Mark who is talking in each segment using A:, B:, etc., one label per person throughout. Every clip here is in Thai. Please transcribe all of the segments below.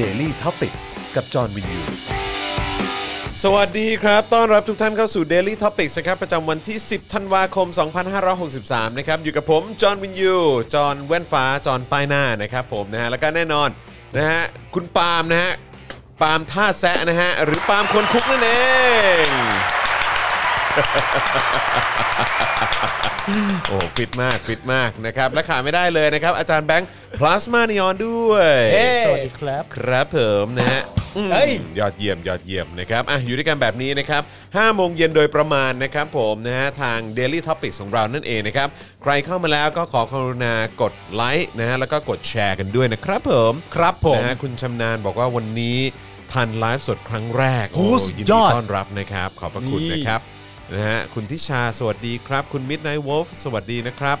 A: Daily t o p i c กกับจอห์นวินยู
B: สวัสดีครับ ต้อนรับทุกท่านเข้าสู่ Daily Topics นะครับ ประจำวันที่ 10 ธันวาคม 2563 นะครับ อยู่กับผม จอห์นวินยู จอห์นแว่นฟ้า จอห์นป้ายหน้านะครับผมนะฮะ แล้วก็แน่นอนนะฮะ คุณปาล์มนะฮะ ปาล์มท่าแซะนะฮะ หรือปาล์มคนคุกนั่นเอง โอ้ฟิตมาก ฟิตมากนะครับ และขาดไม่ได้เลยนะครับ อาจารย์แบงค์ พลาสมานีออนด้วย
C: สวัสดีครับ
B: ครับผมนะฮะอืม
C: เฮ้ย
B: ยอดเยี่ยมยอดเยี่ยมนะครับอ่ะอยู่ด้วยกันแบบนี้นะครับ5โมงเย็นโดยประมาณนะครับผมนะฮะทาง Daily Topics ของเรานั่นเองนะครับ ใครเข้ามาแล้วก็ขอกรุณากดไลค์นะฮะแล้วก็กดแชร์กันด้วยนะครับผม
C: ครับผม
B: นะฮะคุณชำนาญบอกว่าวันนี้ทันไลฟ์สดครั้งแรก
C: โอ้
B: ห
C: สุด
B: น
C: ยอด
B: ต้อนรับนะครับ ขอบพระคุณนะครับนะฮะคุณทิชาสวัสดีครับ คุณ Midnight Wolf สวัสดีนะครับ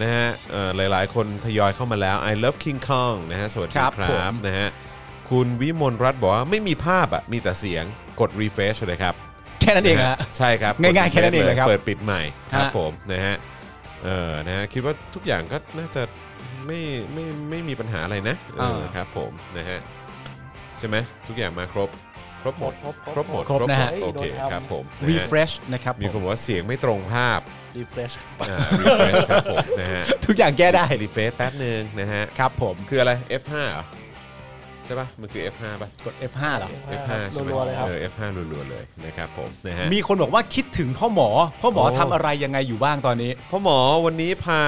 B: นะฮะเอ่อหลาย ๆ คนทยอยเข้ามาแล้ว I love King Kong นะฮะสวัสดีค
C: ครั
B: รั
C: บบ ผม
B: นะฮะคุณวิมลรัตน์บอกว่าไม่มีภาพอ่ะมีแต่เสียงกด refresh เลยครับ
C: แค่นั้นเองฮะ
B: ฮะใช่ครับ
C: ง่ายๆ
B: กด refresh
C: แค่นั้นเองเลยครับ
B: เปิดปิดใหม่ครับ
C: ฮะ
B: ผมนะฮะเออนะฮะคิดว่าทุกอย่างก็น่าจะไม่ไม่ไม่มีปัญหาอะไรนะเออครับผมนะฮะใช่ไหมทุกอย่างมาครบครบหมดครบหมด
C: ครบนะฮะ
B: โอเคครับผมนะฮะ
C: refresh นะครับ
B: มี
C: ผ
B: คน
C: ม
B: บอกว่าเสียงไม่ตรงภาพ
C: refresh
B: อ่า refresh ครับผมนะฮะ
C: ทุกอย่างแก้ได้
B: รีเฟรชแป๊บนึงนะฮะ
C: ครับผม
B: คืออะไร F5 เหรอใช่ป่ะมันคือ F5 ป่ะ
C: กด F5 เหรอ
B: F5 ใช่ไหม
D: รัวๆเลยครับ
B: เออ F5 รัวๆเลยนะครับผมนะฮะ
C: มีคนบอกว่าคิดถึงพ่อหมอ พ่อหมอ
B: โอ้
C: ทำอะไรยังไงอยู่บ้างตอนนี้
B: พ่อหมอวันนี้พา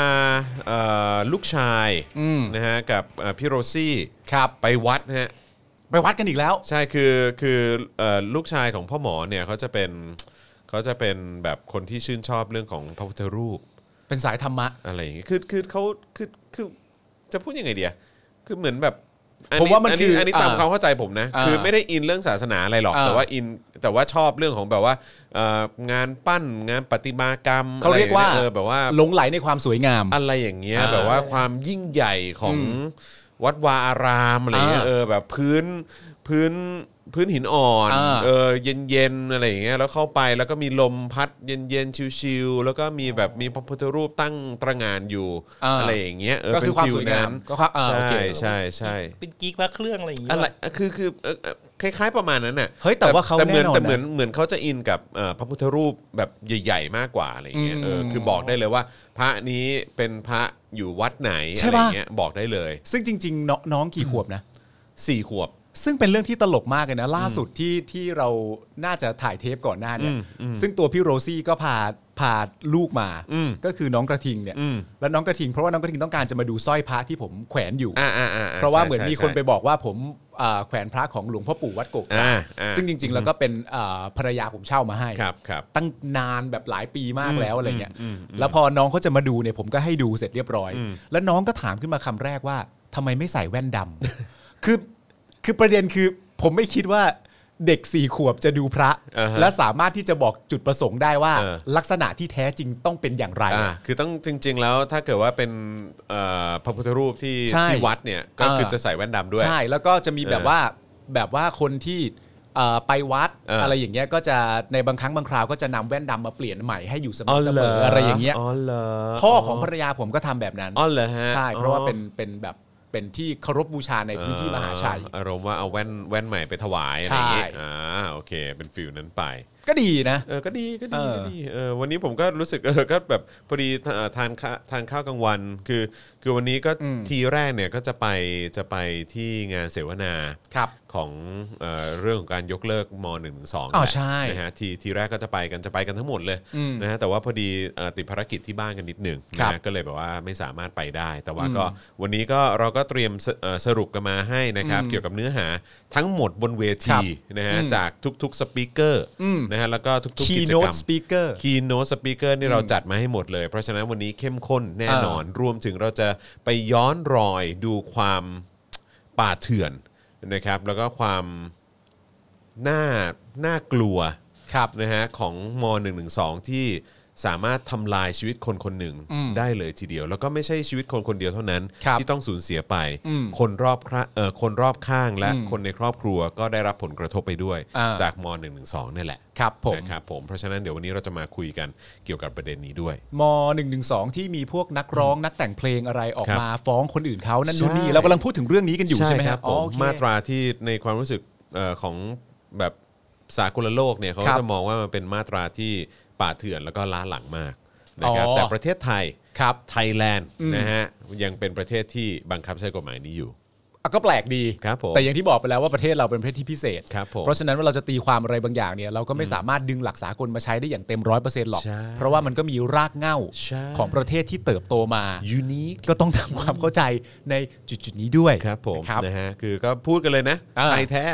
B: เอ่อลูกชาย
C: อืม
B: นะฮะกับเอ่อพี่โรซี่
C: ครับ
B: ไปวัดนะฮะ
C: ไปวัดกันอีกแล้ว
B: ใช่คือคือเอ่อลูกชายของพ่อหมอเนี่ยเขาจะเป็นเขาจะเป็นแบบคนที่ชื่นชอบเรื่องของพระพุทธรูป
C: เป็นสายธรรมะ
B: อะไรอย่างงี้คือคือเขาคือคือจะพูดยังไงเดียคือเหมือนแบบ
C: ผมว่ามันคือ
B: อันนี้ตาม
C: อ่า
B: ความเข้าใจผมนะ
C: อ่า
B: คือไม่ได้อินเรื่องศาสนาอะไรหรอก
C: อ่า
B: แต่ว่าอินแต่ว่าชอบเรื่องของแบบว่าเอ่องานปั้นงานประติมากรรม
C: เขาเรียกว่า
B: อะไองงี้ออแบบว่า
C: หลงไหลในความสวยงาม
B: อะไรอย่างเงี้ย
C: อ่า
B: แบบว่าความยิ่งใหญ่ของวัดวาอารามอะไรเงี้ย
C: อ่า
B: เออแบบพื้นพื้นพื้นหินอ่อน
C: อ่า
B: เออเย็นๆอะไรอย่างเงี้ยแล้วเข้าไปแล้วก็มีลมพัดเย็นๆชิวๆแล้วก็มีแบบมีพระพุทธรูปตั้งตระหงานอยู่
C: อ่า
B: อะไรอย่างเงี้ยเออ
C: ก็คือ
B: เป็น
C: ความสวยงาม
B: นั้น
C: ก็ความอ่าโอ
B: ใช่
C: เค
B: ใช่ใช่
D: เป็นกิ๊กพระเครื่องอะไรอย่างเงี้ย
B: อะไรคือคือเออเออคล้ายๆประมาณนั้นน่ะ
C: เฮ้ยแต่ว่าเขา
B: แต่เหมือน
C: แน่นอนนะ
B: แต่เหมือนเหมือนเขาจะอินกับเอ่อพระพุทธรูปแบบใหญ่ ๆ มากกว่าอะไรอย่างเงี้ย
C: อืม
B: เออคือบอกได้เลยว่า พระนี้เป็นพระอยู่วัดไหน
C: ใช่
B: อะไร
C: ปะ
B: เงี้ยบอกได้เลย
C: ซึ่งจริงๆนน้องกี่ขวบนะ
B: สี่ขวบ
C: ซึ่งเป็นเรื่องที่ตลกมากเลยนะ ล่าสุดที่ที่เราน่าจะถ่ายเทปก่อนหน้าเนี่ย ซึ่งตัวพี่โรซี่ก็พาพาลูกมา
B: อืม
C: ก็คือน้องกระทิงเนี่ย
B: อืม
C: แล้วน้องกระทิง เพราะว่าน้องกระทิงต้องการจะมาดูสร้อยพระที่ผมแขวนอยู่
B: อ่าอ่าอ่า
C: เพราะว่าเหมือน
B: ใช่
C: มีคนไป
B: ใช่
C: บอกว่าผมอ่าแขวนพระของหลวงพ่อปู่วัดกก
B: อ่าอ่า
C: ซึ่งจริง ๆ แล้วก็เป็นอ่าภรรยาผมเช่ามาให้
B: ครับครับ
C: ตั้งนานแบบหลายปีมากแล้วอะไรเงี้ย
B: อืมอืม
C: แล้วพอน้องเขาจะมาดูเนี่ยผมก็ให้ดูเสร็จเรียบร้อย
B: อืม
C: แล้วน้องก็ถามขึ้นมาคำแรกว่าทำไมไม่ใส่แว่นดำ คือคือประเด็นคือผมไม่คิดว่าเด็กสี่ขวบจะดูพระ
B: อ่าฮะ
C: และสามารถที่จะบอกจุดประสงค์ได้ว่า
B: เออ
C: ลักษณะที่แท้จริงต้องเป็นอย่างไร
B: อ่าคือต้องจริง ๆ แล้วถ้าเกิดว่าเป็นเอ่อพระพุทธรูปที่
C: ใช่
B: ที่วัดเนี่ยก็
C: เออ
B: คือจะใส่แว่นดำด้วย
C: ใช่ แล้วก็จะมีแบบ
B: เออ
C: ว่าแบบว่าคนที่เอ่อไปวัด
B: เอออ
C: อะไรอย่างเงี้ยก็จะในบางครั้งบางคราวก็จะนำแว่นดำมาเปลี่ยนใหม่ให้อยู่เสม
B: อ๋
C: อ
B: อ
C: เส
B: เห
C: ม
B: ร
C: ออะไรอย่างเงี้ย
B: อ๋อเหรอ
C: พ่อของภรรยาผมก็ทำแบบนั้น
B: อ๋อเหรอฮะ
C: ใช่ เพราะว่า
B: อ๋อ
C: เป็นเป็นแบบเป็นที่เคารพบูชาในพื้นที่มหาชัย
B: เอออารมณ์ว่าเอาแว่นแว่นใหม่ไปถวายอะไร
C: ใช่
B: อย่างงี้อ่าโอเค เป็นฟิลนั้นไป
C: ก็ดีนะ
B: เออก็ดีก็ดี
C: เออ
B: ก็ดีเออวันนี้ผมก็รู้สึกเอ อก็แบบพอดีทาเอ่อทานข้าทานข้าวกลางวัน คือคือวันนี้ก็
C: อืม
B: ทีแรกเนี่ยก็จะไปจะไปที่งานเสวนา
C: ครับ
B: ของเอ่อเรื่องของการยกเลิกม .1 ถึง2
C: อ๋อใช่
B: นะฮะทีทีแรกก็จะไปกันจะไปกันทั้งหมดเลย
C: อืม
B: นะฮะแต่ว่าพอดีเอ่อติดภารกิจที่บ้านกันนิดหนึ่ง
C: ครั
B: นะ
C: บ
B: ฮะก็เลยแบบว่าไม่สามารถไปได้ แต่ว่าก็วันนี้ก็เราก็เตรียมสเอ่อสรุปกันมาให้นะครับ เกี่ยวกับเนื้อหาทั้งหมดบนเว
C: ครั
B: ที
C: บ
B: นะฮะ
C: อืม
B: จากทุกๆสปีกเกอร์
C: อืม
B: นะฮะแล้วก็ทุกๆกิจกรร
C: keynote
B: ม
C: speaker
B: คีโนสปีกเกอร์นี่เราจัดมาให้หมดเลย เพราะฉะนั้นวันนี้เข้มข้นแน่นอน รวมถึงเราจะไปย้อนรอยดูความป่าเถื่อนนะครับ แล้วก็ความน่าน่ากลัว
C: ครับ
B: นะฮะของม .112 ที่ สามารถทำลายชีวิตคนคนหนึ่งได้เลยทีเดียว แล้วก็ไม่ใช่ชีวิตคนคนเดียวเท่านั้น
C: ครับ
B: ที่ต้องสูญเสียไป
C: อืม
B: คนรอบข้าเอ่อคนรอบข้างและ
C: อืม
B: คนในครอบครัวก็ได้รับผลกระทบไปด้วย
C: อ่า
B: จากม .112 นี่แหละ
C: ครับผม
B: นะครับผมเพราะฉะนั้นเดี๋ยววันนี้เราจะมาคุยกันเกี่ยวกับประเด็นนี้ด้วย
C: ม112 ที่มีพวกนักร้องนักแต่งเพลงอะไรออก
B: ครับ
C: มาฟ้องคนอื่นเขานั่นนู่นนี่
B: ใช่
C: เรากำลังพูดถึงเรื่องนี้กันอยู่ใช่ไหมครับ
B: ผ
C: อ๋อ
B: ม
C: โอเค
B: มาตราที่ในความรู้สึกเอ่อของแบบสากลโลกเนี่ยเขา
C: ครั
B: ก็
C: บ
B: จะมองว่ามันเป็นมาตราที่ป่าเถื่อนแล้วก็ล้าหลังมากนะครับ
C: อ๋อ
B: แต่ประเทศไทย
C: ครับ
B: ไทยแลนด์
C: อืม
B: นะฮะยังเป็นประเทศที่บังคับใช้กฎหมายนี้อยู่
C: อ่ะก็แปลกดี
B: ครับผม
C: แต่อย่างที่บอกไปแล้วว่าประเทศเราเป็นประเทศที่พิเศษ
B: ครับผม
C: เพราะฉะนั้นว่าเราจะตีความอะไรบางอย่างเนี่ยเราก็ไม่สามารถดึงหลักสากลมาใช้ได้อย่างเต็มร้อยเปอร์เซ็นต์หรอก
B: ใช่
C: เพราะว่ามันก็มีรากเหง้า
B: ใช่
C: ของประเทศที่เติบโตมา
B: ยูนิค
C: ก็ต้องทำความเข้าใจในจุดๆนี้ด้วย
B: ครับผม
C: ครับ
B: นะฮะคือก็พูดกันเลยนะ
C: อ่า
B: ไทยแท้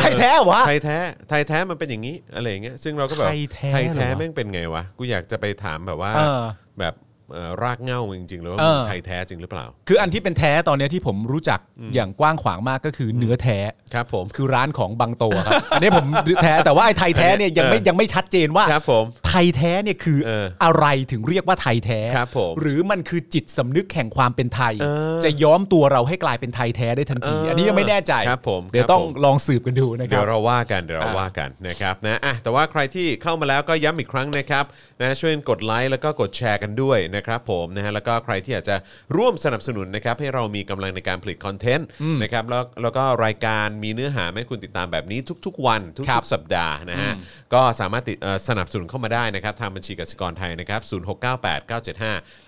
C: ไทยแท้เหรอวะ
B: ไทยแท้ไทยแท้มันเป็นอย่างนี้อะไรอย่างเงี้ยซึ่งเราก็แบบ
C: ไทยแท้
B: ยแท้
C: เหรอวะ
B: แม่งเป็นไงวะกูอยากจะไปถามแบบว่า
C: เออ
B: แบบเอ่อรากเหง้าจริงๆเลยว่า
C: เออ
B: มึงไทยแท้จริงหรือเปล่า
C: คืออันที่เป็นแท้ตอนเนี้ยที่ผมรู้จักอย่างกว้างขวางมากก็คือเนื้อแท้
B: ครับผม
C: คือร้านของบางโตครับ อันนี้ผมแท้แต่ว่าไอ้ไทยแท้เนี่ยยังไม่
B: เออ
C: ยังไม่ชัดเจนว่า
B: ครับผม
C: ไทยแท้เนี่ยคือ
B: เออ
C: อะไรถึงเรียกว่าไทยแท้
B: ครับผม
C: หรือมันคือจิตสำนึกแห่งความเป็นไทย
B: เออ
C: จะย้อมตัวเราให้กลายเป็นไทยแท้ได้ทันที
B: เอออั
C: อันนี้ยังไม่แน่ใจ
B: ครับผม
C: เดี๋ย
B: ครั
C: ว
B: บ
C: ต้อง
B: ผม
C: ลองสืบกันดูนะค
B: เดี๋
C: รั
B: ย
C: บ
B: วเราว่ากันเดี๋ยวเรา
C: อ่า
B: ว่ากันนะครับนะอ่ะแต่ว่าใครที่เข้ามาแล้วก็ย้ำอีกครั้งนะครับนะช่วยกดไลค์แล้วก็กดแชร์กันด้วยนะครับผมนะฮะแล้วก็ใครที่อยากจะร่วมสนับสนุนนะครับให้เรามีกำลังในการผลิตคอนเทนต์นะครับแล้วแล้วก็รายการมีเนื้อหาให้คุณติดตามแบบนี้ทุก ๆ วันทุก
C: ครั
B: ๆ
C: บ
B: สัปดาห์นะฮะก็สามารถติดเอ่อสนับสนุนเข้ามาได้นะครับทางบัญชีกสิกรไทยนะครับ0698 975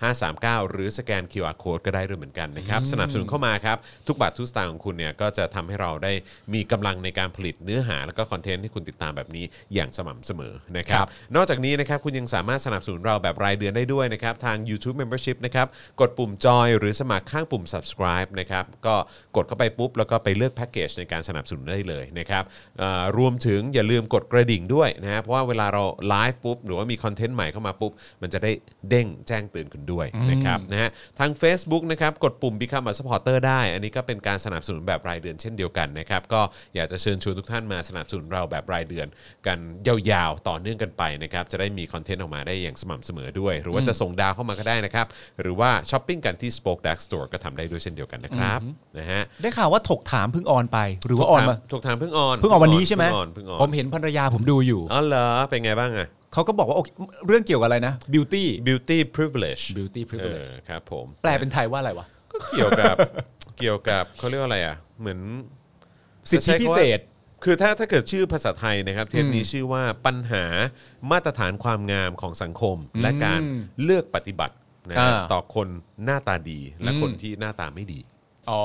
B: 539 หรือสแกน QR Code ก็ได้ด้วยเหมือนกันนะครับสนับสนุนเข้ามาครับ ทุกบาททุกสตางค์ของคุณเนี่ยก็จะทำให้เราได้มีกำลังในการผลิตเนื้อหา แล้วก็คอนเทนต์ที่คุณติดตามแบบนี้อย่างสม่ำเสมอนะครั
C: ครับ บ
B: นอกจากนี้นะครับคุณยังสามารถสนับสนุนเราแบบรายเดือนได้ด้วยนะครับ ทาง YouTube Membership นะครับ กดปุ่มจอยหรือสมัครข้างปุ่ม subscribe นะครับ ก็กดเข้าไปปุ๊บ แล้วก็ไปเลือกแพ็กเกจในการสนับสนุนได้เลยนะครับเอ่อรวมถึงอย่าลืมกดกระดิ่งด้วยนะฮะเพราะว่าเวลาเราไลฟ์ปุ๊บ หรือว่ามีคอนเทนต์ใหม่เข้ามาปุ๊บ มันจะได้เด้งแจ้งเตือนคุณด้วยนะครับนะฮะทาง Facebook นะครับกดปุ่ม Become a supporter ได้ อันนี้ก็เป็นการสนับสนุนแบบรายเดือนเช่นเดียวกันนะครับก็อยากจะเชิญชวนทุกท่านมาสนับสนุนเราแบบรายเดือน กันยาวๆต่อเนื่องกันไปนะครับจะได้มีคอนเทนต์ออกมาได้อย่างสม่ำเสมอด้วย หรือว่าจะส่งดาวเข้ามาก็ได้นะครับ หรือว่าช้อปปิ้งกันที่ Spoke Dark Store ก็ทำได้ด้วยเช่นเดียวกันนะครับนะฮะ
C: ได้ข่าวว่าถกถามเพิ่งออนไป หรือว่าออนมา
B: ถูกถามเพิ่งออน
C: เพิ่งออนวันนี้ใช่ไหม
B: เพิ่งออนเพิ่งออน
C: ผมเห็นภรรยาผมดูอยู่
B: อ๋อเหรอเป็นไงบ้างอะ
C: เขาก็บอกว่าโอเคเรื่องเกี่ยวกับอะไรนะ beauty
B: beauty privilege
C: beauty
B: เอ
C: privilege
B: อครับผม
C: แปลเป็นไทยว่าอะไรวะ
B: ก็เกี่ยวกับ เกี่ยวกับเขาเรียกว่าอะไรอ่ะ เหมือน
C: สิทธิพิเศษ
B: คือถ้าถ้าเกิดชื่อภาษาไทยนะครับ เทปนี้
C: อืม
B: ชื่อว่าปัญหามาตรฐานความงามของสังคม และการเลือกปฏิบัตินะฮะ
C: อ่า
B: ต่อคนหน้าตาดีและ
C: อืม
B: คนที่หน้าตาไม่ดี
C: อ๋อ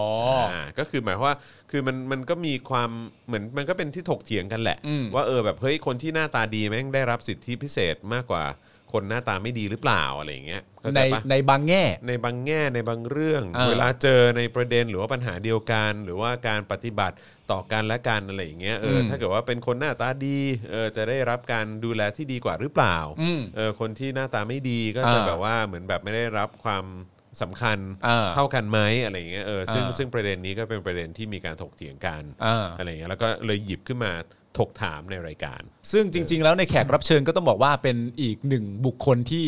B: าก็คือหมายความว่าคือมันมันก็มีความเหมือนมันก็เป็นที่ถกเถียงกันแหละ
C: อืม
B: ว่าเออแบบเฮ้ยคนที่หน้าตาดีแม่งได้รับสิทธิพิเศษมากกว่าคนหน้าตาไม่ดีหรือเปล่าอะไรอย่างเงี้ยเข้าใจ
C: ใน
B: ปะ
C: ในบางแง่
B: ในบางแง่ในบางเรื่อง
C: อ่า
B: เวลาเจอในประเด็นหรือว่าปัญหาเดียวกัน หรือว่าการปฏิบัติต่อกันและกันอะไรอย่างเงี้ยเอออ
C: ม
B: ถ้าเกิดว่าเป็นคนหน้าตาดีเออจะได้รับการดูแลที่ดีกว่าหรือเปล่า
C: อืม
B: เออคนที่หน้าตาไม่ดีก็จะ
C: อ่า
B: แบบว่าเหมือนแบบไม่ได้รับความสำคัญ
C: อ่า
B: เท่ากันไหมอะไรอย่างเงี้ยเออซึ่ง
C: อ่า
B: ซึ่งประเด็นนี้ก็เป็นประเด็นที่มีการถกเถียงกัน
C: อ่า
B: ไรอย่างเงี้ยแล้วก็เลยหยิบขึ้นมาถกถามในรายการ
C: ซึ่งจริง ๆ แล้วในแขกรับเชิญก็ต้องบอกว่าเป็นอีกหนึ่งบุคคลที่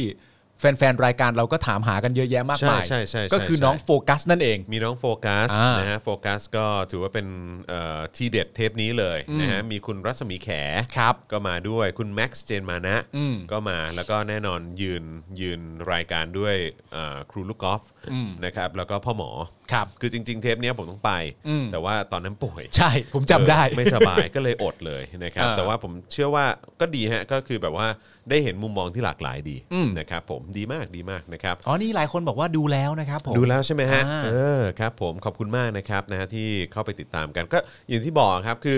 C: แฟน ๆ รายการเราก็ถามหากันเยอะแยะมากมาย
B: ใช่ใช่ใช่ใช่
C: ก็คือน้องโฟกัสนั่นเอง
B: มีน้องโฟกัส
C: อ่าน
B: นะฮะโฟกัสก็ถือว่าเป็นเอ่อทีเด็ดเทปนี้เลยนะฮะมีคุณรัศมีแข
C: ครับ
B: ก็มาด้วยคุณแม็กซ์เจนมานะ
C: อืม
B: ก็มาแล้วก็แน่นอนยืนยืนรายการด้วยเอ่อครูลูกกอล์ฟ
C: อืม
B: นะครับแล้วก็พ่อหมอ
C: ครับ
B: คือจริง ๆ เทปเนี้ยผมต้องไป
C: อืม
B: แต่ว่าตอนนั้นป่วย
C: ใช่ ผมจำได้
B: เออไม่สบาย ก็เลยอด เลยนะครับ
C: เออ
B: แต่ว่าผมเชื่อว่าก็ดีฮะก็คือแบบว่าได้เห็นมุมมองที่หลากหลายดี
C: อืม
B: นะครับผมดีมากดีมากนะครับ
C: อ๋อ นี่หลายคนบอกว่าดูแล้วนะครับผม
B: ดูแล้วใช่ไหมฮะ
C: อ่า
B: เออครับผมขอบคุณมากนะครับนะฮะที่เข้าไปติดตามกันก็อย่างที่บอกครับคือ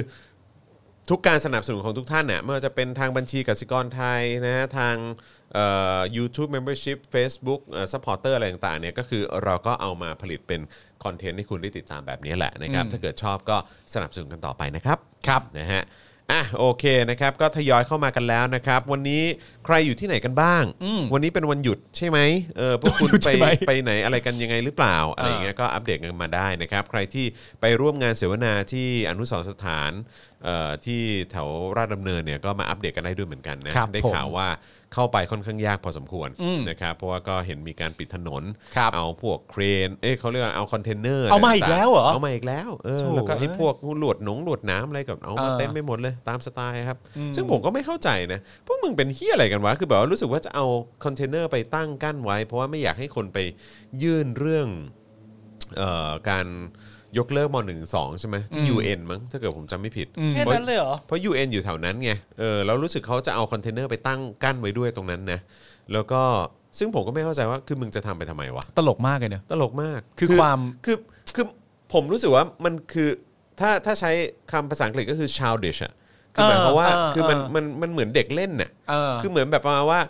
B: ทุกการสนับสนุนของทุกท่านเนี่ยไม่ว่าจะเป็นทางบัญชีกสิกรไทยนะฮะทางยูทูบเมมเบอร์ชิพเฟซบุ๊กซัพพอร์เตอร์อะไรต่างๆเนี่ยก็คือเราก็เอามาผลิตเป็นคอนเทนต์ให้คุณได้ติดตามแบบนี้แหละนะครับ
C: อืม
B: ถ้าเกิดชอบก็สนับสนุนกันต่อไปนะครับ
C: ครับ
B: นะฮะ อ่ะโอเคนะครับ ก็ทยอยเข้ามากันแล้วนะครับ วันนี้ใครอยู่ที่ไหนกันบ้าง
C: อืม
B: วันนี้เป็นวันหยุดใช่ไหมเออพวกคุณ
C: วันหยุด
B: ไป
C: ใช่ไหม
B: ไปไหนอะไรกันยังไงหรือเปล่าอะไรอย่างเงี้ยก็อัปเดตกันมาได้นะครับ ใครที่ไปร่วมงานเสวนาที่อนุสรณ์สถานเอ่อที่แถวราชดำเนินเนี่ยก็มาอัปเดตกันได้ด้วยเหมือนกันนะ
C: ครับ
B: ได้
C: ผม
B: ข่าวว่า เข้าไปค่อนข้างยากพอสมควร
C: อืม
B: นะครับเพราะว่าก็เห็นมีการปิดถนน
C: ครับ
B: เอาพวกเครนเอ้ยเขาเรียกว่าเอาคอนเทนเนอร์
C: เอามา
B: ะ
C: อี
B: ไต่งๆ
C: กแล้วเหรอ
B: เอามาอีกแล้วเออ
C: โถ่
B: แล้วก็ไอ้
C: เอ้ย
B: พวกหลวดหนงหลวดน้ำอะไรกับเอามา
C: เออ
B: เต็มไปหมดเลยตามสไตล์ครับ ซึ่งผมก็ไม่เข้าใจนะพวกมึงเป็นเฮี้ยอะไรกันวะคือแบบว่ารู้สึกว่าจะเอาคอนเทนเนอร์ไปตั้งกั้นไว้ เพราะว่าไม่อยากให้คนไปยื่นเรื่อง เอ่อการยกเลิกม .112 ใช่ไหมที่
C: อืม
B: UN มั้งถ้าเกิดผมจำไม่ผิด
C: อืม
D: แค่นั้นเลยเหรอ
B: เพราะ UN อยู่แถวนั้นไง เออ แล้วรู้สึกเขาจะเอาคอนเทนเนอร์ไปตั้งกั้นไว้ด้วยตรงนั้นนะ แล้วก็ซึ่งผมก็ไม่เข้าใจว่า คือมึงจะทำไปทำไมวะ
C: ตลกมากเลยเนอะ
B: ตลกมาก
C: คือความ
B: คือคือผมรู้สึกว่ามันคือถ้าถ้าใช้คำภาษาอังกฤษก็คือ childish อะคือหมายความว่า
C: เออเออ
B: คือมัน
C: เออ
B: มันมันเหมือนเด็กเล่นน่ะ
C: เออ
B: คือเหมือนแบบประมาณว่า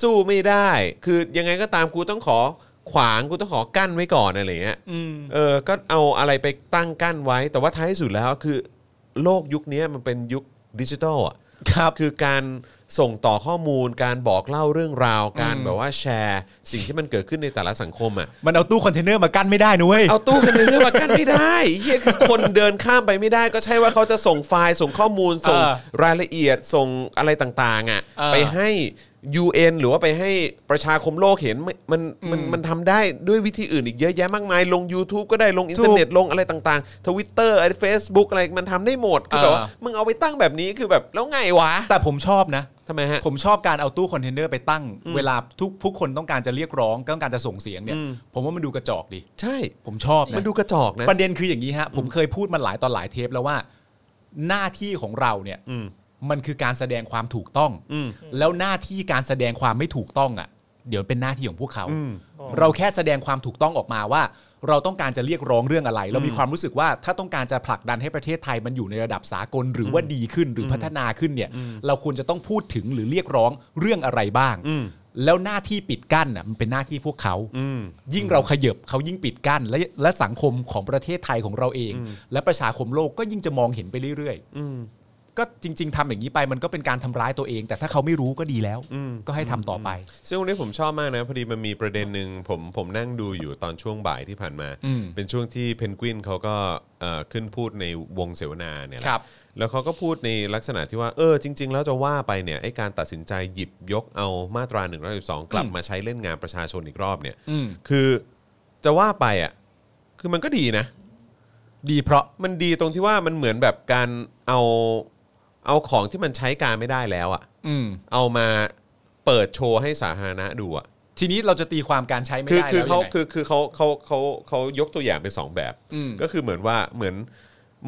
B: สู้ไม่ได้ คือยังไงก็ตามกูต้องขอขวางกูต้องขอกั้นไว้ก่อนอะไรอย่างเงี้ย เออ ก็เอาอะไรไปตั้งกั้นไว้ แต่ว่าท้ายสุดแล้วคือโลกยุคนี้มันเป็นยุคดิจิทัลอ่ะ
C: ครับ
B: คือการส่งต่อข้อมูล การบอกเล่าเรื่องราว การแบบว่าแชร์ สิ่งที่มันเกิดขึ้นในแต่ละสังคมอ่ะ
C: มันเอาตู้คอนเทนเนอร์มากั้นไม่ได้นะเว้ย
B: เอาตู้คอนเทนเนอร์มากั้นไม่ได้เฮียคือคนเดินข้ามไปไม่ได้ ก็ใช่ว่าเขาจะส่งไฟล์ ส่งข้อมูล ส่ง
C: เออ
B: รายละเอียด ส่งอะไรต่างๆอ่ะ
C: เออ
B: ไปให้ UN หรือว่าไปให้ประชาคมโลกเห็นไม่มันมันมันทำได้ด้วยวิธีอื่นอีกเยอะแยะมากมาย ลง YouTube ก็ได้ลงอินเทอร์เน็ตลงอะไรต่างๆ Twitter อะไร Facebook อะไรมันทำได้หมดคือแบบว่า
C: เออ
B: มึงเอาไปตั้งแบบนี้คือแบบแล้วไงวะ
C: แต่ผมชอบนะ
B: ทำไมฮะ
C: ผมชอบการเอาตู้คอนเทนเนอร์ไปตั้ง เวลาทุกผู้คนต้องการจะเรียกร้อง ต้องการจะส่งเสียงเนี่ย
B: อืม
C: ผมว่ามันดูกระจอกดี
B: ใช่
C: ผมชอบนะ
B: มันดูกระจอกนะ
C: ประเด็นคืออย่างนี้ฮะ ผมเคยพูดมาหลายตอนหลายเทปแล้วว่า หน้าที่ของเราเนี่ย
B: อืม
C: มันคือการแสดงความถูกต้อง
B: อืม
C: แล้วหน้าที่การแสดงความไม่ถูกต้องอ่ะ เดี๋ยวเป็นหน้าที่ของพวกเขา
B: อืม
C: เราแค่แสดงความถูกต้องออกมาว่า เราต้องการจะเรียกร้องเรื่องอะไร เรามีความรู้สึกว่าถ้าต้องการจะผลักดันให้ประเทศไทยมันอยู่ในระดับสากลหรือว่าดีขึ้นหรือพัฒนาขึ้นเนี่ย เราควรจะต้องพูดถึงหรือเรียกร้องเรื่องอะไรบ้าง
B: อืม
C: แล้วหน้าที่ปิดกั้นน่ะมันเป็นหน้าที่พวกเขา
B: อืม
C: ยิ่งเราขยับเขายิ่งปิดกั้นและและสังคมของประเทศไทยของเราเอง และประชาคมโลกก็ยิ่งจะมองเห็นไปเรื่อย
B: อืม
C: ๆ ก็จริง ๆทำอย่างนี้ไปมันก็เป็นการทำร้ายตัวเอง แต่ถ้าเขาไม่รู้ก็ดีแล้ว
B: อืม
C: ก็ให้ทำต่อไป
B: ซึ่งวันนี้ผมชอบมากนะพอดีมันมีประเด็นหนึ่งผมผมนั่งดูอยู่ตอนช่วงบ่ายที่ผ่านมา
C: อืม
B: เป็นช่วงที่เพนกวินเขาก็เอ่อขึ้นพูดในวงเสวนาเนี่ยแหละ
C: ครับ
B: แล้วเขาก็พูดในลักษณะที่ว่าเออจริง ๆ แล้วจะว่าไปเนี่ยไอ้การตัดสินใจหยิบยกเอามาตรา1นึกลับ
C: อืม
B: มาใช้เล่นงานประชาชนอีกรอบเนี่ย
C: อืม
B: คือจะว่าไปอ่ะคือมันก็ดีนะ
C: ดีเพราะ
B: มันดีตรงที่ว่ามันเหมือนแบบการเอาเอาของที่มันใช้การไม่ได้แล้วอ่ะ
C: อืม
B: เอามาเปิดโชว์ให้สาธารณะดูอ่ะ
C: ทีนี้เราจะตีความการใช้ไม่
B: คือ
C: ได้
B: คือ
C: แล้ว
B: เขา
C: ยังไง
B: คือคือเขาเขาเขาเขายกตัวอย่างเป็นสองแบบ
C: อืม
B: ก็คือเหมือนว่าเหมือน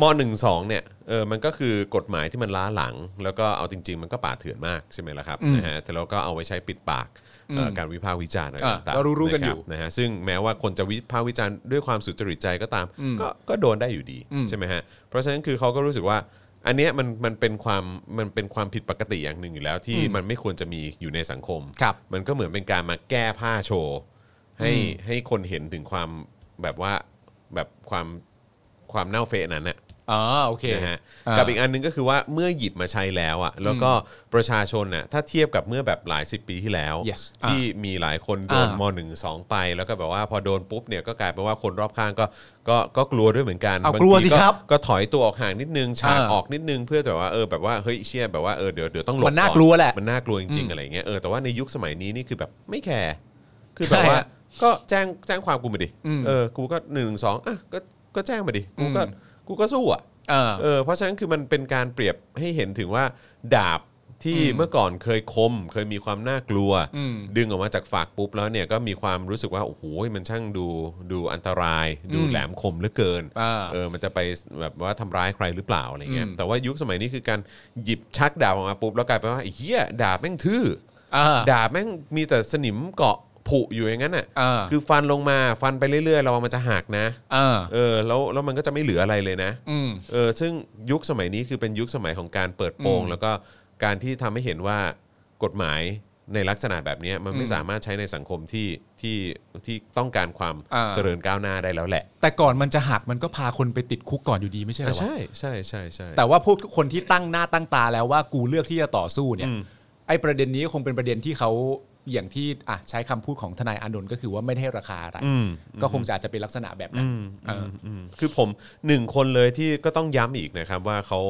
B: มหนึ่งสองเนี่ยเออมันก็คือกฎหมายที่มันล้าหลัง แล้วก็เอาจริง ๆ มันก็ป่าเถื่อนมากใช่ไหมล่ะครับ
C: อืม
B: นะฮะแต่เราก็เอาไว้ใช้ปิดปากเอ่ออ
C: ม
B: การวิพากษ์วิจารณ์อะไร
C: อ่ะ
B: ต่างๆ
C: เรารู้ๆกันะ
B: ค
C: อยู่
B: บนะฮะซึ่งแม้ว่าคนจะวิพากษ์วิจารณ์ด้วยความสุจริตใจก็ตาม
C: อืม
B: ก็ก็โดนได้อยู่ดี
C: อืม
B: ใช่ไหมฮะเพราะฉะนั้นคือเขาก็รู้สึกว่า อันเนี้ยมันมันเป็นความมันเป็นความผิดปกติอย่างหนึ่งอยู่แล้วที่มันไม่ควรจะมีอยู่ในสังคม
C: ครับ
B: มันก็เหมือนเป็นการมาแก้ผ้าโชว์ให้ให้คนเห็นถึงความแบบว่าแบบความความเน่าเฟะนั้นน่ะ
C: อ๋อโอเค
B: นะฮะ
C: อ่า
B: กั
C: กั
B: บอีกอันหนึงก็คือว่าเมื่อหยิบมาใช้แล้วอ่ะแล้วก็ประชาชนน่ะถ้าเทียบกับเมื่อแบบหลายสิบปีที่แล้ว
C: Yes
B: ที่มีหลายคนโดน
C: อ่าม ม
B: หนึ่งสองไป แล้วก็แบบว่าพอโดนปุ๊บเนี่ยก็กลายเป็นว่าคนรอบข้างก็ก็ก็กลัวด้วยเหมือนกัน
C: เอา
B: บง
C: กลัว
B: ที
C: สิครับ
B: ก็ถอยตัวออกห่างนิดนึงฉาก
C: อ่า
B: ออกนิดนึงเพื่อแต่ว่าเออแบบว่าเฮ้ยเชี่ยแบบว่าเออเดี๋ยวเดี๋ยวต้องหลบ
C: มันน่า
B: อ
C: กลัวแหละ
B: มันน่ากลัวจริง
C: อื
B: ๆ
C: ม
B: อะไรเงี้ยเออแต่ว่าในยุคสมัยนี้นี่คือแบบไม่แค ร์คือแบบ
C: ใช่
B: ว่า
C: อะ
B: ก็แจ้งแจ้งความกูมาดิ
C: อืม
B: เออกูก็หนึ่งสองอ่ะก็ก็แจ้งมาดิกูก็
C: อืม
B: กูก็สู้อ่ะ
C: เออ
B: เออเพราะฉะนั้นคือมันเป็นการเปรียบให้เห็นถึงว่าดาบที่
C: อืม
B: เมื่อก่อนเคยคม เคยมีความน่ากลัว
C: อืม
B: ดึงออกมาจากฝากปุ๊บแล้วเนี่ยก็มีความรู้สึกว่าโอ้โหมันช่างดูดูอันตราย ดู
C: อืม
B: แหลมคมเหลือเกิน
C: อ่า
B: เออมันจะไปแบบว่าทำร้ายใครหรือเปล่าอะไรเงี้ย
C: อืม
B: แต่ว่ายุคสมัยนี้คือการหยิบชักดาบออกมาปุ๊บแล้วกลายเป็นว่าไอ้เหี้ยดาบแม่งทื่อ
C: เออ
B: ดาบแม่งมีแต่สนิมเกาะผุอยู่อย่างนั้นน่ะ
C: อ่า
B: คือฟันลงมาฟันไปเรื่อยๆระวังมันจะหักนะ
C: เออ
B: เออแล้วแล้วมันก็จะไม่เหลืออะไรเลยนะ
C: อืม
B: เออซึ่งยุคสมัยนี้คือเป็นยุคสมัยของการเปิดโปง
C: อืม
B: แล้วก็การที่ทำให้เห็นว่ากฎหมายในลักษณะแบบเนี้ยมันไม่
C: อืม
B: สามารถใช้ในสังคมที่ที่ที่ต้องการความ
C: อ่า
B: เจริญก้าวหน้าได้แล้วแหละ
C: แต่ก่อนมันจะหักมันก็พาคนไปติดคุกก่อนอยู่ดีไม่ใช่เหรอ
B: อ่ะ
C: วะ
B: ใช่ใช่ใช่ใช่
C: แต่ว่าพวกทุกคนที่ตั้งหน้าตั้งตาแล้วว่ากูเลือกที่จะต่อสู้เนี่ย ไอ้ประเด็นนี้คงเป็นประเด็นที่เขา อย่างที่อ่ะใช้คำพูดของทนายอานนท์ก็คือว่าไม่ได้ให้ราคาอะไร
B: อืม
C: ก็คงจะอาจจะเป็นลักษณะแบบนั้นเออ
B: อืมคือผมหนึ่งคนเลยที่ก็ต้องย้ำอีกนะครับว่าเขา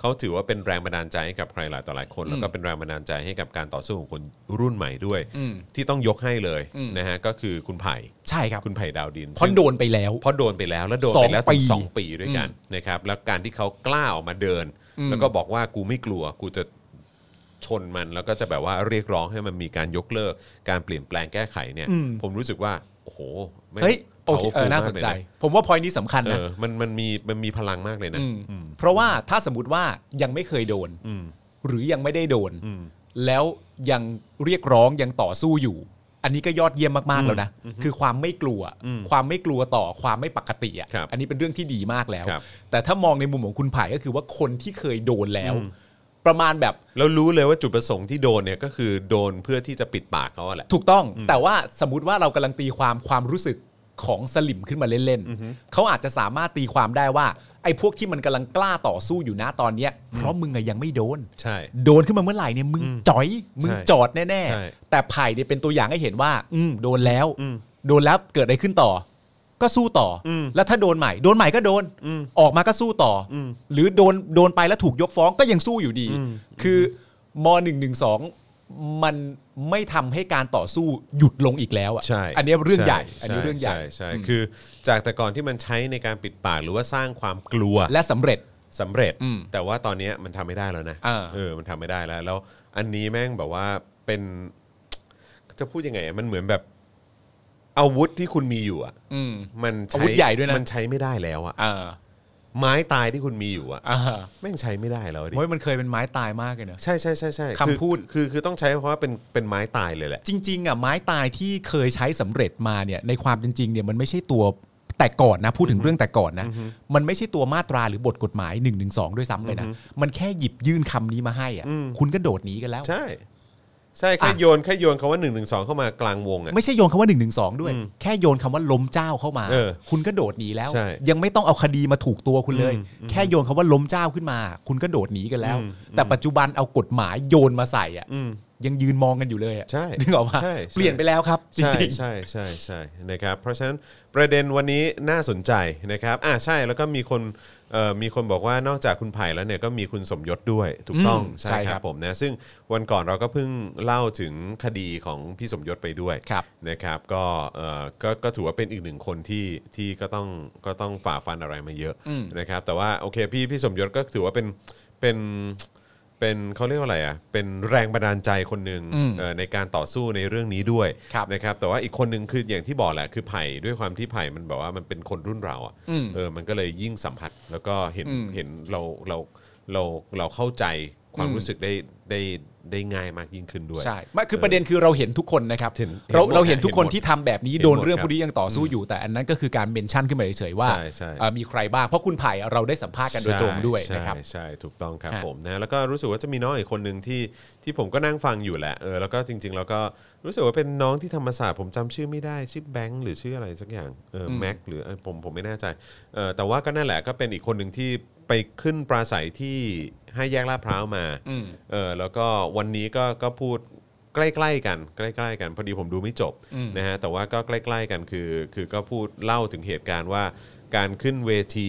B: เขาถือว่าเป็นแรงบันดาลใจให้กับใครหลายต่อหลายคน แล้วก็เป็นแรงบันดาลใจให้กับการต่อสู้ของคนรุ่นใหม่ด้วย
C: อืม
B: ที่ต้องยกให้เลย
C: อืม
B: นะฮะก็คือคุณไผ่
C: ใช่ครับ
B: คุณไผ่ดาวดิน
C: เพราะโดนไปแล้ว
B: เพราะโดนไปแล้วแล้วโดน
C: สอง
B: ไปแล้วถึง
C: ปี
B: สองปีด้วยกันนะครับแล้วการที่เขากล้าออกมาเดิน
C: อืม
B: แล้วก็บอกว่ากูไม่กลัวกูจะชนมันแล้วก็จะแบบว่าเรียกร้องให้มันมีการยกเลิก การเปลี่ยนแปลงแก้ไขเนี่ยผมรู้สึกว่าโอ้โหแม่ง
C: เฮ้ยโอเคเออ
B: powerful
C: น่าส
B: มก
C: น
B: เลยะ
C: ใจ ผมว่าพอยนี้สำคัญ
B: เอ
C: นะ
B: อมันมันมีมันมีพลังมากเลยนะ
C: มเพราะว่าถ้าสมมติว่ายังไม่เคยโดน
B: อืม
C: หรือยังไม่ได้โดน
B: อืม
C: แล้วยังเรียกร้องยังต่อสู้อยู่ อันนี้ก็ยอดเยี่ยมมากๆแล้วนะ คือความไม่กลัว ความไม่กลัวต่อความไม่ปกติ
B: ครั
C: อะ่ะ
B: บ
C: อันนี้เป็นเรื่องที่ดีมากแล้ว
B: ครับ
C: แต่ถ้ามองในมุมของคุณไผ่ก็คือว่าคนที่เคยโดนแล้ว ประมาณแบบ
B: แล้วรู้เลยว่าจุดประสงค์ที่โดนเนี่ยก็คือโดนเพื่อที่จะปิดปากเขาอะแหละ
C: ถูกต้อง แต่ว่าสมมติว่าเรากำลังตีความความรู้สึกของสลิมขึ้นมาเล่นๆเขาอาจจะสามารถตีความได้ว่า ไอ้พวกที่มันกำลังกล้าต่อสู้อยู่นะตอนเนี้ยเพราะมึงอะยังไม่โดน
B: ใช่
C: โดนขึ้นมาเมื่อไหร่เนี่ยมึงจ่อย มึงจอดแน่
B: ใช่
C: ๆ แต่ไผ่เนี่ยเป็นตัวอย่างให้เห็นว่า อืมโดนแล้ว
B: อืม
C: โดนแล้วเกิดอะไรขึ้นต่อ ก็สู้ต่ออ
B: ม
C: แล้วถ้าโดนใหม่ โดนใหม่ก็โดน
B: อืม
C: ออกมาก็สู้ต่ออ
B: ม
C: หรือโดนโดนไปแล้วถูกยกฟ้องก็ยังสู้อยู่ดี
B: อืม
C: คือมหนึ่งหนึ่งสองมันไม่ทำให้การต่อสู้หยุดลงอีกแล้วอ่ะ
B: ใช่
C: อันเนี้ยเรื่องใหญ่
B: ช่
C: อันนี้เรื่องใหญ่
B: ช่ใช่คือจากแต่ก่อนที่มันใช้ในการปิดปากหรือว่าสร้างความกลัว
C: และสำเร็จ
B: สำเร็จ
C: อืม
B: แต่ว่าตอนเนี้ยมันทำไม่ได้แล้วนะ
C: อ่า
B: เออมันทำไม่ได้แล้ว แล้วอันนี้แม่งแบบว่าเป็นจะพูดยังไงอะมันเหมือนแบบอาวุธที่คุณมีอยู่อะ
C: อืม
B: มัน
C: อา
B: ใช้
C: วุธใหญ่ด้วยนะ
B: มันใช้ไม่ได้แล้วอะ
C: อ่า
B: ไม้ตายที่คุณมีอยู่อะ
C: อ่า
B: แม่งใช้ไม่ได้แล้วดิ
C: โอ้ยมันเคยเป็นไม้ตายมากเลยเนอะ
B: ใช่ใช่ใช่ใช่
C: คำพูด
B: คือคือคือต้องใช้เพราะว่าเป็นเป็นไม้ตายเลยแหละ
C: จริงๆอ่ะไม้ตายที่เคยใช้สำเร็จมาเนี่ยในความเป็นจริงเนี่ยมันไม่ใช่ตัวแต่ก่อนนะพูดถึงเรื่องแต่ก่อนนะมันไม่ใช่ตัวมาตราหรือบทกฎหมาย1นึด้วยซ้ำไปนะมันแค่หยิบยื่นคำนี้มาให้อ่ะ
B: อืม
C: คุณก็โดดหนีกันแล้ว
B: ใช่ ใช่แค่
C: อ่ะ
B: โยนแค่โยนคำว่าหนึ่งหนึ่งสองเข้ามากลางวงอ่ะ
C: ไม่ใช่โยนคำว่า1นึด้วย
B: อืม
C: แค่โยนคำว่าล้มเจ้าเข้ามา
B: เออ
C: คุณก็โดดหนีแล้ว
B: ใช่
C: ยังไม่ต้องเอาคดีมาถูกตัวคุณเลย
B: อืม
C: แค่โยนคำว่าล้มเจ้าขึ้นมา คุณก็โดดหนีกันแล้ว
B: อืม
C: แต่ปัจจุบันเอากฎหมายโยนมาใส่อ่ะ
B: อืม
C: ยังยืนมองกันอยู่เลยอ่ะ
B: ใช่
C: นึกออกปะ
B: ใช่ใช่
C: เปลี่ยนไปแล้วครับ จ
B: ใช่
C: ริง
B: ใช่ใช่ใช่นะครับเพราะฉะนั้นประเด็นวันนี้น่าสนใจนะครับอ่าใช่แล้วก็มีคนเอ่อมีคนบอกว่านอกจากคุณไผ่แล้วเนี่ยก็มีคุณสมยศด้วยถูกต้อง
C: อืม
B: ใช่
C: ใช่
B: ค
C: ครั
B: รับบ ผมนะซึ่งวันก่อนเราก็เพิ่งเล่าถึงคดีของพี่สมยศไปด้วย
C: ครับ
B: นะครับก็เอ่อก็ก็ถือว่าเป็นอีกหนึ่งคนที่ที่ก็ต้องก็ต้องฝ่าฟันอะไรมาเยอะ
C: อืม
B: นะครับแต่ว่าโอเคพี่พี่สมยศก็ถือว่าเป็นเป็นเป็นเขาเรียกว่าอะไรอ่ะเป็นแรงบันดาลใจคนหนึ่ง
C: อืม
B: เอ่อในการต่อสู้ในเรื่องนี้ด้วย
C: ครับ
B: นะครับแต่ว่าอีกคนหนึ่งคืออย่างที่บอกแหละคือไผ่ด้วยความที่ไผ่มันแบบว่ามันเป็นคนรุ่นเราอ่ะ
C: อืม
B: เออมันก็เลยยิ่งสัมผัสแล้วก็เห็น
C: อืม
B: เห็นเราเราเราเราเข้าใจความ
C: อืม
B: รู้สึกได้ได้ได้ง่ายมากยิ่งขึ้นด้วย
C: ใช่ไม่คือประเด็นคือเราเห็นทุกคนนะครับ
B: เห็นเห็น
C: เรา
B: หมด
C: เราเห็นทุกคน
B: เห็นหมด
C: ที่ทำแบบนี้
B: เห็นหมด
C: โดนเรื่อง
B: ครับ
C: พวกนี้ยังต่อสู้อยู่ แต่อันนั้นก็คือการเมนชั่นขึ้นมาเฉยๆว่า
B: ใช่ใช่
C: เอ่อมีใครบ้างเพราะคุณไผ่เราได้สัมภาษณ์กันโดยตรงด้วย
B: ใช่
C: นะครับ
B: ใช่ใช่ถูกต้องครับ
C: ฮะ
B: ผมนะแล้วก็รู้สึกว่าจะมีน้องอีกคนหนึ่งที่ที่ผมก็นั่งฟังอยู่แหละเออแล้วก็จริง ๆ แล้วก็รู้สึกว่าเป็นน้องที่ธรรมศาสตร์ผมจำชื่อไม่ได้ชื่อแบงค์หรือชื่ออะไรสักอย่างเอออ
C: ม
B: แม็กหรือเออผมผมไม่แน่ใจเออแต่ว่าก็นั่นแหละก็เป็นอีกคนหนึ่งที่ไปขึ้นปราศัยที่ให้าแยกลาดพร้าวมา
C: อืม
B: เออแล้วก็วันนี้ก็ก็พูดใกล้ๆกันใกล้ๆกันพอดีผมดูไม่จบ
C: อืม
B: นะฮะแต่ว่าก็ใกล้ๆกันคือคือก็พูดเล่าถึงเหตุการณ์ว่าการขึ้นเวที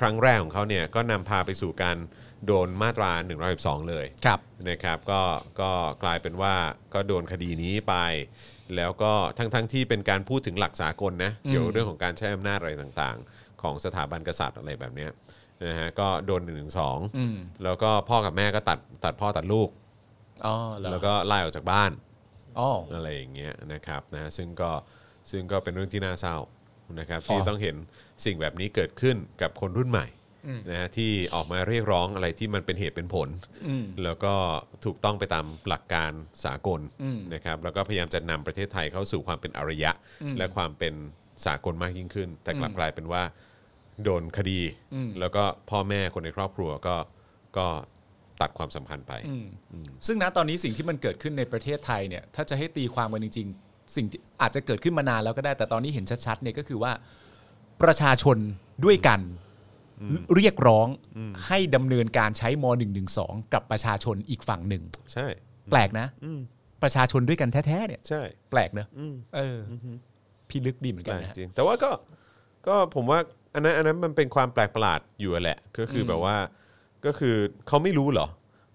B: ครั้งแรกของเขาเนี่ยก็นำพาไปสู่การโดนมาตรา 112 เลย
C: ครับ
B: นะครับก็ก็กลายเป็นว่าก็โดนคดีนี้ไป แล้วก็ทั้งทั้งที่เป็นการพูดถึงหลักสากลนะเกี่ยวเรื่องของการใช้อำนาจอะไรต่างๆ ของสถาบันกษัตริย์อะไรแบบเนี้ยนะฮะก็โดน
C: อืม
B: 112 แล้วก็พ่อกับแม่ก็ตัดตัดพ่อตัดลูก
C: อ๋อเหรอ
B: แล้วก็ไล่ออกจากบ้าน
C: อ๋อ
B: อะไรอย่างเงี้ยนะครับนะซึ่งก็ซึ่งก็เป็นเรื่องที่น่าเศร้านะครับที่
C: อ๋อ
B: ต้องเห็นสิ่งแบบนี้เกิดขึ้นกับคนรุ่นใหม่นะฮะที่ออกมาเรียกร้องอะไรที่มันเป็นเหตุเป็นผล
C: อืม
B: แล้วก็ถูกต้องไปตามหลักการสากล
C: อืม
B: นะครับแล้วก็พยายามจะนำประเทศไทยเข้าสู่ความเป็นอารยะ และความเป็นสากลมากยิ่งขึ้น แต่กลับกลายเป็นว่าโดนคดี
C: อืม
B: แล้วก็พ่อแม่คนในครอบครัวก็ก็ตัดความสัมพันธ์ไป
C: อืมซึ่งณตอนนี้สิ่งที่มันเกิดขึ้นในประเทศไทยเนี่ยถ้าจะให้ตีความกันจริง ๆ สิ่งที่อาจจะเกิดขึ้นมานานแล้วก็ได้ แต่ตอนนี้เห็นชัดๆเนี่ยก็คือว่าประชาชนด้วยกันเรียกร้องให้ดำเนินการใช้ม .112 กับประชาชนอีกฝั่งหนึ่ง
B: ใช่
C: แปลกนะ ประชาชนด้วยกันแท้ๆเนี่ย
B: ใช่
C: แปลกเนอะ
B: อืม
C: เออพี่ลึกดีเหมือน
B: แปล
C: กัน
B: ก
C: นะฮะ
B: จริงแต่ว่าก็ก็ผมว่าอันนั้นอันนั้นมันเป็นความแปลกประหลาดอยู่แหละ ก็คืออ
C: ม
B: แบบว่าก็คือเขาไม่รู้เหรอ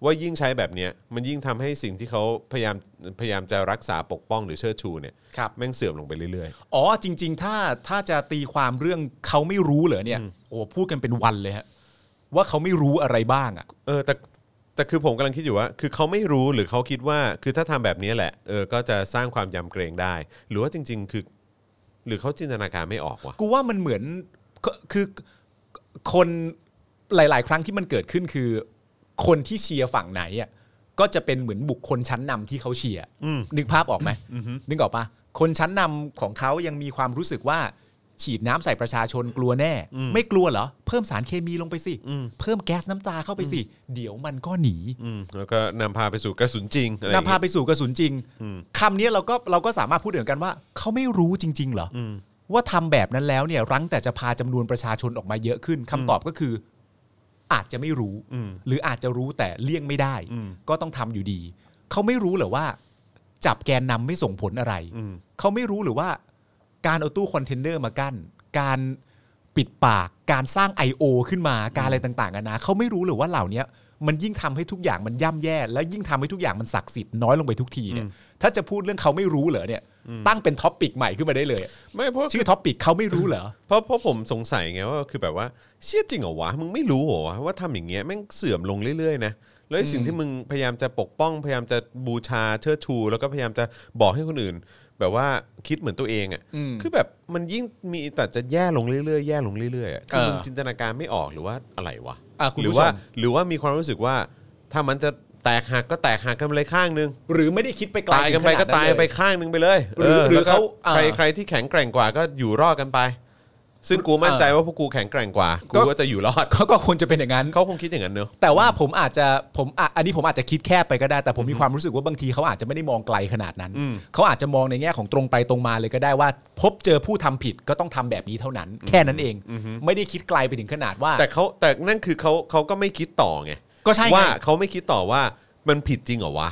B: ว่ายิ่งใช้แบบเนี้ยมันยิ่งทำให้สิ่งที่เขาพยายามพยายามจะรักษาปกป้องหรือเชิดชูเนี่ย
C: ครับ
B: แม่งเสื่อมลงไปเรื่อย
C: อ๋อจริง ๆ ถ้าถ้าจะตีความเรื่องเขาไม่รู้เหรอเนี่ย โอ้พูดกันเป็นวันเลยฮะว่าเขาไม่รู้อะไรบ้างอ่ะ
B: ๆ เออแต่แต่คือผมกำลังคิดอยู่ว่า คือเขาไม่รู้หรือเขาคิดว่าคือถ้าทำแบบนี้แหละเออก็จะสร้างความยำเกรงได้ หรือว่าจริง ๆ คือ หรือเขาจินตนาการไม่ออกวะ
C: กูว่ามันเหมือนก็คือคนหลาย ๆ ครั้งที่มันเกิดขึ้นคือ คนที่เชียร์ฝั่งไหนอ่ะก็จะเป็นเหมือนบุคคลชั้นนำที่เขาเชียร์นึกภาพออกไหมนึกออกปะคนชั้นนำของเขายังมีความรู้สึกว่า ฉีดน้ำใส่ประชาชนกลัวแน่ ไม่กลัวเหรอ เพิ่มสารเคมีลงไปสิ เพิ่มแก๊สน้ำตาเข้าไปสิ เดี๋ยวมันก็หนี
B: อืมแล้วก็นำพาไปสู่กระสุนจริงอะไรอย่ง
C: นำ
B: เงี้ย
C: พาไปสู่กระสุนจริงคำนี้เราก็เราก็สามารถพูดเหมือนกันว่า เขาไม่รู้จริง ๆ เหรออว่าทำแบบนั้นแล้วเนี่ย รั้งแต่จะพาจำนวนประชาชนออกมาเยอะขึ้นคำตอบก็คือ อาจจะไม่รู้ หรืออาจจะรู้แต่เลี่ยงไม่ได้ ก็ต้องทำอยู่ดี เขาไม่รู้เหรอว่า จับแกนนำไม่ส่งผลอะไร
B: อืม
C: เขาไม่รู้หรือว่า การเอาตู้คอนเทนเนอร์มากั้น การปิดปาก การสร้าง I.O. ขึ้นมา การอะไรต่างๆกันานะ เขาไม่รู้หรือว่าเหล่าเนี้ยมันยิ่งทำให้ทุกอย่างมันย่ำแย่ และยิ่งทำให้ทุกอย่างมันศักดิ์สิทธิ์น้อยลงไปทุกทีเนี่ย ถ้าจะพูดเรื่องเขาไม่รู้เหรอเนี่ย ตั้งเป็นท็อปปิกใหม่ขึ้นมาได้เลยอะ
B: ไม่เพราะ
C: ชื่อท็อปปิกเขาไม่รู้เหรอ
B: เพราะเพราะผมสงสัยไงว่าคือแบบว่าเชี่ยจริงเหรอวะมึงไม่รู้เหรอวะว่าทำอย่างเงี้ยแม่งเสื่อมลงเรื่อยๆนะแล้วไอ้สิ่งที่มึงพยายามจะปกป้อง พยายามจะบูชาเชิดชู แล้วก็พยายามจะบอกให้คนอื่น แบบว่าคิดเหมือนตัวเองอ่ะ
C: อืม
B: คือแบบมันยิ่งมีแต่จะแย่ลงเรื่อยๆแย่ลงเรื่อยๆอะคือ
C: เออ
B: มึงจินตนาการไม่ออกหรือว่าอะไรวะ
C: อ่ะคุณ
B: ห
C: ผู้
B: รือว่า
C: ชม
B: หรือว่ามีความรู้สึกว่า ถ้ามันจะแตกหักก็แตกหักกันไปเลยข้างนึง
C: หรือไม่ได้คิดไปไกล
B: ตายกันไป
C: ถึงข
B: ก็
C: ดเล
B: ตายไปข้างนึงไปเลย
C: หรือหรือ
B: แล้วก็
C: เขาอ่า
B: ใครใครที่แข็งแกร่งกว่าก็อยู่รอดกันไป ซึ่งกูมั่นใจว่าพวกกูแข็งแกร่งกว่า กู
C: ก็
B: ก็จะอยู่รอด
C: เขาก็ควรจะเป็นอย่างนั้น
B: เขาคงคิดอย่างนั้นเนอะ
C: แต่ว่าผมอาจจะผมอ่ะอันนี้ผมอาจจะคิดแคบไปก็ได้ แต่ผมมีความรู้สึกว่าบางทีเขาอาจจะไม่ได้มองไกลขนาดนั้น
B: อืม
C: เขาอาจจะมองในแง่ของตรงไปตรงมาเลยก็ได้ว่า พบเจอผู้ทำผิดก็ต้องทำแบบนี้เท่านั้น แค่นั้นเอง ไม่ได้คิดไกลไปถึงขนาดว่า
B: แต่เขาแต่นั่นคือเขาเขาก็ไม่คิดต่อไง
C: ก็ใช่ไง
B: ว่าเขาไม่คิดต่อว่ามันผิดจริงเหรอวะ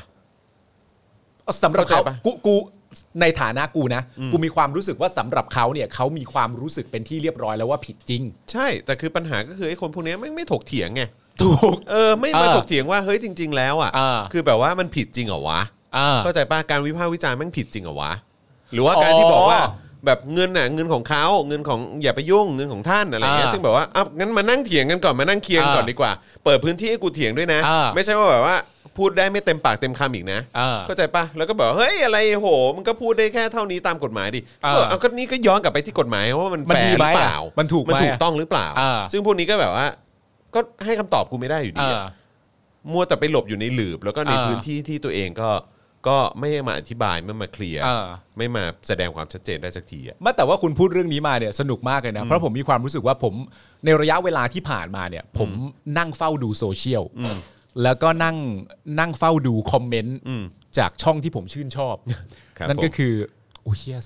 C: สำหรับเขา
B: เข้าใจปะ
C: กูกูในฐานะกูนะ กูมีความรู้สึกว่าสำหรับเขาเนี่ยเขามีความรู้สึกเป็นที่เรียบร้อยแล้วว่าผิดจริง
B: ใช่ แต่คือปัญหาก็คือไอ้คนพวกเนี้ยไม่งไม่ถกเถียงไง
C: ถูก
B: เออไม่มา
C: เออ
B: ถกเถียงว่าเฮ้ยจริง ๆ แล้วอ่ะ
C: เออ
B: คือแบบว่ามันผิดจริงเหรอวะ
C: อ่า
B: เข้าใจป่ะการวิพากษ์วิจารณ์แม่งผิดจริงเหรอวะ หรือว่า
C: อ๋อ
B: การที่บอกว่าแบบเงินน่ะเงินของเขาเงินของอย่าไปยุ่งเงินของท่านอะไรเงี้ย
C: อ่า
B: ซึ่งแบบว่าอ่ะงั้นมานั่งเถียงกันก่อนมานั่งเคลียร์กันก่อน
C: อ่า
B: ดีกว่า เปิดพื้นที่ให้กูเถียงด้วยนะ
C: อ่า
B: ไม่ใช่ว่าแบบว่าพูดได้ไม่เต็มปากเต็มคำอีกนะ
C: อ่า
B: เข้าใจป่ะแล้วก็บอกเฮ้ยอะไรโหมันก็พูดได้แค่เท่านี้ตามกฎหมายดิ
C: อ่า
B: ก็เอาก็นี่ก็ย้อนกลับไปที่กฎหมายว่ามัน
C: มัน
B: แฟ
C: ดี
B: ร์ห
C: ไหม
B: รือเปล่า
C: อ่ะมันถูกไหม
B: มันถูกต้องหรือเปล่า
C: อ่า
B: ซึ่งพวกนี้ก็แบบว่า ก็ให้คำตอบกูไม่ได้อยู่ดี
C: อ่า
B: อะ มัวแต่ไปหลบอยู่ในหลืบ แล้วก็ใน
C: อ่า
B: พื้นที่ที่ตัวเองก็ก็ไม่มาอธิบายไม่มาเคลียร์
C: อ่า
B: ไม่มาแสดงความชัดเจนได้สักทีอ่ะ
C: ไม่แต่ว่าคุณพูดเรื่องนี้มาเนี่ยสนุกมากเลยนะ เพราะผมมีความรู้สึกว่าผมในระยะเวลาที่ผ่านมาเนี่ย ผมนั่งเฝ้าดูโซเชียลแล้วก็นั่งนั่งเฝ้าดูคอมเมนต์
B: อืม
C: จากช่องที่ผมชื่นชอบ
B: ครับ
C: นั่นก็
B: ผม
C: คือโอ้เชีย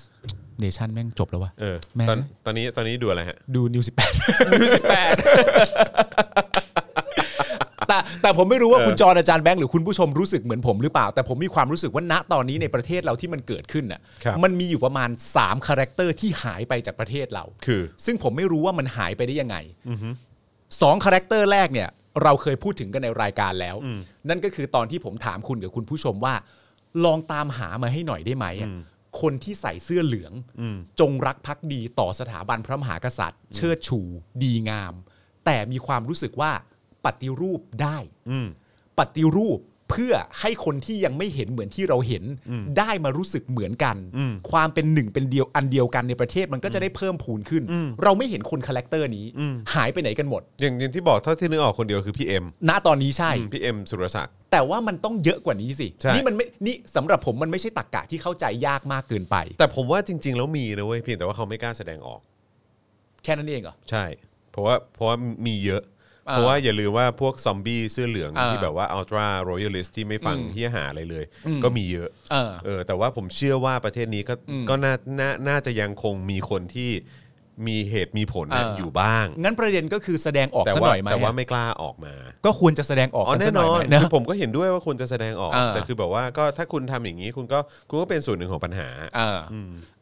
C: เนชั่นแม่งจบแล้ววะ
B: เออ
C: แม่ง
B: ตอนตอนนี้ตอนนี้ดูอะไรฮะ
C: ดูนิวสิบแปด
B: ดูสิบแปด
C: แต่แต่ผมไม่รู้ว่า
B: เออ
C: คุณจรอาจารย์แบงค์หรือคุณผู้ชมรู้สึกเหมือนผมหรือเปล่า แต่ผมมีความรู้สึกว่าณตอนนี้ในประเทศเราที่มันเกิดขึ้นน่ะ
B: ครับ
C: มันมีอยู่ประมาณ3คาแรคเตอร์ที่หายไปจากประเทศเรา
B: คือ
C: ซึ่งผมไม่รู้ว่ามันหายไปได้ยังไงสองคาแรคเตอร์แรกเนี่ย เราเคยพูดถึงกันในรายการแล้ว นั่นก็คือตอนที่ผมถามคุณกับคุณผู้ชมว่า ลองตามหามาให้หน่อยได้ไหมอะคนที่ใส่เสื้อเหลือง จงรักภักดีต่อสถาบันพระมหากษัตริย์ เชิดชู ดีงาม แต่มีความรู้สึกว่าปฏิรูปได้
B: อืม
C: ปฏิรูปเพื่อให้คนที่ยังไม่เห็นเหมือนที่เราเห็น ได้มารู้สึกเหมือนกัน
B: อืม
C: ความเป็นหนึ่งเป็นเดียวอันเดียวกันในประเทศมันก็จะได้เพิ่มพูนขึ้น
B: อืม
C: เราไม่เห็นคนคาแรคเตอร์นี้
B: อืม
C: หายไปไหนกันหมด
B: อย่างอย่างที่บอกเท่าที่นึกออกคนเดียวคือพี่เอ็ม
C: ณตอนนี้ใช่
B: อืมพี่เอ็มสุรศักดิ์
C: แต่ว่ามันต้องเยอะกว่านี้สิ
B: ใช่
C: นี่มันไม่นี่สำหรับผมมันไม่ใช่ตรกกะที่เข้าใจยากมากเกินไป
B: แต่ผมว่าจริง ๆ แล้วมีนะเว้ยเพียงแต่ว่าเขาไม่กล้าแสดงออก
C: แค่นั้นเองเหรอ
B: ใช่ เพราะว่าเพราะว่ามีเยอะ
C: อ่า
B: เพราะว่าอย่าลืมว่าพวกซอมบี้เสื้อเหลือง
C: อ่า
B: ที่แบบว่าอัลตราโรยัลิสที่ไม่ฟังเฮี้ยหาอะไรเลย
C: อืม
B: ก็มีเยอะ
C: เออ
B: เออแต่ว่าผมเชื่อว่าประเทศนี้ก็
C: อืม
B: ก็น่าน่าน่าจะยังคงมีคนที่ มีเหตุมีผลนะ
C: เอออ
B: อยู่บ้าง
C: งั้นประเด็นก็คือแสดงออก
B: แต่
C: ซะห
B: ว่า
C: น่อยไหม
B: แต่ว่า
C: ฮะ
B: ไม่กล้าออกมา
C: ก็ควรจะแสดงออก
B: อ๋อ
C: กั
B: แน่
C: สักห
B: น
C: ย
B: อ
C: ไหม
B: น
C: นะ
B: คือผมก็เห็นด้วยว่าควรจะแสดงออก
C: อ่า
B: แต่คือแบบว่าก็ถ้าคุณทำอย่างนี้คุณก็คุณก็เป็นส่วนหนึ่งของปัญหา
C: เอ่ออ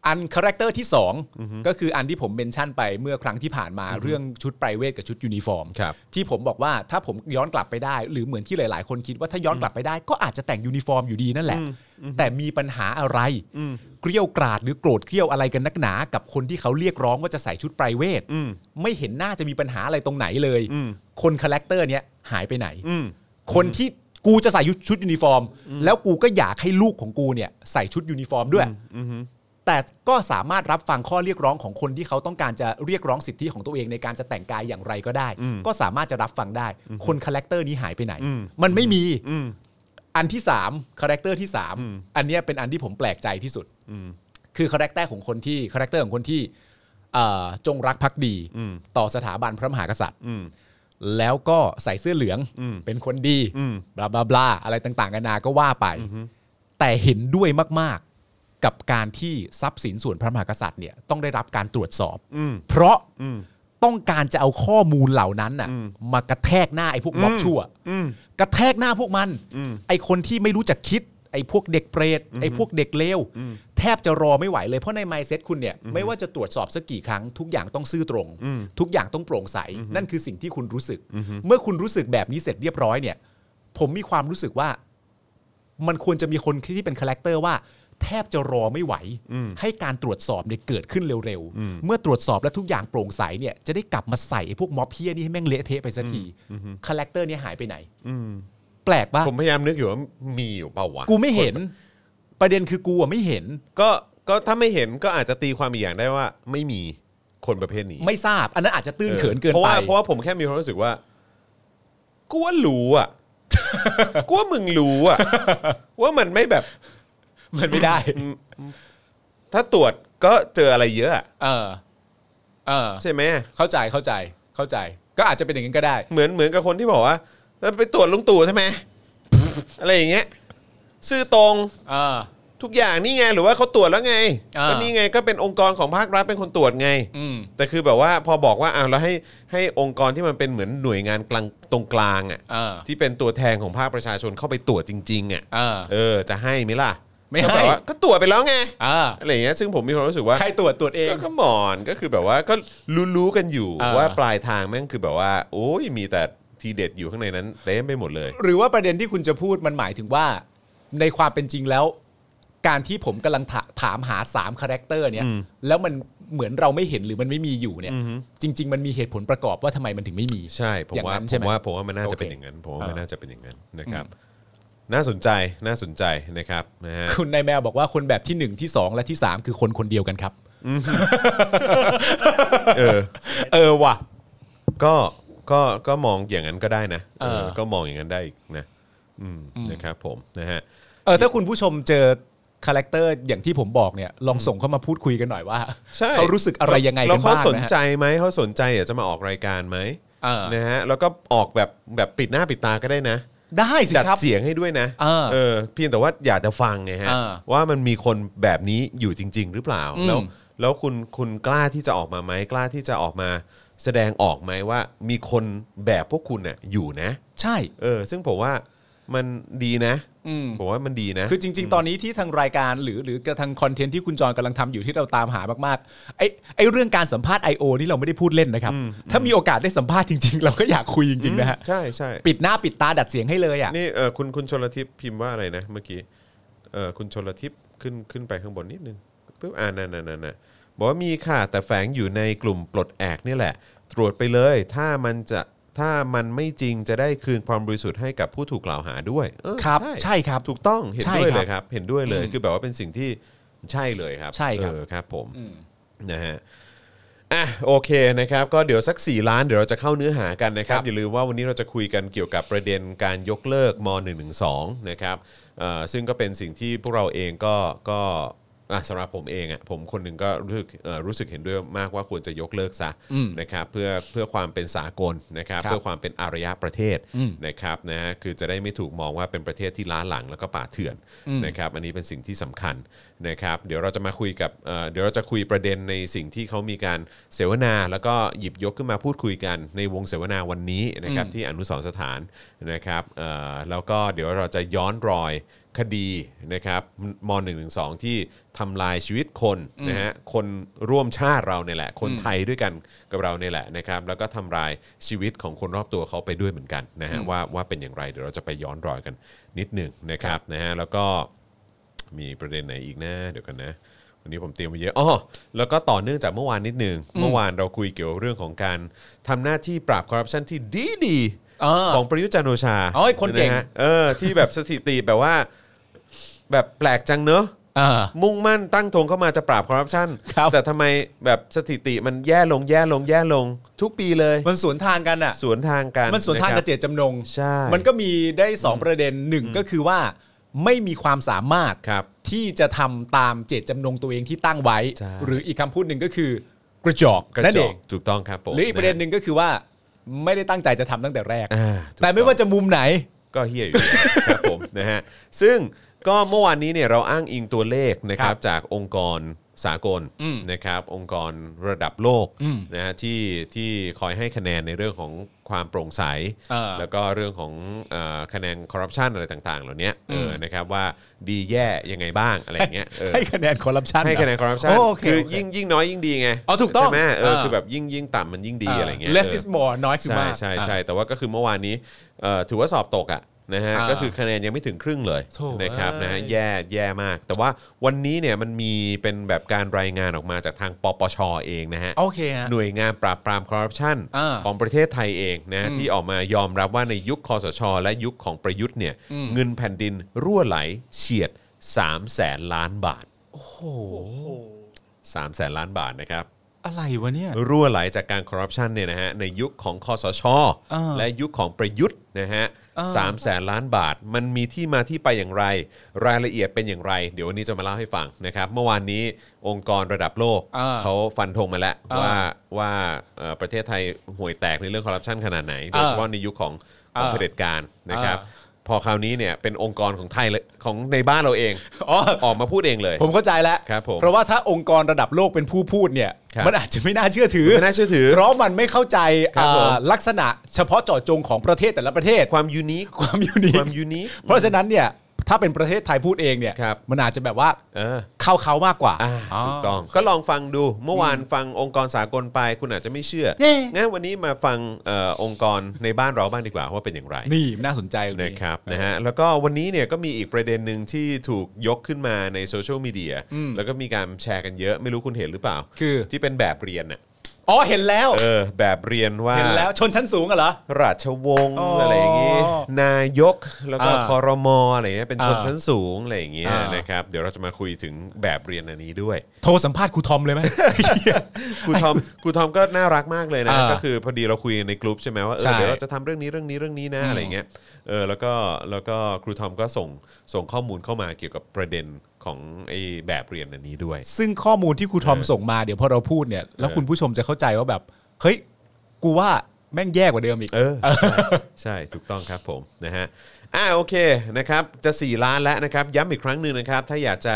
C: อันคาแรคเตอร์ที่ 2 ก็คืออันที่ผมเมนชั่นไปเมื่อครั้งที่ผ่านมาเรื่องชุดไพรเวทกับชุดยูนิฟอร์ม
B: ครับ
C: ที่ผมบอกว่าถ้าผมย้อนกลับไปได้ หรือเหมือนที่หลาย ๆ คนคิดว่าถ้าย้อนกลับไปได้ ก็อาจจะแต่งยูนิฟอร์มอยู่ดีนั่นแหละ แต่มีปัญหาอะไร เกรี้ยวกราดหรือโกรธเกรี้ยวอะไรกันนักหนา กับคนที่เขาเรียกร้องว่าจะใส่ชุดไพรเวท
B: อืม
C: ไม่เห็นน่าจะมีปัญหาอะไรตรงไหนเลย
B: อืม
C: คนคาแรคเตอร์เนี้ยหายไปไหน
B: อืม
C: คนที่กูจะใส่ชุดยูนิฟอร์ม แล้วกูก็อยากให้ลูกของกูเนี่ยใส่ชุดยูนิฟอร์มด้วย แต่ก็สามารถรับฟังข้อเรียกร้องของคนที่เขาต้องการจะเรียกร้องสิทธิของตัวเองในการจะแต่งกายอย่างไรก็ได้ ก็สามารถจะรับฟังได้ คนคาแรคเตอร์นี้หายไปไหน
B: อืม
C: มันไม่มี
B: อืม
C: อันที่สามคาแรคเตอร์ที่สาม
B: อืม
C: อันเนี้ยเป็นอันที่ผมแปลกใจที่สุด
B: อืม
C: คือคาแรคเตอร์ของคนที่คาแรคเตอร์ของคนที่เอ่อจงรักภักดี
B: อืม
C: ต่อสถาบันพระมหากษัตริย์
B: อืม
C: แล้วก็ใส่เสื้อเหลือง
B: อืม
C: เป็นคนดี
B: อืม
C: บลาบลาบลาอะไรต่างๆกันานาก็ว่าไป แต่เห็นด้วยมากๆ กับการที่ทรัพย์สินส่วนพระมหากษัตริย์เนี่ยต้องได้รับการตรวจสอบ
B: อืม
C: เพราะ
B: อืม
C: ต้องการจะเอาข้อมูลเหล่านั้นน่ะมากระแทกหน้าไอ้พวกม็อบชั่ว
B: อืม
C: กระแทกหน้าพวกมัน
B: อืม
C: ไอคนที่ไม่รู้จักคิด ไอพวกเด็กเปรตไอพวกเด็กเลวแทบจะรอไม่ไหวเลยเพราะในไมเซ็ตคุณเนี่ยไม่ว่าจะตรวจสอบสักกี่ครั้ง ทุกอย่างต้องซื่อตรง ทุกอย่างต้องโปร่งใส นั่นคือสิ่งที่คุณรู้สึก เมื่อคุณรู้สึกแบบนี้เสร็จเรียบร้อยเนี่ย ผมมีความรู้สึกว่า มันควรจะมีคนที่เป็นคาแรคเตอร์ว่า แทบจะรอไม่ไหว ให้การตรวจสอบเนี่ยเกิดขึ้นเร็วๆ เมื่อตรวจสอบและทุกอย่างโปร่งใสเนี่ยจะได้กลับมาใส่ไอ้พวกม็อบเพี้ยนี่ให้แม่งเละเทะไปสักทีคาแรคเตอร์เนี่ยหายไปไหน
B: อืม
C: แปลกปะ
B: ผมพยายามนึกอยู่ว่ามีอยู่เปล่าวะ
C: กูไม่เห็น ประเด็นคือกูอะไม่เห็น
B: ก็ก็ถ้าไม่เห็นก็อาจจะตีความอีกอย่างได้ว่า ไม่มีคนประเภทนี้
C: ไม่ทราบ อันนั้นอาจจะตื้นเขินเกิน
B: เพราะ
C: ไป
B: ว่าเพราะว่าผมแค่มีความรู้สึกว่ากูว่ารู้อ่ะ กูว่ามึงรู้อ่ะ ว่ามันไม่แบบ
C: มันไม่ได้
B: ถ้าตรวจก็เจออะไรเยอะอะ
C: เออ เออ
B: ใช่ไหม
C: เข้าใจเข้าใจเข้าใจ ก็อาจจะเป็นอย่างนั้นก็ได้
B: เหมือนเหมือนกับคนที่บอกว่าแล้วไปตรวจลุงตู่ใช่ไหม อะไรอย่างเงี้ยซื่อตรง
C: เออ
B: ทุกอย่างนี่ไงหรือว่าเขาตรวจแล้วไง
C: อ่า
B: ก็นี่ไงก็เป็นองค์กรของภาครัฐเป็นคนตรวจไง
C: อืม
B: แต่คือแบบว่าพอบอกว่าอ้าวแล้วให้ให้องค์กรที่มันเป็นเหมือนหน่วยงานกลางตรงกลาง
C: อ่า
B: อะ่ะที่เป็นตัวแทนของภาคประชาชนเข้าไปตรวจจริง ๆอะ่ะ
C: เออ
B: เออจะให้ไหมล่ะ
C: ไม่ให้
B: ก็แบบว่าก็ตรวจไปแล้วไง
C: เออ
B: อะไรอย่างเงี้ยซึ่งผมมีความรู้สึกว่า
C: ใครตรวจตรวจเอง
B: ก็ขมอนก็คือแบบว่าก็รู้ๆกันอยู่
C: อ่า
B: ว่าปลายทางแม่งคือแบบว่า โอ้ยมีแต่ทีเด็ดอยู่ข้างในนั้นเต็มไปหมดเลย
C: หรือว่าประเด็นที่คุณจะพูดมันหมายถึงว่า ในความเป็นจริงแล้ว การที่ผมกำลังถาถามหาสามคาแรคเตอร์เนี่ย
B: อืม
C: แล้วมันเหมือนเราไม่เห็นหรือมันไม่มีอยู่เนี่ย จริง ๆ มันมีเหตุผลประกอบว่าทำไมมันถึงไม่มี
B: ใช่ผม
C: อย่าง
B: ว่า
C: นั้น
B: ผ
C: ใช่ไห
B: ม
C: ม
B: ว่าผมว่ามันน่าจะ
C: โอเค
B: เป็นอย่างนั้นผมว่ามัน
C: อ่า
B: น่าจะเป็นอย่างนั้นนะครับ น่าสนใจน่าสนใจนะครับนะฮะ
C: คุณนายแมวบอกว่าคนแบบที่หนึ่งที่สองและที่สามคือคนคนเดียวกันครับ
B: เออ
C: เออว่ะ
B: ก็ก็ก็มองอย่างนั้นก็ได้นะ
C: เออ
B: เออก็มองอย่างนั้นได้อีกนะอืมนะครับผมนะฮะ
C: เออถ้าคุณผู้ชมเจอคาแรคเตอร์อย่างที่ผมบอกเนี่ย ลองส่งเข้ามาพูดคุยกันหน่อยว่า
B: ใช่
C: เขารู้สึกอะไรยังไง
B: แล้
C: กั
B: วน เขา
C: บ้าง
B: สน
C: นะฮะ
B: ใจไหมเขาสนใจอยากจะมาออกรายการไหม
C: เออ
B: นะฮะแล้วก็ออกแบบแบบปิดหน้าปิดตาก็ได้นะ
C: ได้สิ
B: จัด
C: ครับ
B: เสียงให้ด้วยนะ
C: เออ
B: เออเพียงแต่ว่าอยากจะฟังไงฮะ
C: เออ
B: ว่ามันมีคนแบบนี้อยู่จริง ๆ หรือเปล่า
C: อืม
B: แล้วแล้วคุณคุณกล้าที่จะออกมาไหมกล้าที่จะออกมา แสดงออกไหมว่ามีคนแบบพวกคุณน่ะอยู่นะ
C: ใช่
B: เออซึ่งผมว่ามันดีนะ
C: อืม
B: ผมว่ามันดีนะ
C: คือจริง ๆ ตอนนี้ที่ทางรายการหรือหรือกระทางคอนเทนต์ที่คุณจอนกำลังทำอยู่ที่เราตามหามากๆไอ้ไอ้เรื่องการสัมภาษณ์ I.O. นี่เราไม่ได้พูดเล่นนะครับ ถ้ามีโอกาสได้สัมภาษณ์จริง ๆ เราก็อยากคุยจริง ๆ นะฮะ
B: ใช่ใช่
C: ปิดหน้าปิดตาดัดเสียงให้เลยอ่ะ
B: นี่เออคุณคุณชลทิพย์พิมพ์ว่าอะไรนะเมื่อกี้เออคุณชลทิพย์ขึ้นขึ้นไปข้างบนนิดนึงปุ๊บอ่านั่นนั่นนั่นน่ะบอกว่ามีค่ะแต่แฝงอยู่ในกลุ่มปลดแอกนี่แหละ ตรวจไปเลย ถ้ามันจะถ้ามันไม่จริงจะได้คืนความบริสุทธิ์ให้กับผู้ถูกกล่าวหาด้วยเออ
C: ครับ
B: ใช่
C: ใช่ครับ
B: ถูกต้องเห็น
C: ใช่
B: ด้วย
C: ครับ
B: เลยครับ เห็นด้วยเลย
C: อืม
B: คือแบบว่าเป็นสิ่งที่ใช่เลยครับ
C: ใช่ครับ
B: เออครับ ผมนะฮะ อ่ะโอเคนะครับก็เดี๋ยวสัก 4 ล้านเดี๋ยวเราจะเข้าเนื้อหากันนะครับ
C: ครับ
B: อย่าลืมว่าวันนี้เราจะคุยกันเกี่ยวกับประเด็นการยกเลิกม .112 นะครับเอ่อซึ่งก็เป็นสิ่งที่พวกเราเองก็ก็ อ่ะสำหรับผมเองอ่ะผมคนหนึ่งก็รู้สึกเอ่อรู้สึกเห็นด้วยมากว่าควรจะยกเลิกซะ
C: อืม
B: นะครับเพื่อเพื่อความเป็นสากลนะครับ
C: ครับ
B: เพื่อความเป็นอารยะประเทศ
C: อืม
B: นะครับนะฮะคือจะได้ไม่ถูกมองว่าเป็นประเทศที่ล้าหลังแล้วก็ป่าเถื่อน
C: อืม
B: นะครับอันนี้เป็นสิ่งที่สำคัญนะครับเดี๋ยวเราจะมาคุยกับเอ่อเดี๋ยวเราจะคุยประเด็นในสิ่งที่เขามีการเสวนา แล้วก็หยิบยกขึ้นมาพูดคุยกันในวงเสวนาวันนี้นะครับที่อนุสรณ์สถานนะครับเอ่อแล้วก็เดี๋ยวเราจะย้อนรอย คดีนะครับม .112 ที่ทำลายชีวิตคนนะฮะคนร่วมชาติเราเนี่ยแหละ คนไทยด้วยกันกับเราเนี่ยแหละนะครับแล้วก็ทำลายชีวิตของคนรอบตัวเขาไปด้วยเหมือนกันนะฮะว่าว่าเป็นอย่างไรเดี๋ยวเราจะไปย้อนรอยกันนิดหนึ่งนะครับนะฮะแล้วก็มีประเด็นไหนอีกนะเดี๋ยวกันนะ วันนี้ผมเตรียมมาเยอะอ๋อแล้วก็ต่อเนื่องจากเมื่อวานนิดหนึงเมื่อวานเราคุยเกี่ยวกับเรื่องของการทำหน้าที่ปราบคอร์รัปชันที่ดีดีๆ
C: อ่า
B: ของประยุทธ์จันทร์โอชา
C: อ๋อไอ้คนเก่ง
B: ะฮะเออที่แบบสถิติแบบว่า แบบแปลกจังเนอะ
C: อ่า
B: มุ่งมั่นตั้งธงเข้ามาจะปราบคอร์รัปชัน
C: ครับ
B: แต่ทำไมแบบสถิติมันแย่ลงแย่ลงแย่ลง ทุกปีเลย
C: มันสวนทางกันอ่ะ
B: สวนทางกัน
C: มันสวนทางกับ
B: ะค
C: เจ
B: รับ
C: ตจำนง
B: ใช่
C: มันก็มีได้ 2 ประเด็นหนึ่งก็คือว่าไม่มีความสามารถ
B: ครับ
C: ที่จะทำตามเจตจำนงตัวเองที่ตั้งไว้
B: ใช่
C: หรืออีกคำพูดหนึ่งก็คือกระจอก
B: กระ
C: นั่น
B: จ
C: เอ
B: อก
C: ง
B: ถูกต้องครับผม
C: หรืออีกประเด็นหนึ่งก็คือว่าไม่ได้ตั้งใจจะทำตั้งแต่แรก
B: อ่าถูกอง
C: แต่ไม่ว่าจะมุมไหน
B: ก็เฮียอยู่ ครับผมนะฮะซึ่งก็เมื่อวานนี้เนี่ยเราอ้างอิงตัวเลขนะครับ
C: ครับ
B: จากองค์กรสากล
C: อืม
B: นะครับองค์กรระดับโลก
C: อืม
B: นะฮะที่ที่คอยให้คะแนนในเรื่องของความโปร่งใส
C: เออ
B: แล้วก็เรื่องของเออคะแนนคอร์รัปชันอะไรต่างๆ เหล่านี้เออนะครับว่าดีแย่ยังไงบ้างอะไรอย่างเงี้ยเออ
C: ให้คะแนนคอร์รัปชัน
B: ให้คะแนนคอร์รัปชัน
C: โอเค
B: คือ
C: โอเค
B: ยิ่งยิ่งน้อยยิ่งดีไง
C: อ๋อถูกต้อง
B: ใช่ไหมเออ
C: เออ
B: คือแบบยิ่งยิ่งต่ำมันยิ่งดีอะไรอย่างเงี้ย
C: less
B: เออ
C: is more น้อยคือ
B: ใช่
C: มาก
B: ใช่ใช่แต่ว่าก็คือเมื่อวานนี้เอ่อถือว่าสอบตกอ่ะนะฮะ
C: อ่า
B: ก็คือคะแนนยังไม่ถึงครึ่งเลย
C: โถ่
B: นะครับนะฮะ
C: เอ้ย
B: แย่แย่มาก แต่ว่าวันนี้เนี่ยมันมีเป็นแบบการรายงานออกมาจากทางปปชเองนะฮะ
C: โอเคฮะ
B: หน่วยงานปราบปรามคอร์รัปชัน
C: อ่า
B: ของประเทศไทยเองนะฮะที่ออกมายอมรับว่าในยุคคอสช และยุคของประยุทธ์เนี่ยเงินแผ่นดินรั่วไหลเฉียด 3 0 0แสนล้านบาท
C: โอ้โห
B: 3 0 0แสนล้านบาทนะครับ
C: อะไรวะเนี่ย
B: รั่วไหลจากการคอร์รัปชันเนี่ยนะฮะในยุคของคอสช
C: อ่า
B: และยุคของประยุทธ์นะฮะ
C: อ่า
B: สามแสนล้านบาท มันมีที่มาที่ไปอย่างไร รายละเอียดเป็นอย่างไร เดี๋ยววันนี้จะมาเล่าให้ฟังนะครับ เมื่อวานนี้องค์กรระดับโลก
C: อ่า
B: เขาฟันธงมาแล้ว
C: อ่า
B: ว่าว่าเอ่อประเทศไทยห่วยแตกในเรื่องคอร์รัปชันขนาดไหน โดยเฉพาะในยุคของของ
C: อ่า
B: เผด็จการนะครับ
C: อ่
B: พอคราวนี้เนี่ยเป็นองค์กรของไทยเลยของในบ้านเราเอง
C: อ๋อ
B: ออกมาพูดเองเลย
C: ผมเข้าใจแล้ว
B: ครับผม
C: เพราะว่าถ้าองค์กรระดับโลกเป็นผู้พูดเนี่ย
B: ครับ
C: มันอาจจะไม่น่าเชื่อถือ
B: ไม่น่าเชื่อถือ
C: เพราะมันไม่เข้าใจ
B: ครับผม
C: อ่าลักษณะเฉพาะเจาะจงของประเทศแต่ละประเทศ
B: ความยูนิค
C: ความยูนิค
B: ความยูนิค
C: เพราะฉะนั้นเนี่ยถ้าเป็นประเทศไทยพูดเองเนี่ย
B: ครับ
C: มันอาจจะแบบว่า
B: เออ
C: เข้าเขามากกว่า
B: อ่า
C: า
B: ถูกต้องก็ลองฟังดูเมื่อวานฟังองค์กรสากลไปคุณอาจจะไม่เชื่อ
C: เย้
B: งั้นวันนี้มาฟังเออองค์กรในบ้านเราบ้างดีกว่าว่าเป็นอย่างไร
C: นี่น่าสนใจตง
B: นะครับนะฮะแล้วก็วันนี้เนี่ยก็มีอีกประเด็นหนึ่งที่ถูกยกขึ้นมาในโซเชียลมีเดีย
C: อืม
B: แล้วก็มีการแชร์กันเยอะไม่รู้คุณเห็นหรือเปล่า
C: คือ
B: ที่เป็นแบบเรียนน่ะ
C: อ๋อเห็นแล้ว
B: เออแบบเรียนว่า
C: เห็นแล้วชนชั้นสูงอะเหรอ
B: ราชวงศ์
C: อ๋ออ
B: อะไรอย่างงี้นายกแล้วก็
C: อ่า
B: คอรมออะไรเงี้ยเป็นชน
C: อ่า
B: ชั้นสูงอะไรอย่างเงี้ย
C: อ่าน
B: นะครับเดี๋ยวเราจะมาคุยถึงแบบเรียนอันนี้ด้วย
C: โทรสัมภาษณ์ครูทอมเลยไหม
B: ครูทอมครูทอมก็น่ารักมากเลยนะ
C: อ่า
B: ก็คือพอดีเราคุยกันในกลุ่มใช่ไหมว่าเอ
C: ใช่
B: อเดี๋ยวเราจะทำเรื่องนี้เรื่องนี้เรื่องนี้นะ
C: อืม
B: อะไรเงี้ยเออแล้วก็แล้วก็ครูทอมก็ส่งส่งข้อมูลเข้ามาเกี่ยวกับประเด็นของไอ้แบบเรียนอันนี้ด้วย
C: ซึ่งข้อมูลที่ครูทอม
B: เออ
C: ส่งมาเดี๋ยวพอเราพูดเนี่ยแล้ว
B: เออ
C: คุณผู้ชมจะเข้าใจว่าแบบเฮ้ยกูว่าแม่งแย่กว่าเดิมอีก
B: เออใช่ใช่ถูกต้องครับผมนะฮะอ่าโอเคนะครับจะ 4 ล้านแล้วนะครับย้ำอีกครั้งหนึ่งนะครับถ้าอยากจะ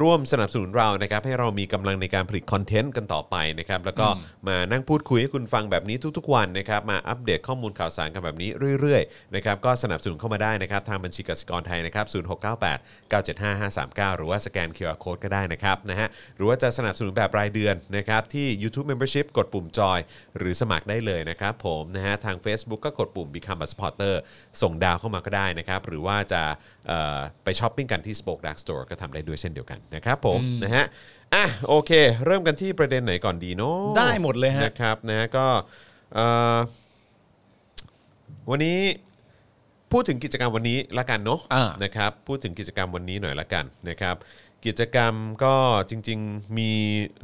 B: ร่วมสนับสนุนเรานะครับให้เรามีกำลังในการผลิตคอนเทนต์กันต่อไปนะครับแล้วก็มานั่งพูดคุยให้คุณฟังแบบนี้ทุกๆวันนะครับมาอัปเดตข้อมูลข่าวสารกันแบบนี้เรื่อยๆนะครับก็สนับสนุนเข้ามาได้นะครับทางบัญชีกสิกรไทยนะครับ0698 975 539 หรือว่าสแกน QR Code ก็ได้นะครับนะฮะหรือว่าจะสนับสนุนแบบรายเดือนนะครับที่ YouTube Membership กดปุ่มจอย หรือสมัครได้เลยนะครับผมนะฮะทาง Facebook ก็กดปุ่ม Become a supporter ส่งดาวเข้ามาก็ได้นะครับ หรือว่าจะเอ่อไปช้อปปิ้งกันที่ Spoke Dark Store ก็ทำได้ด้วยเช่นเดียวกันนะครับผมนะฮะอ่ะโอเค เริ่มกันที่ประเด็นไหนก่อนดีเนาะ
C: ได้หมดเลยฮะ
B: นะครับนะฮะก็เอ่อวันนี้ พูดถึงกิจกรรมวันนี้ละกันเนาะ
C: อ่า
B: นะครับพูดถึงกิจกรรมวันนี้หน่อยละกันนะครับ กิจกรรมก็จริงๆมี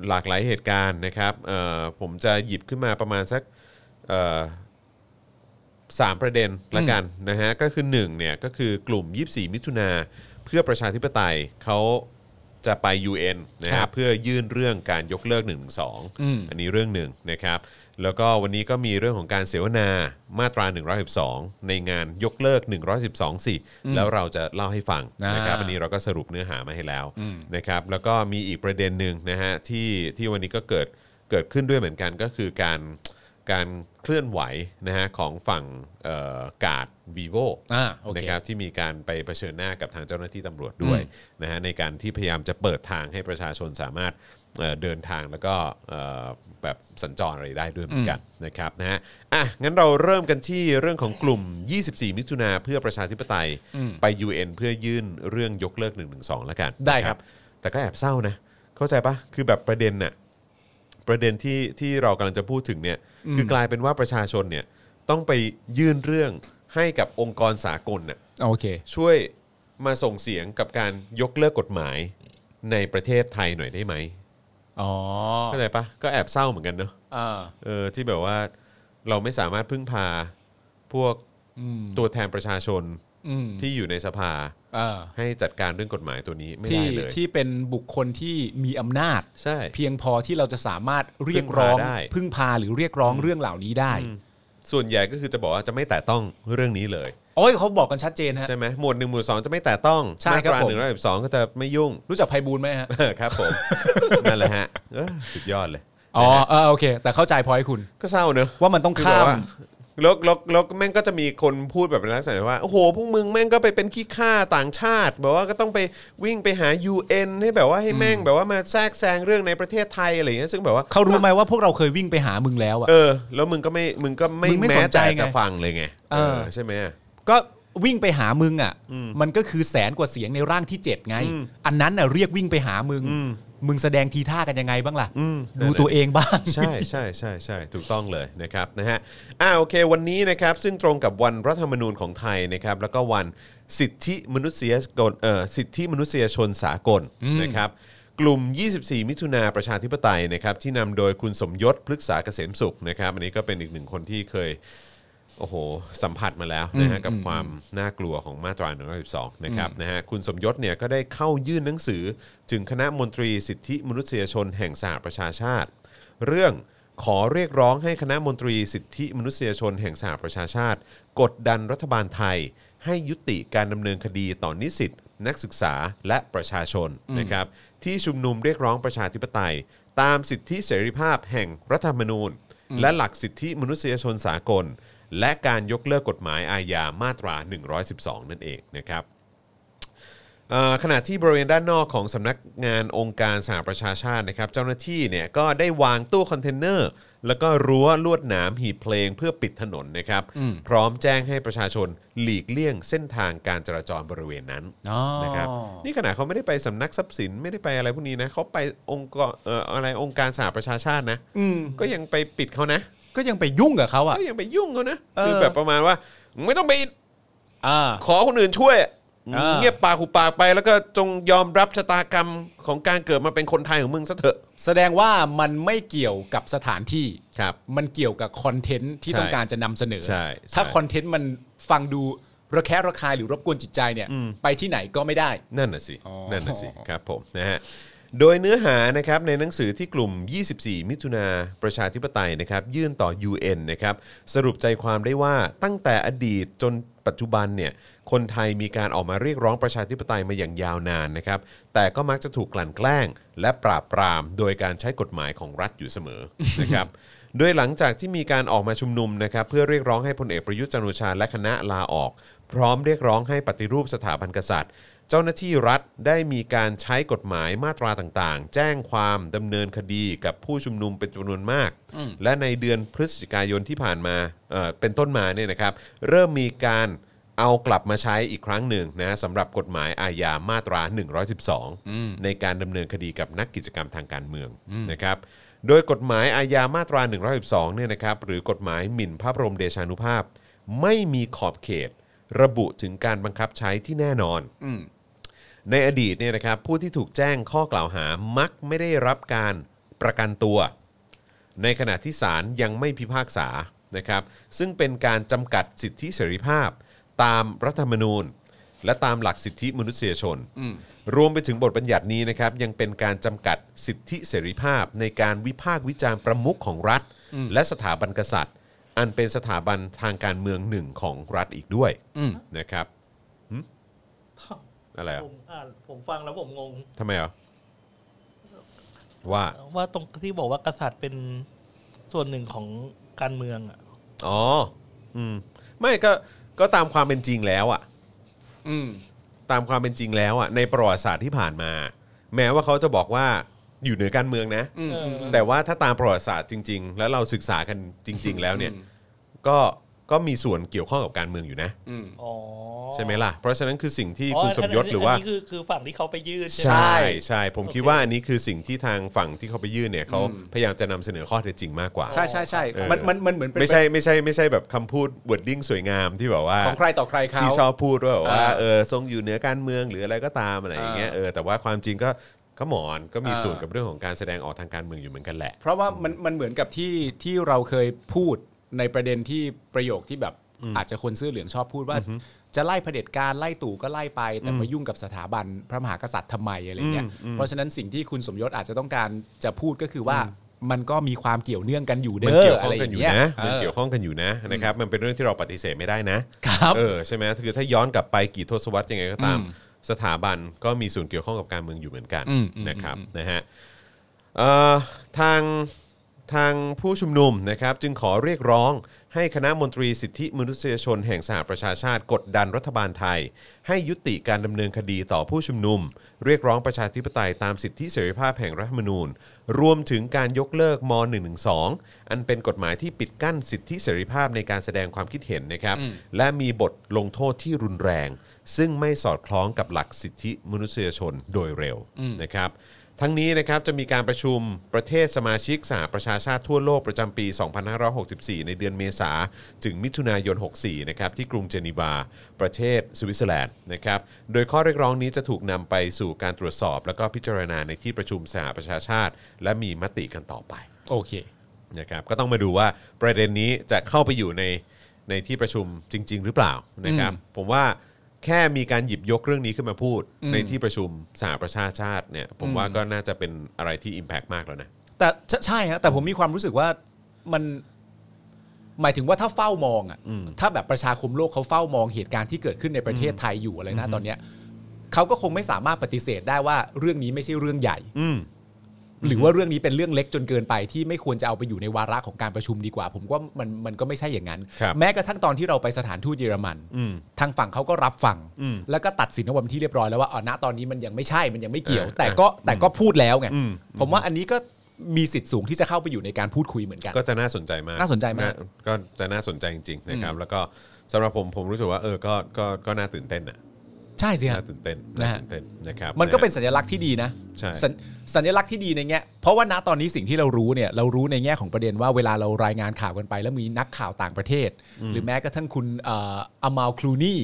B: หลากหลายเหตุการณ์นะครับเอ่อผมจะหยิบขึ้นมาประมาณสักเอ่อสามประเด็นละกันนะฮะก็คือหนึ่งเนี่ยก็คือกลุ่ม 24 มิถุนาเพื่อประชาธิปไตยเขา จะไป UN นะ
C: ค
B: ฮะ
C: รับ
B: เพื่อยื่นเรื่องการยกเลิก1นึ
C: อืม
B: อันนี้เรื่องหนึ่งนะครับ แล้วก็วันนี้ก็มีเรื่องของการเสวนามาตรา 112 ในงานยกเลิก 112 สิ แล้วเราจะเล่าให้ฟังนะครับ
C: อ่า
B: อันนี้เราก็สรุปเนื้อหามาให้แล้วนะครับแล้วก็มีอีกประเด็นหนึ่งนะฮะที่ที่วันนี้ก็เกิดเกิดขึ้นด้วยเหมือนกันก็คือการการเคลื่อนไหวนะฮะของฝั่งเอ่อกาด vivo
C: อ่าโอเค
B: นะครับที่มีการไปเผชิญหน้ากับทางเจ้าหน้าที่ตำรวจด้วยนะฮะในการที่พยายามจะเปิดทางให้ประชาชนสามารถเอ่อเดินทางแล้วก็เอ่อแบบสัญจรอะไรได้ด้วยเหมือนกันนะครับนะฮะอ่ะงั้นเราเริ่มกันที่เรื่องของกลุ่ม 24 มิถุนาเพื่อประชาธิปไตยไป UN เพื่อยื่นเรื่องยกเลิก 112 แล้วกัน
C: ได้ครับ
B: นะแต่ก็แอบเศร้านะ เข้าใจปะคือแบบประเด็นน่ะ ประเด็นที่ที่เรากำลังจะพูดถึงเนี่ยคือกลายเป็นว่าประชาชนเนี่ยต้องไปยื่นเรื่องให้กับองค์กรสากลน่ะ
C: โอเค
B: ช่วยมาส่งเสียงกับการยกเลิกกฎหมายในประเทศไทยหน่อยได้ไหม
C: อ๋อ
B: เข้าใจปะก็แอบเศร้าเหมือนกันเนอะ
C: อ่า
B: เออที่แบบว่าเราไม่สามารถพึ่งพาพวก
C: อืม
B: ตัวแทนประชาชน
C: อืม
B: ที่อยู่ในสภา
C: อ่า
B: ให้จัดการเรื่องกฎหมายตัวนี้ไม่
C: ที่
B: ได้เลย
C: ที่เป็นบุคคลที่มีอำนาจ
B: ใช่
C: เพียงพอที่เราจะสามารถเรียกร้อง
B: พึ่งพาได้
C: พึ่งพาหรือเรียกร้องเรื่องเหล่านี้ได้
B: ส่วนใหญ่ก็คือจะบอกว่าจะไม่แตะต้องเรื่องนี้เลย
C: โอ้ยเขาบอกกันชัดเจนฮะ
B: ใช่ไหมหมวดหนึ่งหมวดสองจะไม่แตะต้อง
C: ใช่
B: มา
C: ครั
B: ต
C: บ
B: รา
C: ผม
B: หนึ่งร้อยสิบสองก็จะไม่ยุ่ง
C: รู้จักไพบูลย์ไหมฮะ
B: ครับ ผมนั่นแหละฮะเออสุดยอดเลย
C: อ๋อเออโอเค แต่เข้าใจพอยคุณ
B: ก็เศร้าเนอะ
C: ว่ามันต้อง
B: คือแบ
C: ข้า
B: บ
C: ม
B: ว่าแล้วแล้วแล้วแม่งก็จะมีคนพูดแบบในลักษณะว่า โอ้โห พวกมึงแม่งก็ไปเป็นขี้ข้าต่างชาติ แบบว่าก็ต้องไปวิ่งไปหา UN ให้แบบว่าให้แม่งแบบว่ามาแทรกแซงเรื่องในประเทศไทยอะไรอย่างเงี้ยซึ่งแบบว่า
C: เขารู้ไหมว่าพวกเราเคยวิ่งไปหามึงแล้วอ่ะ
B: เออ แล้วมึงก็ไม่มึงก็ไม่
C: มึงไม่
B: แม้
C: สนใจ
B: แต่
C: ไง
B: จะฟังเลยไง
C: เออ
B: ใช่ไหม
C: ก็วิ่งไปหามึงอ่ะ มันก็คือแสนกว่าเสียงในร่างที่ 7 ไง อันนั้นน่ะเรียกวิ่งไปหามึง มึงแสดงทีท่ากันยังไงบ้างล่ะ
B: อืมนั่น
C: ดู
B: แหละ
C: ตัวเองบ้าง
B: ใช่ใช่ใช่ใช่ถูกต้องเลยนะครับนะฮะอ่าโอเค วันนี้นะครับซึ่งตรงกับวันรัฐธรรมนูญของไทยนะครับแล้วก็วันสิทธิมนุษยกนเอ่อสิทธิมนุษยชนสากลนะครับกลุ่ม 24 มิถุนาประชาธิปไตยนะครับที่นำโดยคุณสมยศพฤกษาเกษมสุขนะครับอันนี้ก็เป็นอีกหนึ่งคนที่เคย โอ้โห สัมผัสมาแล้วนะฮะกับความน่ากลัวของมาตรา112นะครับนะฮะคุณสมยศเนี่ยก็ได้เข้ายื่นหนังสือ ถึงคณะมนตรีสิทธิมนุษยชนแห่งสหประชาชาติ เรื่องขอเรียกร้องให้คณะมนตรีสิทธิมนุษยชนแห่งสหประชาชาติ กดดันรัฐบาลไทย ให้ยุติการดำเนินคดีต่อนิสิตนักศึกษาและประชาชนนะครับที่ชุมนุมเรียกร้องประชาธิปไตย ตามสิทธิเสรีภาพแห่งรัฐธรรมนูญ และหลักสิทธิมนุษยชนสากล และการยกเลิกกฎหมายอาญามาตรา 112 นั่นเองนะครับ เอ่อขณะที่บริเวณด้านนอกของสำนักงานองค์การสหประชาชาตินะครับเจ้าหน้าที่เนี่ยก็ได้วางตู้คอนเทนเนอร์ แล้วก็รั้วลวดหนามหีบเพลงเพื่อปิดถนนนะครับพร้อมแจ้งให้ประชาชนหลีกเลี่ยงเส้นทางการจราจรบริเวณนั้น
C: อ๋อ
B: นะครับนี่ขณะเขาไม่ได้ไปสำนักทรัพย์สินไม่ได้ไปอะไรพวกนี้นะเขาไปองค์กรเอ่ออะไรองค์การสหประชาชาตินะ
C: อืม
B: ก็ยังไปปิดเขานะ
C: ก็ยังไปยุ่งกับเขาอ่ะ
B: ก็ยังไปยุ่งเขานะ
C: เออ
B: คือแบบประมาณว่ามึงไม่ต้องไป
C: อ่า
B: ขอคนอื่นช่วย
C: อ่า
B: เงียบปากหูปากไปแล้วก็จงยอมรับชะตากรรมของการเกิดมาเป็นคนไทยของมึงซะเถอะ
C: แสดงว่ามันไม่เกี่ยวกับสถานที่
B: ครับ
C: มันเกี่ยวกับคอนเทนต์ที่
B: ใช่
C: ต้องการจะนำเสนอ
B: ใช่
C: ถ้า
B: ใช่
C: คอนเทนต์มันฟังดูระแคะระคายหรือรบกวนจิตใจเนี่ย ไปที่ไหนก็ไม่ได้
B: นั่นน่ะสิ
C: อ๋อ
B: นั่นน่ะสิครับผมนะฮะ โดยเนื้อหานะครับในหนังสือที่กลุ่ม 24 มิถุนาประชาธิปไตยนะครับยื่นต่อ UN นะครับสรุปใจความได้ว่าตั้งแต่อดีตจนปัจจุบันเนี่ยคนไทยมีการออกมาเรียกร้องประชาธิปไตยมาอย่างยาวนานนะครับแต่ก็มักจะถูกกลั่นแกล้ง และปราบปรามโดยการใช้กฎหมายของรัฐอยู่เสมอ นะครับ โดยหลังจากที่มีการออกมาชุมนุมนะครับเพื่อเรียกร้องให้พลเอกประยุทธ์จันทร์โอชาและคณะลาออก พร้อมเรียกร้องให้ปฏิรูปสถาบันกษัตริย์ เจ้าหน้าที่รัฐได้มีการใช้กฎหมายมาตราต่างๆ แจ้งความดำเนินคดีกับผู้ชุมนุมเป็นจำนวนมาก และในเดือนพฤศจิกายนที่ผ่านมาเอ่อเป็นต้นมาเนี่ยนะครับ เริ่มมีการเอากลับมาใช้อีกครั้งหนึ่งนะสำหรับกฎหมายอาญามาตรา 112 ในการดำเนินคดีกับนักกิจกรรมทางการเมืองนะครับ โดยกฎหมายอาญามาตรา 112เนี่ยนะครับหรือกฎหมายหมิ่นพระบรมเดชานุภาพ ไม่มีขอบเขต ระบุถึงการบังคับใช้ที่แน่นอน ในอดีตเนี่ยนะครับผู้ที่ถูกแจ้งข้อกล่าวหามักไม่ได้รับการประกันตัว ในขณะที่ศาลยังไม่พิพากษานะครับ ซึ่งเป็นการจำกัดสิทธิเสรีภาพ ตามรัฐธรรมนูญ และตามหลักสิทธิมนุษยชน รวมไปถึงบทบัญญัตินี้นะครับยังเป็นการจำกัดสิทธิเสรีภาพในการวิพากษ์วิจารณ์ประมุขของรัฐ และสถาบันกษัตริย์ อันเป็นสถาบันทางการเมืองหนึ่งของรัฐอีกด้วยนะครับหึอะไรอ่ะ
D: ผมอ่านผมฟังแล้วผมงง
B: ทำไมอ่ะว่า
D: ว่าตรงที่บอกว่ากษัตริย์เป็นส่วนหนึ่งของการเมืองอ่ะ
B: อ๋อ อืม ไม่ก็ ก็ตามความเป็นจริงแล้วอะ
C: อืม
B: ตามความเป็นจริงแล้วอะในประวัติศาสตร์ที่ผ่านมา แม้ว่าเขาจะบอกว่าอยู่เหนือการเมืองนะ
C: อืม
D: เออ
B: แต่ว่าถ้าตามประวัติศาสตร์จริง ๆ แล้วเราศึกษากันจริง ๆ แล้วเนี่ย
C: อืม
B: ก็ ก็มีส่วนเกี่ยวข้องกับการเมืองอยู่นะ
C: อืม
D: อ๋อ
B: ใช่ไหมล่ะ เพราะฉะนั้นคือสิ่งที่คุณสมยศหรือว่า
D: นนี้คือคือฝั่งที่เขาไปยื่นใช่ไหม
B: ใช่ ใช่ ผม
D: โอเค
B: คิดว่าอันนี้คือสิ่งที่ทางฝั่งที่เขาไปยื่นเนี่ยเขา
C: อืม
B: พยายามจะนำเสนอข้อเท็จจริงมากกว่า
C: ใช่ใช่ใช่
B: เออ
C: มันมันมันเหมือนเป็น
B: ไม่ใช่ ไม่ใช่ ไม่ใช่แบบคำพูดวดดิ้งสวยงามที่แบบว่า
C: ของใครต่อใครเขา
B: ที่ชอบพูดว่าแบบว่า
C: อ่า
B: เออทรงอยู่เหนือการเมืองหรืออะไรก็ตามอะไรอย่างเงี้ย
C: อ่า
B: เออแต่ว่าความจริงก็ก็หมอนก็มี
C: อ่า
B: ส่วนกับเรื่องของการแสดงออกทางการเมืองอยู่เหมือนกันแหละ
C: เพราะว่ามันมันเหมือนกับที่ที่เราเคยพูดในประเด็นที่ประโยคที่แบบอาจจะคนเสื้อเหลืองชอบพูดว่า จะไล่เผด็จการไล่ตู่ก็ไล่ไป แต่มายุ่งกับสถาบันพระมหากษัตริย์ทำไมอะไรเงี้ยเพราะฉะนั้นสิ่งที่คุณสมยศอาจจะต้องการจะพูดก็คือว่ามันก็มีความเกี่ยวเนื่องกันอยู่เด้
B: มัน
C: อ
B: เกี่ยวข้อง
C: อะไรอ
B: กันอง
C: ย่า
B: ยู่
C: เงี้ย
B: นะ
C: เอ
B: มัน
C: อ
B: เกี่ยวข้องกันอยู่นะนะครับมันเป็นเรื่องที่เราปฏิเสธไม่ได้นะครับ เออใช่ไหมคือถ้าย้อนกลับไปกี่ทศวรรษยังไงก็ตาม
C: อืม
B: สถาบันก็มีส่วนเกี่ยวข้องกับการเมืองอยู่เหมือนกัน
C: อืมอืม
B: นะครับนะฮะเอ่อทางทางผู้ชุมนุมนะครับ จึงขอเรียกร้องให้คณะมนตรีสิทธิมนุษยชน แห่งสหประชาชาติกดดันรัฐบาลไทย ให้ยุติการดำเนินคดีต่อผู้ชุมนุม เรียกร้องประชาธิปไตยตามสิทธิเสรีภาพแห่งรัฐธรรมนูญ รวมถึงการยกเลิกม .112 อันเป็นกฎหมายที่ปิดกั้นสิทธิเสรีภาพในการแสดงความคิดเห็นนะครับ และมีบทลงโทษที่รุนแรง ซึ่งไม่สอดคล้องกับหลักสิทธิมนุษยชนโดยเร็วนะครับ ทั้งนี้นะครับจะมีการประชุมประเทศสมาชิกสหประชาชาติทั่วโลกประจำปี 2564 ในเดือนเมษาถึงมิถุนายน 64 นะครับที่กรุงเจนีวา ประเทศสวิตเซอร์แลนด์นะครับ โดยข้อเรียกร้องนี้จะถูกนำไปสู่การตรวจสอบ แล้วก็พิจารณาในที่ประชุมสหประชาชาติ และมีมติกันต่อไป
C: โอเค
B: นะครับก็ต้องมาดูว่าประเด็นนี้จะเข้าไปอยู่ในในที่ประชุมจริง ๆ หรือเปล่านะครับผมว่าแค่มีการหยิบยกเรื่องนี้ขึ้นมาพูด ในที่ประชุมสหประชาชาติเนี่ยผมว่าก็น่าจะเป็นอะไรที่ Impact มากแล้วนะ
C: แต่ใช่ใช่ฮะแต่ผมมีความรู้สึกว่ามันหมายถึงว่าถ้าเฝ้ามองอ่ะถ้าแบบประชาคมโลกเขาเฝ้ามองเหตุการณ์ที่เกิดขึ้นในประเทศไทยอยู่อะไรนะตอนเนี้ยเขาก็คงไม่สามารถปฏิเสธได้ว่าเรื่องนี้ไม่ใช่เรื่องใหญ่
B: อืม
C: หรือว่าเรื่องนี้เป็นเรื่องเล็กจนเกินไปที่ไม่ควรจะเอาไปอยู่ในวาระของการประชุมดีกว่า ผมว่ามันมันก็ไม่ใช่อย่างนั้น
B: ครับ
C: แม้กระทั่งตอนที่เราไปสถานทูตเยอรมัน
B: อืม
C: ทางฝั่งเขาก็รับฟัง
B: อืม
C: แล้วก็ตัดสินออกมาเป็นที่เรียบร้อยแล้วว่าอ๋อณตอนนี้มันยังไม่ใช่มันยังไม่เกี่ยว
B: เออ
C: แต่ก็แต่ก็พูดแล้วไง
B: อืม
C: ผมว่าอันนี้ก็มีสิทธิ์สูงที่จะเข้าไปอยู่ในการพูดคุยเหมือนกัน
B: ก็จะน่าสนใจมาก
C: น่าสนใจมาก
B: ก็จะน่าสนใจจริง ๆ นะครับ แล้วก็สำหรับผมผมรู้สึกว่าเออก็ก็ก็น่าตื่นเต้นน่ะ
C: ใช่สิฮะ
B: น่าตื่นเต้น
C: นะฮะ
B: น่าตื่นเต้นนะครับ
C: มันก็เป็นสัญลักษณ์ที่ดีนะ
B: ใช่
C: สญสัญลักษณ์ที่ดีในแง่เพราะว่าณตอนนี้สิ่งที่เรารู้เนี่ยเรารู้ในแง่ของประเด็นว่าเวลาเรารายงานข่าวกันไป แล้วมีนักข่าวต่างประเทศ หรือแม้กระทั่งคุณเอ่อามาลคลูนี่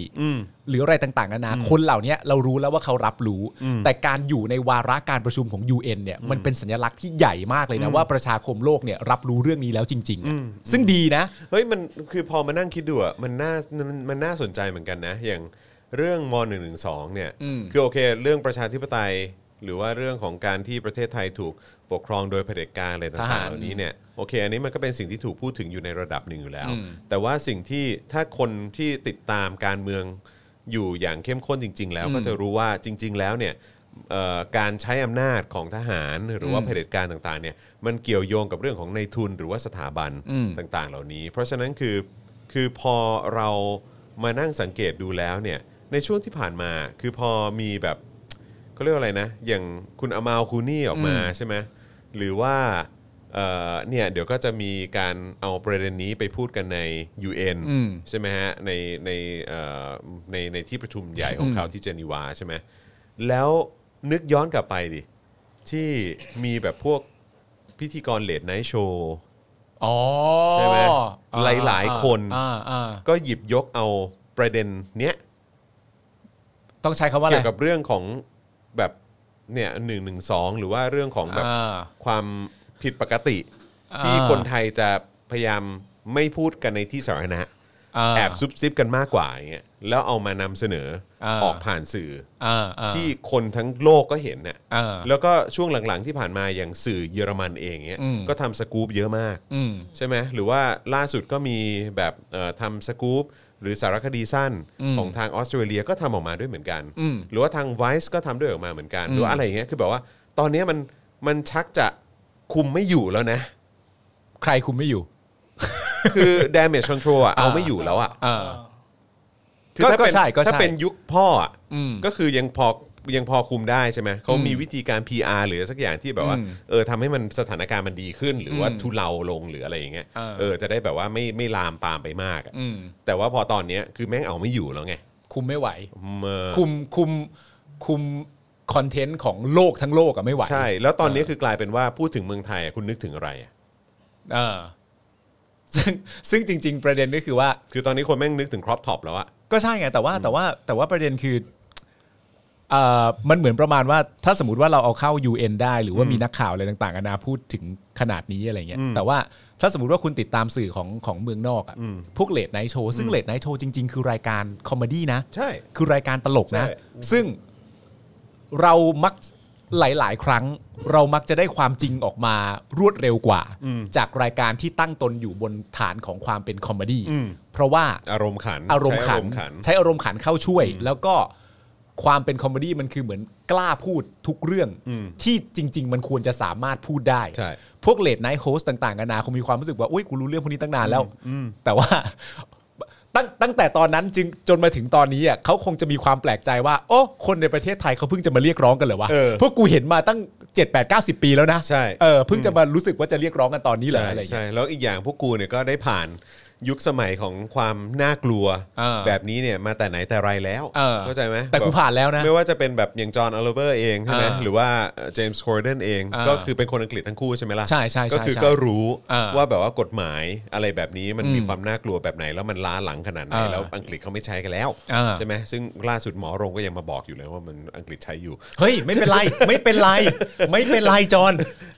C: หรืออะไรต่างๆนานาคนเหล่าเนี้ยเรารู้แล้วว่าเขารับรู้ แต่การอยู่ในวาระการประชุมของ UN เนี่ยมันเป็นสัญลักษณ์ที่ใหญ่มากเลยนะว่าประชาคมโลกเนี่ยรับรู้เรื่องนี้แล้วจริงๆอะซึ่งดีนะ
B: เฮ้ยมันคือพอมานั่งคิดดูอ่ะมันน่ามันมันน่าสนใจเหมือนกันนะ อย่างเรื่องม .112 เนี่ย
C: อืม
B: คือโอเค เรื่องประชาธิปไตย หรือว่าเรื่องของการที่ประเทศไทยถูกปกครองโดยเผด็จการอะไร
C: ท
B: ต่า
C: หา
B: ๆ
C: งร
B: เหล่านี้เนี่ยโอเค อันนี้มันก็เป็นสิ่งที่ถูกพูดถึงอยู่ในระดับหนึ่งอยู่แล้ว
C: อืม
B: แต่ว่าสิ่งที่ถ้าคนที่ติดตามการเมืองอยู่อย่างเข้มข้นจริง ๆ แล้วก็จะรู้ว่าจริง ๆ แล้วเนี่ยเอ่อการใช้อำนาจของทหารหรือว่าเผด็จการต่างๆเนี่ยมันเกี่ยวโยงกับเรื่องของในทุนหรือว่าสถาบัน
C: อืม
B: ต่างๆ เหล่านี้ เพราะฉะนั้นคือคือพอเรามานั่งสังเกตดูแล้วเนี่ยในช่วงที่ผ่านมาคือพอมีแบบเขาเรียกว่าอะไรนะ อย่างคุณอามาลคูนี่ออกมาใช่ไหมหรือว่าเอ่อเนี่ยเดี๋ยวก็จะมีการเอาประเด็นนี้ไปพูดกันใน UN
C: อืม
B: ใช่ไหมฮะในในเอ่อในในที่ประชุมใหญ่ของเขาที่เจนีวาใช่ไหมแล้วนึกย้อนกลับไปดิที่มีแบบพวกพิธีกรเลดไนท์โชว์
C: อ๋อ
B: ใช่ไหม
C: อ่
B: หลายๆคน
C: อ่าอ่า
B: ก็หยิบยกเอาประเด็นเนี้ย
C: ต้องใช้คำว่าอะไร
B: เกี่ยวกับเรื่องของแบบเนี่ยหนึ่งหนึ่งสองหรือว่าเรื่องของแบบ
C: อ่า
B: ความผิดปกติ
C: อ่า
B: ที่คนไทยจะพยายามไม่พูดกันในที่สาธารณะ
C: อ่า
B: แอบซุบซิบกันมากกว่าอย่างเงี้ยแล้วเอามานำเสนออา ออกผ่านสื่อ
C: อ่า
B: อ
C: อ่า
B: ที่คนทั้งโลกก็เห็นน่ะ
C: อ่า
B: แล้วก็ช่วงหลังๆที่ผ่านมาอย่างสื่อเยอรมันเองเงี้ย
C: อืม
B: ก็ทำสกู๊ปเยอะมาก
C: อืม
B: ใช่ไหมหรือว่าล่าสุดก็มีแบบเอ่อทำสกู๊ปหรือสารคดีสั้น
C: อืม
B: ของทางออสเตรเลียก็ทำออกมาด้วยเหมือนกัน
C: อืม
B: หรือว่าทาง Vice ก็ทำด้วยออกมาเหมือนกัน หรือว่า
C: อืม
B: อะไรอย่างเงี้ยคือแบบว่าตอนเนี้ยมันมันชักจะคุมไม่อยู่แล้วนะ
C: ใครคุมไม่อยู่
B: คือ damage control อ่ะเอาไม่อยู่แล้วอ่ะ
C: อ่า
B: คือ
C: ก็
B: ถ้าเป็น
C: ก็ใช่ก็ใช่
B: ถ้าเป็นยุคพ่ออ่ะ
C: อืม
B: ก็คือยังพอยังพอคุมได้ใช่ไหมเขา
C: อืม
B: มีวิธีการ PR หรือสักอย่างที่แบบว่า
C: อืม
B: เออทำให้มันสถานการณ์มันดีขึ้น หรือว่า
C: อืม
B: ทุเลาลงหรืออะไรอย่างเงี้ย
C: เออ
B: เออจะได้แบบว่าไม่ไม่ลามปามไปมากอะ
C: อืม
B: แต่ว่าพอตอนเนี้ยคือแม่งเอาไม่อยู่แล้วไง
C: คุมไม่ไหว
B: อืมเออ
C: คุมคุมคุมคอนเทนต์ของโลกทั้งโลกอะไม่ไหว
B: ใช่ แล้วตอนนี้คือกลายเป็นว่าพูดถึงเมืองไทยอะคุณนึกถึงอะไรอะ
C: เออซึ่งซึ่งจริง ๆ ประเด็นก็คือว่า
B: คือตอนนี้คนแม่งนึกถึงครอปท็อปแล้วอะ
C: ก็ใช่ไงแต่ว่าแต่ว่าแต่ว่าประเด็นคือเอ่อมันเหมือนประมาณว่าถ้าสมมติว่าเราเอาเข้า UN ได้ หรือว่ามีนักข่าวอะไรต่างๆนานาพูดถึงขนาดนี้อะไรเงี้ยแต่ว่าถ้าสมมติว่าคุณติดตามสื่อของของเมืองนอกอะพวกเลดไนท์โชว์ซึ่งเลดไนท์โชว์จริง ๆ คือรายการคอมเมดี้นะ
B: ใช่
C: คือรายการตลกนะ
B: ใช่
C: ซึ่งเรามักหลาย ๆ ครั้ง เรามักจะได้ความจริงออกมารวดเร็วกว่า จากรายการที่ตั้งตนอยู่บนฐานของความเป็นคอมเมดี้เพราะว่า
B: อารมณ์ขัน
C: อารมณ์
B: ใช้
C: ขั
B: อาน รมณ์ขัน
C: ใช้อารมณ์ขันเข้าช่วย แล้วก็ความเป็นคอมเมดี้มันคือเหมือนกล้าพูดทุกเรื่อง
B: อืม
C: ที่จริง ๆ มันควรจะสามารถพูดได้
B: ใช่
C: พวกเลดไนท์โฮสต่างๆกันานาคงมีความรู้สึกว่าอุ้ยกูรู้เรื่องพวกนี้ตั้งนานแล้วแต่ว่า ตั้งตั้งแต่ตอนนั้นจึงจนมาถึงตอนนี้อ่ะเขาคงจะมีความแปลกใจว่า โอ้คนในประเทศไทยเขาเพิ่งจะมาเรียกร้องกันเหรอวะ
B: เออ
C: พวกกูเห็นมาตั้ง 7 8 9 0 ปีแล้วนะ
B: ใช่
C: เออเพิ่งจะมารู้สึกว่าจะเรียกร้องกันตอนนี้เหรอ
B: ใช่
C: อะไรอย่างเงี้ย
B: ใช่แล้วอีกอย่างพวกกูเนี่ยก็ได้ผ่านยุคสมัยของความน่ากลัว
C: เออ
B: แบบนี้เนี่ยมาแต่ไหนแต่ไรแล้ว
C: เออ
B: ใจไหม
C: แต่กูผ่านแล้วนะ
B: ไม่ว่าจะเป็นแบบอย่างจอห์นอลเวอร์เองใช่ไหม
C: เออ
B: หรือว่าเจมส์คอร์เดนเอง
C: เออ
B: ก็คือเป็นคนอังกฤษทั้งคู่ใช่ไหมล่ะ
C: ใช่ใช่ใช่
B: ก็คือ
C: ใช่
B: ก็รู้
C: เออ
B: ว่าแบบว่ากฎหมายอะไรแบบนี้มัน
C: อืม
B: มีความน่ากลัวแบบไหนแล้วมันล้าหลังขนาดไหน
C: เออ
B: แล้วอังกฤษเขาไม่ใช้กันแล้ว
C: เออ
B: ใช่ไหมซึ่งล่าสุดหมอรงก็ยังมาบอกอยู่เลยว่ามันอังกฤษใช้อยู่
C: เฮ้ย ไม่เป็นไร ไม่เป็นไร ไม่เป็นไรจอน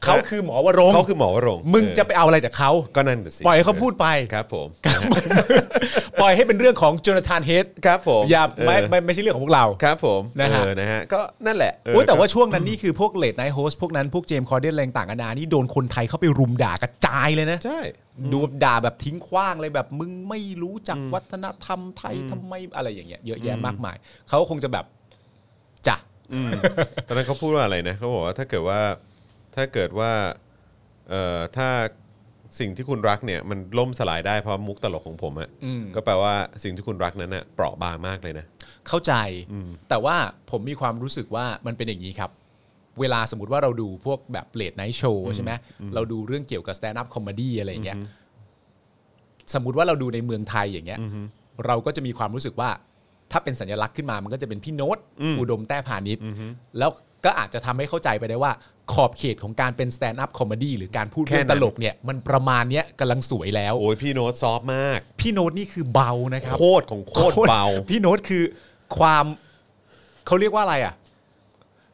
C: เขาคือหมอวรงค์
B: เขาคือหมอวรงค์
C: มึงจะ
B: เอ
C: ไปเอาอะไรจากเขา
B: อก็นั่นน่ะสิ
C: ปล่อยให้เขาพูดไป
B: ครับผม
C: ปล่อยให้เป็นเรื่องของโจนาธานเฮด
B: ครับผม
C: อย่า
B: เออ
C: ไม่ไม่ไม่ใช่เรื่องของพวกเรา
B: ครับผม
C: นะฮะ
B: เออนะฮะ ก็นั่นแหละเ
C: โอ้ยแต่ว่าช่วงนั้นนี่คือพวกเลดไนท์โฮสพวกนั้นพวกเจมส์คอร์เดนอะไรต่างกันานานี่โดนคนไทยเข้าไปรุมด่ากระจายเลยนะ
B: ใช่
C: ดูแบบด่าแบบทิ้งขว้างเลยแบบมึงไม่รู้จักวัฒนธรรมไทยทำไมอะไรอย่างเงี้ยเยอะแยะมากมายเขาคงจะแบบจ้ะ
B: อืม ตอนนั้นเขาพูดว่าอะไรนะเขาบอกว่าถ้าเกิดว่าถ้าเกิดว่าเอ่อถ้าสิ่งที่คุณรักเนี่ยมันล่มสลายได้เพราะมุกตลกของผมอะ
C: อืม
B: ก็แปลว่าสิ่งที่คุณรักนั้นน่ะเปราะบางมากเลยนะ
C: เข้าใจแต่ว่าผมมีความรู้สึกว่ามันเป็นอย่างนี้ครับ เวลาสมมติว่าเราดูพวกแบบเลดไนท์โชว์ใช่ไหมเราดูเรื่องเกี่ยวกับสแตนด์อัพคอมเมดี้อะไรอย่างเงี้ยสมมติว่าเราดูในเมืองไทยอย่างเงี้ยเราก็จะมีความรู้สึกว่า ถ้าเป็นสัญลักษณ์ขึ้นมามันก็จะเป็นพี่โน้ต
B: อืม
C: อุดมแต้พาณิชย์แล้วก็อาจจะทำให้เข้าใจไปได้ว่า ขอบเขตของการเป็นสแตนด์อัพคอมเมดี้หรือการพูดเรื่องตลกเนี่ยมันประมาณเนี้ยกำลังสวยแล้ว
B: โอ้ยพี่โน้ตซอฟต์มาก
C: พี่โน้ตนี่คือเบานะครับ
B: โคตรของโคตรเบา
C: พี่โน้ตคือความเขาเรียกว่าอะไรอ่ะ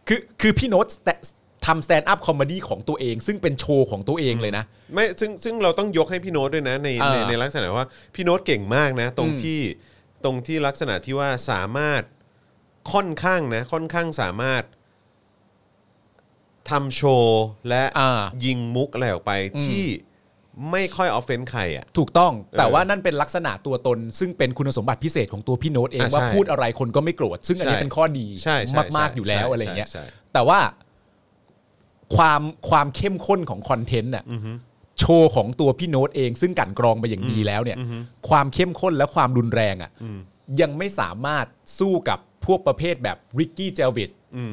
C: คือคือพี่โน้ตแต่ทำสแตนด์อัพคอมเมดี้ของตัวเอง ซึ่งเป็นโชว์ของตัวเองเลยนะ
B: ไม่ซึ่งซึ่งเราต้องยกให้พี่โน้ตด้วยนะใน
C: เออ
B: ในในลักษณะว่าพี่โน้ตเก่งมากนะ ตรง
C: อืม
B: ที่ตรงที่ลักษณะที่ว่าสามารถค่อนข้างนะ ค่อนข้างสามารถทำโชว์และ
C: อ่า
B: ยิงมุกอะไรออกไป
C: อืม
B: ที่ไม่ค่อยออฟเฟนใครอ่ะ
C: ถูกต้อง แต่
B: เออ
C: ว่านั่นเป็นลักษณะตัวตน ซึ่งเป็นคุณสมบัติพิเศษของตัวพี่โน้ตเอง
B: อ่ะ
C: ว่า
B: ใช่
C: พูดอะไรคนก็ไม่โกรธ ซึ่งอันนี้
B: ใช่
C: เป็นข้อดี
B: ใช่ใช่
C: มาก
B: ใช่
C: ๆอยู่แล้ว
B: ใช่
C: อะไรอย่างเงี้ย
B: ใช่ใช่
C: แต่ว่าความความเข้มข้นของคอนเทนต์น่ะโชว์ของตัวพี่โน้ตเอง ซึ่งกลันกรองมาอย่างดีแล้วเนี่ย ความเข้มข้นและความรุนแรงอ่ะยังไม่สามารถสู้กับพวกประเภทแบบริกกี้เจลวิส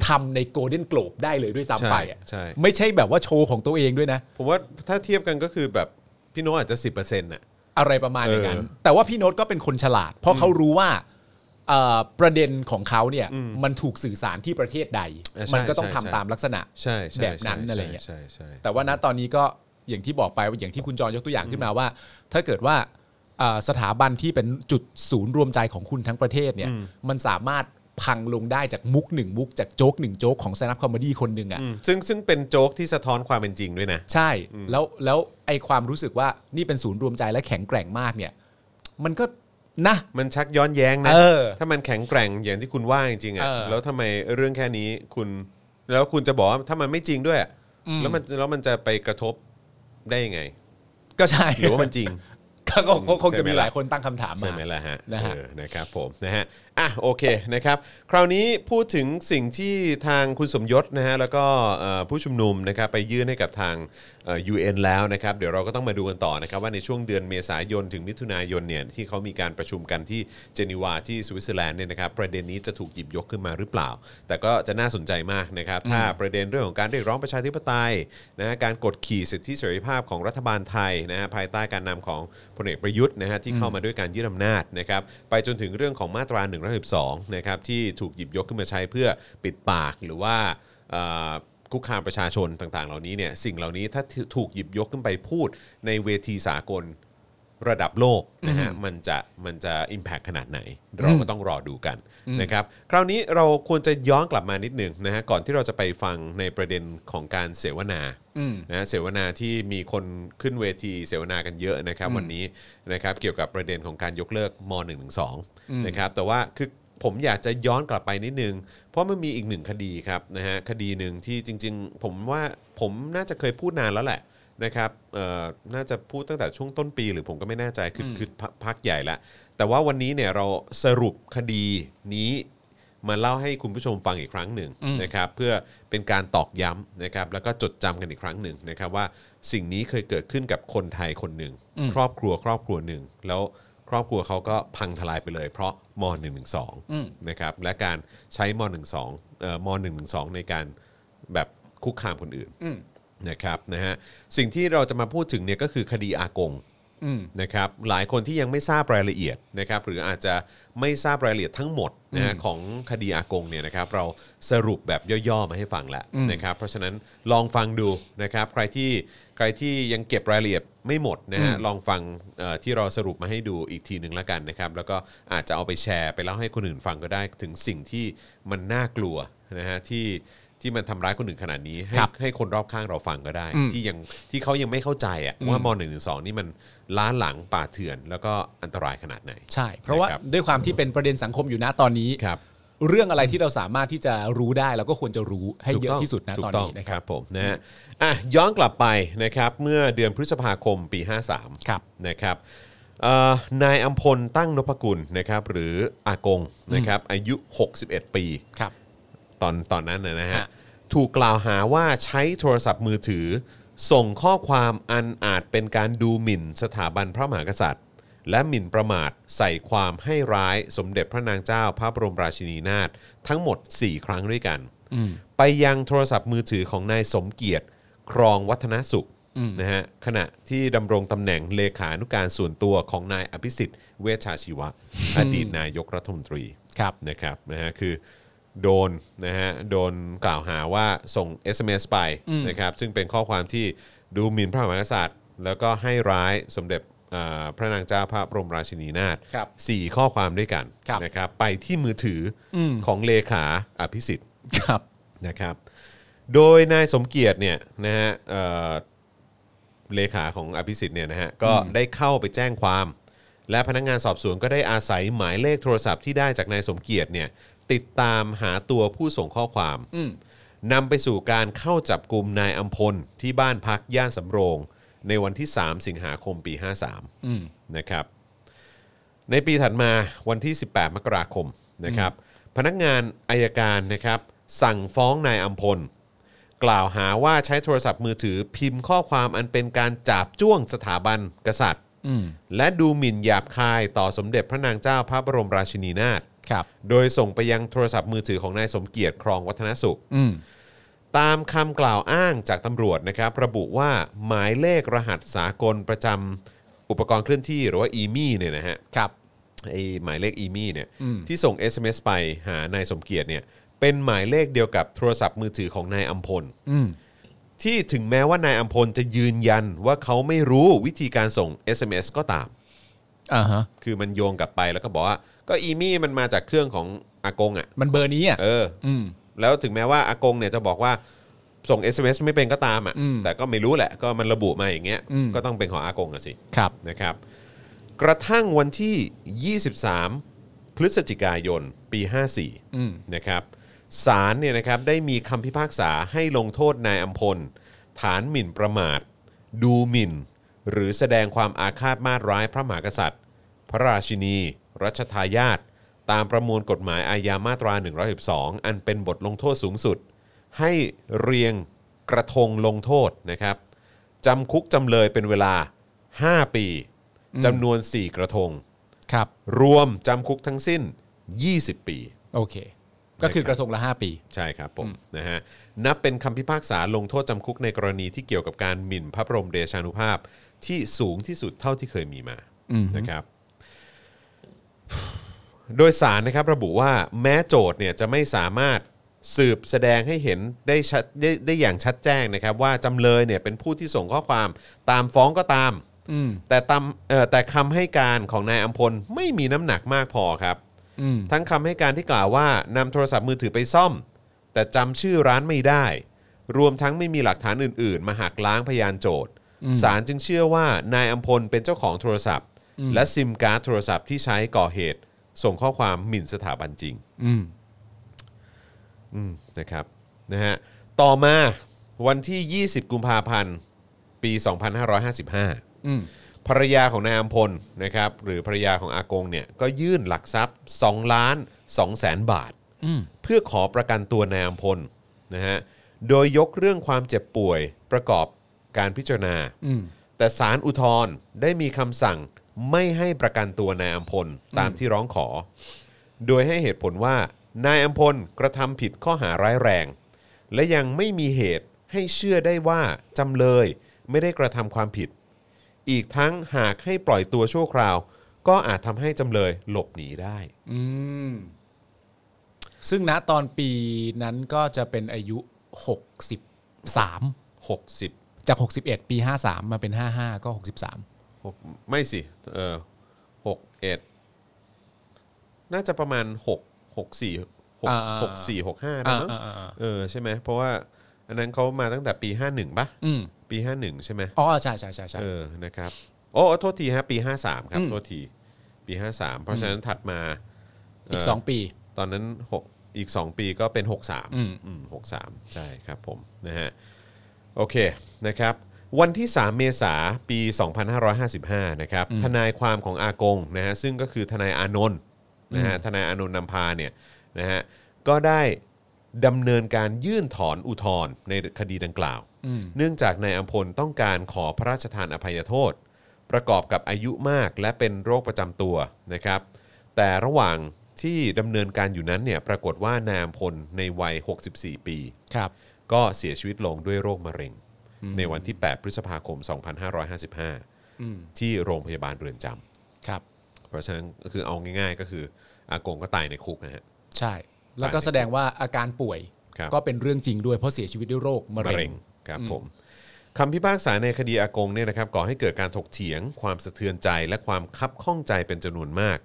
C: ทำในโกลเด้นโกลบได้เลยด้วยซ้ำไปอ่ะ
B: ใช่ใช่
C: ไม่ใช่แบบว่าโชว์ของตัวเองด้วยนะ
B: ผมว่าถ้าเทียบกันก็คือแบบพี่โน้ตอาจจะ 10%น่ะ
C: อะไรประมาณอย่างนั้น
B: เออ
C: แต่ว่าพี่โน้ตก็เป็นคนฉลาด เพราะเขารู้ว่าเอ่อประเด็นของเขาเนี่ยมันถูกสื่อสารที่ประเทศใด
B: เออใช่
C: มัก็ต้อง
B: ใช่
C: ทำ
B: ใช่
C: ตามลักษณะ
B: ใช่ใช่
C: แบบนั้น
B: ใช่
C: อะไรเงี้ย
B: ใช่ใช่ใช่
C: แต่ว่าณตอนนี้ก็อย่างที่บอกไปว่าอย่างที่คุณจรยกตัวอย่างขึ้นมาว่า ถ้าเกิดว่าเอ่อสถาบันที่เป็นจุดศูนย์รวมใจของคุณทั้งประเทศเนี่ยมันสามารถพังลงได้จากมุกหนึ่งมุกจากโจ๊กหนึ่งโจ๊กของแซนด์อัพคอมเมดี้คนหนึ่งอ่ะ
B: อืมซึ่งซึ่งเป็นโจ๊กที่สะท้อนความเป็นจริงด้วยนะ
C: ใช่แล้วแล้วไอความรู้สึกว่านี่เป็นศูนย์รวมใจและแข็งแกร่งมากเนี่ย มันก็ นะ
B: มันชักย้อนแย้งนะ
C: เออ
B: ถ้ามันแข็งแกร่งอย่างที่คุณว่าจริงๆอ่ะ
C: เออ
B: แล้วทำไมเรื่องแค่นี้คุณ แล้วคุณจะบอกว่าถ้ามันไม่จริงด้วยอะ
C: อืม
B: แล้วมันแล้วมันจะไปกระทบได้ยังไง
C: ก็ใช่
B: หรือว่ามันจริง
C: ก็ก็ก็คง
B: ใช่
C: จะ
B: ไหม
C: มี
B: ล่ะ
C: หลายคนตั้งคำถามมา
B: ใช่ไหมล่ะฮะ
C: นะฮะ
B: เออนะครับผมนะฮะอ่ะโอเคนะครับ คราวนี้พูดถึงสิ่งที่ทางคุณสมยศนะฮะแล้วก็เอ่อผู้ชุมนุมนะครับไปยื่นให้กับทางเอ่อ UN แล้วนะครับ เดี๋ยวเราก็ต้องมาดูกันต่อนะครับ ว่าในช่วงเดือนเมษายนถึงมิถุนายนเนี่ยที่เขามีการประชุมกันที่เจนีวาที่สวิตเซอร์แลนด์เนี่ยนะครับประเด็นนี้จะถูกหยิบยกขึ้นมาหรือเปล่า แต่ก็จะน่าสนใจมากนะครับถ้าประเด็นเรื่องของการเรียกร้องประชาธิปไตยนะฮะการกดขี่สิทธิเสรีภาพของรัฐบาลไทยนะฮะภายใต้การนำของพลเอกประยุทธ์นะฮะที่เข้ามาด้วยการยึดอำนาจนะครับไปจนถึงเรื่องของมาตรา1นึนะครับที่ถูกหยิบยกขึ้นมาใช้เพื่อปิดปากหรือว่าเอ่อคุกคามประชาชนต่างๆ เหล่านี้เนี่ยสิ่งเหล่านี้ถ้าถูกหยิบยกขึ้นไปพูดในเวทีสากล ระดับโลกนะฮะมันจะมันจะ Impact ขนาดไหน เราก็ต้องรอดูกันนะครับคราวนี้เราควรจะย้อนกลับมานิดหนึ่งนะฮะก่อนที่เราจะไปฟังในประเด็นของการเสวนา
C: อืม
B: นะฮะเสวนาที่มีคนขึ้นเวทีเสวนากันเยอะนะครับวันนี้นะครับเกี่ยวกับประเด็นของการยกเลิกม .112 นะครับแต่ว่าคือผมอยากจะย้อนกลับไปนิดนึง เพราะมันมีอีกหนึ่งคดีครับนะฮะคดีหนึ่งที่จริง ๆ ผมว่าผมน่าจะเคยพูดนานแล้วแหละ นะครับเอ่อน่าจะพูดตั้งแต่ช่วงต้นปีหรือผมก็ไม่แน่ใจคือคือพกพักใหญ่ละแต่ว่าวันนี้เนี่ยเราสรุปคดีนี้มาเล่าให้คุณผู้ชมฟังอีกครั้งหนึ่งนะครับเพื่อเป็นการตอกย้ำนะครับแล้วก็จดจำกันอีกครั้งหนึ่งนะครับว่าสิ่งนี้เคยเกิดขึ้นกับคนไทยคนหนึ่ง ครอบครัวครอบครัวหนึ่ง แล้วครอบครัวเขาก็พังทลายไปเลย เพราะม .112 นะครับและการใช้ม .12 เอ่อม .112 ในการแบบคุกคามคนอื่น นะครับนะฮะสิ่งที่เราจะมาพูดถึงเนี่ยก็คือคดีอากงนะครับหลายคนที่ยังไม่ทราบรายละเอียดนะครับหรืออาจจะไม่ทราบรายละเอียดทั้งหมดนะฮะของคดีอากงเนี่ยนะครับเราสรุปแบบย่อๆมาให้ฟังแล้วนะครับเพราะฉะนั้นลองฟังดูนะครับใครที่ใครที่ยังเก็บรายละเอียดไม่หมดนะฮะลองฟังเอ่อที่เราสรุปมาให้ดูอีกทีหนึ่งแล้วกันนะครับแล้วก็อาจจะเอาไปแชร์ไปเล่าให้คนอื่นฟังก็ได้ถึงสิ่งที่มันน่ากลัวนะฮะที่ ที่มันทำร้ายคนอื่นขนาดนี้ ให้
C: ครับ
B: ให้คนรอบข้างเราฟังก็ได้ ที่ยังที่เขายังไม่เข้าใจอะว่ามหนึ่งหนึ่งสองนี่มันล้าหลังป่าเถื่อน แล้วก็อันตรายขนาดไหน
C: ใช่ เพราะว่า
B: นะครับ
C: ด้วยความที่เป็นประเด็นสังคมอยู่นะตอนนี้
B: ครับ
C: เรื่องอะไรที่เราสามารถที่จะรู้ได้เราก็ควรจะรู้ให้เยอะที่สุดนะ
B: ถู
C: ต
B: ก
C: อน
B: ต้อง
C: นี้นะ
B: ค
C: ครับ
B: รับผมนะฮะอ่ะย้อนกลับไปนะครับเมื่อเดือนพฤษภาคมปี 53
C: ครับ
B: นะครับเอ่อนายอัมพลตั้งนพกุลนะครับหรืออากงนะครับอายุ 61 ปี
C: ครับ
B: ตอนตอนนั้นนะนะฮะ
C: ฮะ
B: ถูกกล่าวหาว่าใช้โทรศัพท์มือถือ ส่งข้อความอันอาจเป็นการดูหมิ่นสถาบันพระมหากษัตริย์ และหมิ่นประมาทใส่ความให้ร้ายสมเด็จพระนางเจ้าพระบรมราชินีนาถทั้งหมด 4 ครั้งด้วยกัน ไปยังโทรศัพท์มือถือของนายสมเกียรติครองวัฒนสุขนะฮะขณะที่ดำรงตำแหน่งเลขานุการส่วนตัวของนายอภิสิทธิ์เวชชาชีวะ อดีตนายกรัฐมนตรี
C: ครับ
B: นะครับนะฮะคือโดนนะฮะโดนกล่าวหาว่าส่ง SMS ไปนะครับซึ่งเป็นข้อความที่ดูหมิ่นพระมหากษัตริย์ แล้วก็ให้ร้ายสมเด็จเอ่อพระนางเจ้าพระบรมราชินีนาถ
C: ครับ
B: สี่ข้อความด้วยกัน
C: ครับ
B: นะครับไปที่มือถืออของเลขาอภิสิทธิ์
C: ครับ
B: นะครับ โดยนายสมเกียรติเนี่ยนะฮะเอ่อเลขาของอภิสิทธิ์เนี่ยนะฮะก็ได้เข้าไปแจ้งความ และพนักงานสอบสวนก็ได้อาศัยหมายเลขโทรศัพท์ที่ได้จากนายสมเกียรติเนี่ยติดตามหาตัวผู้ส่งข้อความนำไปสู่การเข้าจับกลุ่มนายอัมพลที่บ้านพักย่านสำโรง ในวันที่ 3 สิงหาคมปี 53นะครับ ในปีถัดมาวันที่ 18 มกราคมนะครับ พนักงานอายการนะครับ สั่งฟ้องนายอัมพล กล่าวหาว่าใช้โทรศัพท์มือถือพิมพ์ข้อความอันเป็นการจาบจ้วงสถาบันกษัตริย์และดูหมิ่นหยาบคายต่อสมเด็จพระนางเจ้าพระบรมราชินีนาถ
C: ครับ
B: โดยส่งไปยังโทรศัพท์มือถือของนายสมเกียรติครองวัฒนสุข
C: อืม
B: ตามคำกล่าวอ้างจากตำรวจนะครับ ระบุว่าหมายเลขรหัสสากลประจำอุปกรณ์เคลื่อนที่หรือว่าอีมี่เนี่ยนะฮะ
C: ครับ
B: ไอหมายเลขอีมี่เนี่ยที่ส่ง SMS ไปหานายสมเกียรติเนี่ยเป็นหมายเลขเดียวกับโทรศัพท์มือถือของนายอัมพล
C: อืม
B: ที่ถึงแม้ว่านายอัมพลจะยืนยันว่าเขาไม่รู้วิธีการส่ง SMS ก็ตาม
C: อ่าฮะ
B: คือมันโยงกลับไปแล้วก็บอกว่า ก็อีมี่มันมาจากเครื่องของอากงอะ่ะ
C: มันเบอร์นี้อ่ะ
B: เออ
C: อืม
B: แล้วถึงแม้ว่าอากงเนี่ยจะบอกว่าส่ง SMS ไม่เป็นก็ตามอะ่ะแต่ก็ไม่รู้แหละก็มันระบุมาอย่างเงี้ย
C: อืม
B: ก็ต้องเป็นของอากงอะสิ
C: ครับ
B: นะครับ กระทั่งวันที่ 23 พฤศจิกายน ปี 54 นะครับศาลเนี่ยนะครับได้มีคำพิพากษาให้ลงโทษนายอัมพล ฐานหมิ่นประมาท ดูหมิ่น หรือแสดงความอาฆาตมาตร้ายพระมหากษัตริย์ พระราชินี รัชทายาทตามประมวลกฎหมายอาญามาตรา 112 อันเป็นบทลงโทษสูงสุด ให้เรียงกระทงลงโทษนะครับจำคุกจำเลยเป็นเวลา 5 ปีจำนวน 4 กระทง
C: ครับ
B: รวมจำคุกทั้งสิ้น 20 ปี
C: โอเค ก็คือกระทงละ 5 ปี
B: ใช่ครับผมนะฮะนับเป็นคำพิพากษาลงโทษจำคุกในกรณีที่เกี่ยวกับการหมิ่นพระบรมเดชานุภาพที่สูงที่สุดเท่าที่เคยมีมานะครับ โดยสารนะครับระบุว่าแม้โจทย์เนี่ยจะไม่สามารถสืบแสดงให้เห็นได้ชัดได้ได้อย่างชัดแจ้งนะครับ ว่าจำเลยเนี่ยเป็นผู้ที่ส่งข้อความตามฟ้องก็ตาม แต่ตามเอ่อแต่คำให้การของนายอัมพลไม่มีน้ำหนักมากพอครับ
C: อืม
B: ทั้งคำให้การที่กล่าวว่านำโทรศัพท์มือถือไปซ่อม แต่จำชื่อร้านไม่ได้ รวมทั้งไม่มีหลักฐานอื่นๆ มาหักล้างพยานโจทย์ศาลจึงเชื่อว่านายอัมพลเป็นเจ้าของโทรศัพท์ และซิมการ์ดโทรศัพท์ที่ใช้ก่อเหตุ ส่งข้อความหมิ่นสถาบันจริง
C: อืม
B: อืมนะครับนะฮะต่อมาวันที่ 20 กุมภาพันธ์ปี 2555
C: อืม
B: ภรรยาของนายอัมพลนะครับหรือภรรยาของอากงเนี่ยก็ยื่นหลักทรัพย์2ล้าน2แสนบาท
C: อืม
B: เพื่อขอประกันตัวนายอัมพลนะฮะโดยยกเรื่องความเจ็บป่วยประกอบการพิจารณา
C: อืม
B: แต่สารอุทธรณ์ได้มีคำสั่งไม่ให้ประกันตัวนายอัมพลตามที่ร้องขอ โดยให้เหตุผลว่านายอัมพลกระทำผิดข้อหาร้ายแรง และยังไม่มีเหตุให้เชื่อได้ว่าจำเลยไม่ได้กระทำความผิด อีกทั้งหากให้ปล่อยตัวชั่วคราว ก็อาจทำให้จำเลยหลบหนีได้
C: อืม ซึ่งณตอนปีนั้นก็จะเป็นอายุ 63
B: 60
C: จาก 61 ปี 53 มาเป็น 55 ก็ 63
B: หกไม่สิ เออหกเอ็ดน่าจะประมาณหกหกสี่หก
C: อ่า
B: หกสี่หกห้านะมั้ง
C: อ่าอ่าอ่า
B: เออใช่ไหมเพราะว่าอันนั้นเขามาตั้งแต่ปีห้าหนึ่งปะ
C: อืม
B: ปีห้าหนึ่งใช่ไหม
C: อ๋อ ใช่ใช่ใช่ใช่
B: เออนะครับ โอ้โทษทีฮะปีห้าสามครับ
C: อืม
B: โทษที ปีห้าสามเพราะฉะนั้นถัดมา
C: อีก
B: เ
C: 2 ปี
B: ตอนนั้นหกอีก 2 ปีก็เป็น 63
C: อืม
B: อืม63 ใช่ครับผมนะฮะโอเคนะครับวันที่ 3 เมษาปี 2555 นะครับทนายความของอากงนะฮะซึ่งก็คือทนายอานนท์นะฮะทนายอานนท์นำพาเนี่ยนะฮะก็ได้ดำเนินการยื่นถอนอุทธรณ์ในคดีดังกล่าว เนื่องจากนายอัมพลต้องการขอพระราชทานอภัยโทษ ประกอบกับอายุมากและเป็นโรคประจำตัวนะครับ แต่ระหว่างที่ดำเนินการอยู่นั้นเนี่ยปรากฏว่านายอัมพลในวัย 64 ปี
C: ครับ
B: ก็เสียชีวิตลงด้วยโรคมะเร็ง ในวันที่ 8 พฤษภาคม 2555 ที่โรงพยาบาลเรือนจ
C: ครับ
B: ำเพราะฉะนั้นก็คือเอาง่ายๆ ก็คืออากงก็ตายในคุกนะฮะ
C: ใช่ แล้วก็แสดงว่าอาการป่วย
B: ครับ
C: ก็เป็นเรื่องจริงด้วยเพราะเสียชีวิตด้วยโรคมะเร็ง
B: ครับผมคำพิพากษาในคดีอากงเนี่ยนะครับก่อให้เกิดการถกเถียง ความสะเทือนใจและความคับข้องใจเป็นจำนวนมาก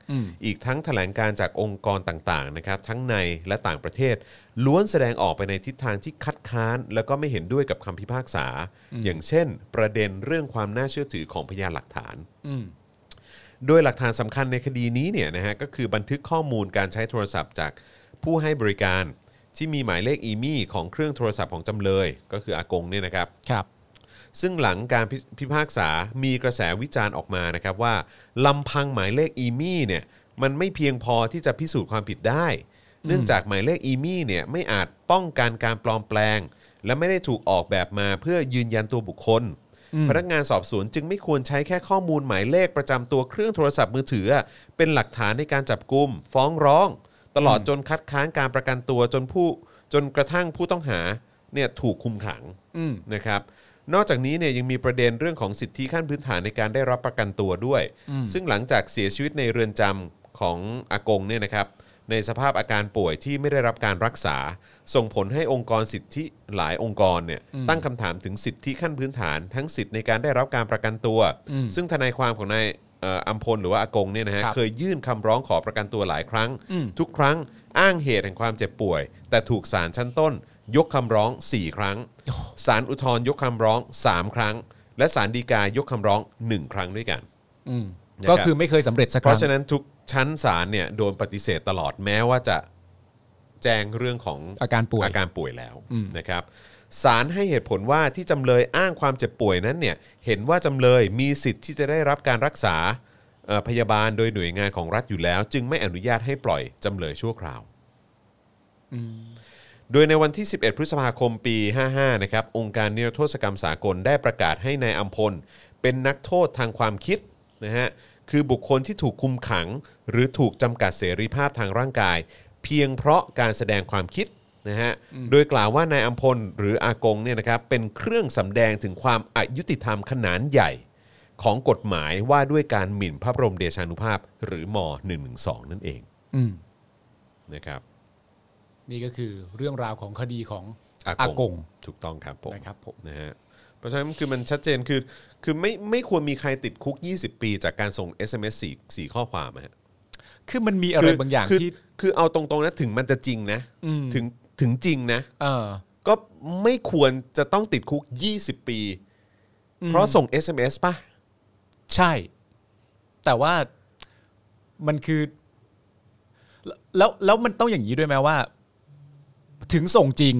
B: อีกทั้งแถลงการจากองค์กรต่างๆนะครับทั้งในและต่างประเทศ ล้วนแสดงออกไปในทิศทางที่คัดค้าน แล้วก็ไม่เห็นด้วยกับคำพิพากษา อย่างเช่น ประเด็นเรื่องความน่าเชื่อถือของพยานหลักฐาน
C: อืม
B: โดยหลักฐานสำคัญในคดีนี้เนี่ยนะฮะก็คือบันทึกข้อมูลการใช้โทรศัพท์จากผู้ให้บริการ ที่มีหมายเลขอีมี่ของเครื่องโทรศัพท์ของจำเลย ก็คืออากงเนี่ยนะครับ
C: ครับ
B: ซึ่งหลังการพิพิพากษา มีกระแสวิจารณ์ออกมานะครับว่าลำพังหมายเลขอีมี่เนี่ยมันไม่เพียงพอที่จะพิสูจน์ความผิดได้ เนื่องจากหมายเลขอีมี่เนี่ยไม่อาจป้องกันการปลอมแปลง และไม่ได้ถูกออกแบบมาเพื่อยืนยันตัวบุคคล พนักงานสอบสวนจึงไม่ควรใช้แค่ข้อมูลหมายเลขประจำตัวเครื่องโทรศัพท์มือถือ เป็นหลักฐานในการจับกุม ฟ้องร้อง ตลอดจนคัดค้านการประกันตัวจนผู้จนกระทั่งผู้ต้องหาเนี่ยถูกคุมขัง
C: อืม
B: นะครับ นอกจากนี้เนี่ยยังมีประเด็นเรื่องของสิทธิขั้นพื้นฐานในการได้รับประกันตัวด้วย ซึ่งหลังจากเสียชีวิตในเรือนจำของอากงเนี่ยนะครับ ในสภาพอาการป่วยที่ไม่ได้รับการรักษา ส่งผลให้องค์กรสิทธิหลายองค์กรเนี่ยตั้งคำถามถึงสิทธิขั้นพื้นฐาน ทั้งสิทธิในการได้รับการประกันตัว ซึ่งทนายความของนายเอ่ออัมพลหรือว่าอากงเนี่ยนะฮะ
C: ครับ
B: เคยยื่นคำร้องขอประกันตัวหลายครั้ง ทุกครั้งอ้างเหตุแห่งความเจ็บป่วย แต่ถูกศาลชั้นต้น ยกคำร้อง 4 ครั้ง ศาลอุทธรณ์ยกคำร้อง 3 ครั้ง และศาลฎีกายกคำร้อง 1 ครั้งด้วยกัน
C: อืม
B: นะครับ
C: ก็คือไม่เคยสำเร็จสักค
B: เพ
C: รั้ง
B: ราะฉะนั้นทุกชั้นศาลเนี่ยโดนปฏิเสธตลอดแม้ว่าจะแจ้งเรื่องของ
C: อาการป่วย
B: อาการป่วยแล้วนะครับศาลให้เหตุผลว่าที่จำเลยอ้างความเจ็บป่วยนั้นเนี่ยเห็นว่าจำเลยมีสิทธิ์ที่จะได้รับการรักษาเอ่อพยาบาลโดยหน่วยงานของรัฐอยู่แล้ว จึงไม่อนุญาตให้ปล่อยจำเลยชั่วคราว โดยในวันที่ 11 พฤษภาคมปี 55 นะครับ องค์การนิรโทษกรรมสากลได้ประกาศให้นายอัมพล เป็นนักโทษทางความคิดนะฮะ คือบุคคลที่ถูกคุมขัง หรือถูกจำกัดเสรีภาพทางร่างกาย เพียงเพราะการแสดงความคิดนะฮะ โดยกล่าวว่านายอัมพลหรืออากงเนี่ยนะครับ เป็นเครื่องสำแดงถึงความอายุติธรรมขนานใหญ่ ของกฎหมายว่าด้วยการหมิ่นพระบรมเดชานุภาพ หรือม .112 นั่นเอง
C: อืม
B: นะครับ
C: นี่ก็คือเรื่องราวของคดีของ
B: อากง
C: อากง
B: ถูกต้องครับผม
C: นะครับผม
B: นะฮะเพราะฉะนั้นคือมันชัดเจนคือคือไม่ไม่ควรมีใครติดคุก 20 ปีจากการส่ง SMS 4 4ข้อความอะฮะ
C: คือมันมีอะไรบางอย่าง
B: คื
C: ที่
B: คือเอาตรงๆนะถึงมันจะจริงนะ
C: อืม
B: ถึงถึงจริงนะ
C: เออ
B: ก็ไม่ควรจะต้องติดคุก 20 ปี เพราะส่ง SMS ป่ะ
C: ใช่ แต่ว่ามันคือ แล้วแล้วแล้วมันต้องอย่างนี้ด้วยไหมว่า ถึงส่งจริง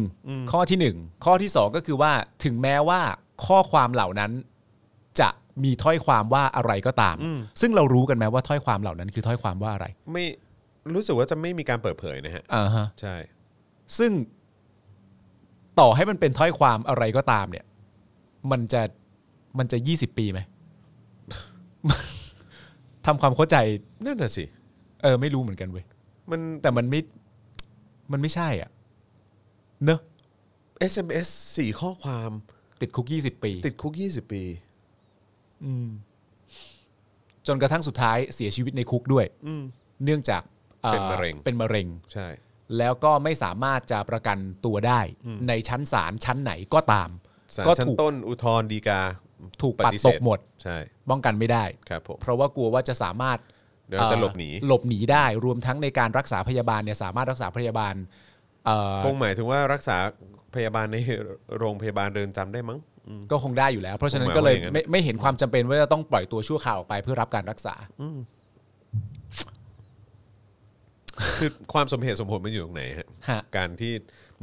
C: ข้อที่หนึ่งข้อที่สองก็คือว่าถึงแม้ว่าข้อความเหล่านั้น จะมีถ้อยความว่าอะไรก็ตาม ซึ่งเรารู้กันไหมว่าถ้อยความเหล่านั้นคือถ้อยความว่าอะไร
B: ไม่รู้สึกว่าจะไม่มีการเปิดเผยนะฮะ
C: อ่าฮะ
B: ใช่
C: ซึ่งต่อให้มันเป็นถ้อยความอะไรก็ตาม เนี่ย มันจะมันจะยี่สิบปีไหม ทำความเข้าใจ
B: นั่นน่ะสิ
C: เออไม่รู้เหมือนกันเว้ย
B: มัน
C: แต่มันไม่มันไม่ใช่อ่ะ เนอะ
B: SMS 4 ข้อความ
C: ติดคุกยี่สิบปี
B: ติดคุก 20 ปี
C: จนกระทั่งสุดท้ายเสียชีวิตในคุกด้วยเนื่องจากอ่อ
B: เป็นมะเร็ง
C: เป็นมะเร็ง
B: ใช่
C: แล้วก็ไม่สามารถจะประกันตัวได้ ในชั้นศาลชั้นไหนก็ตาม
B: สาร
C: ก็
B: ชั้น
C: ถูก
B: ต้นอุทธรณ์ฎีกา
C: ถูก
B: ป
C: ปัด
B: ฏิ
C: ต
B: เส
C: ก
B: ธ
C: หมด
B: ใช่
C: ป้องกันไม่ได้
B: ครับผม
C: เพราะว่ากลัวว่าจะสามารถ
B: เดี๋ยวจะหลบหนี
C: เอ่อหลบหนีได้ รวมทั้งในการรักษาพยาบาลเนี่ยสามารถรักษาพยาบาลเอ่อ
B: คงหมายถึงว่ารักษาพยาบาลในโรงพยาบาลเรือนจำได้มั้ง
C: ก็คงได้อยู่แล้ว เพราะฉะนั้น
B: คงหมาย
C: ก็เลย
B: ว่าอย่างนั้น
C: ไม่ไม่เห็นความจำเป็นว่าจะต้องปล่อยตัวชั่วคราวออกไปเพื่อรับการรักษา
B: คือความสมเหตุสมผลมันอยู่ตรงไหนฮะ
C: ฮะ
B: การที่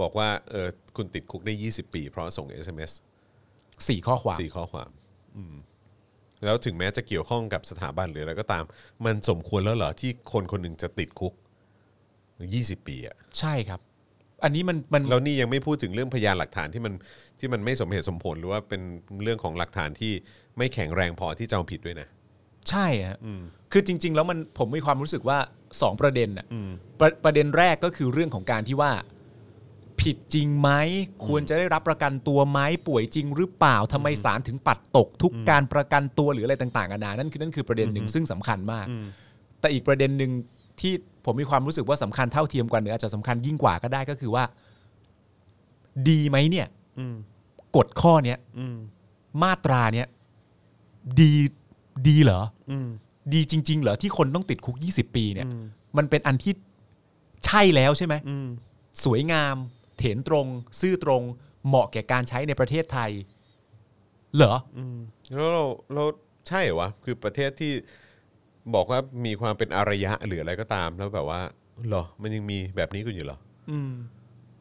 B: บอกว่าเออคุณติดคุกได้ 20 ปี เพราะส่ง SMS
C: สี่ข้อความ
B: สี่ข้อความอืมแล้วถึงแม้จะเกี่ยวข้องกับสถาบันหรืออะไรก็ตาม มันสมควรแล้วเหรอที่คนคนหนึ่งจะติดคุก 20 ปีอะ
C: ใช่ครับ อันนี้มันมัน
B: แล้วนี่ยังไม่พูดถึงเรื่องพยานหลักฐานที่มันที่มันไม่สมเหตุสมผลหรือว่าเป็นเรื่องของหลักฐานที่ไม่แข็งแรงพอที่จะเอาผิดด้วยนะ
C: ใช่ฮะคือจริง ๆ แล้วมันผมมีความรู้สึกว่าสองประเด็นอ่ะประประเด็นแรกก็คือเรื่องของการที่ว่า ผิดจริงไหมควรจะได้รับประกันตัวไหมป่วยจริงหรือเปล่าทำไมศาลถึงปัดตก ทุกการประกันตัวหรืออะไรต่างๆนานานั่นคือนั่นคือประเด็นหนึ่งซึ่งสำคัญมาก แต่อีกประเด็นหนึ่งที่ผมมีความรู้สึกว่าสำคัญเท่าเทียมกว่าหรืออาจจะสำคัญยิ่งกว่าก็ได้ก็คือว่า ดีไหมเนี่ยกฎข้อเนี้ยมาตราเนี้ยดีดีเหรออดีจริง ๆ เหรอที่คนต้องติดคุก 20 ปีเนี่ย มันเป็นอันที่ใช่แล้วใช่ไหม สวยงาม เถนตรง ซื่อตรง เหมาะแก่การใช้ในประเทศไทย เหรอ
B: แล้วเราเราใช่เหรอวะคือประเทศที่บอกว่ามีความเป็นอารยะหรืออะไรก็ตาม แล้วแบบว่าเหรอมันยังมีแบบนี้กันอยู่เหรอ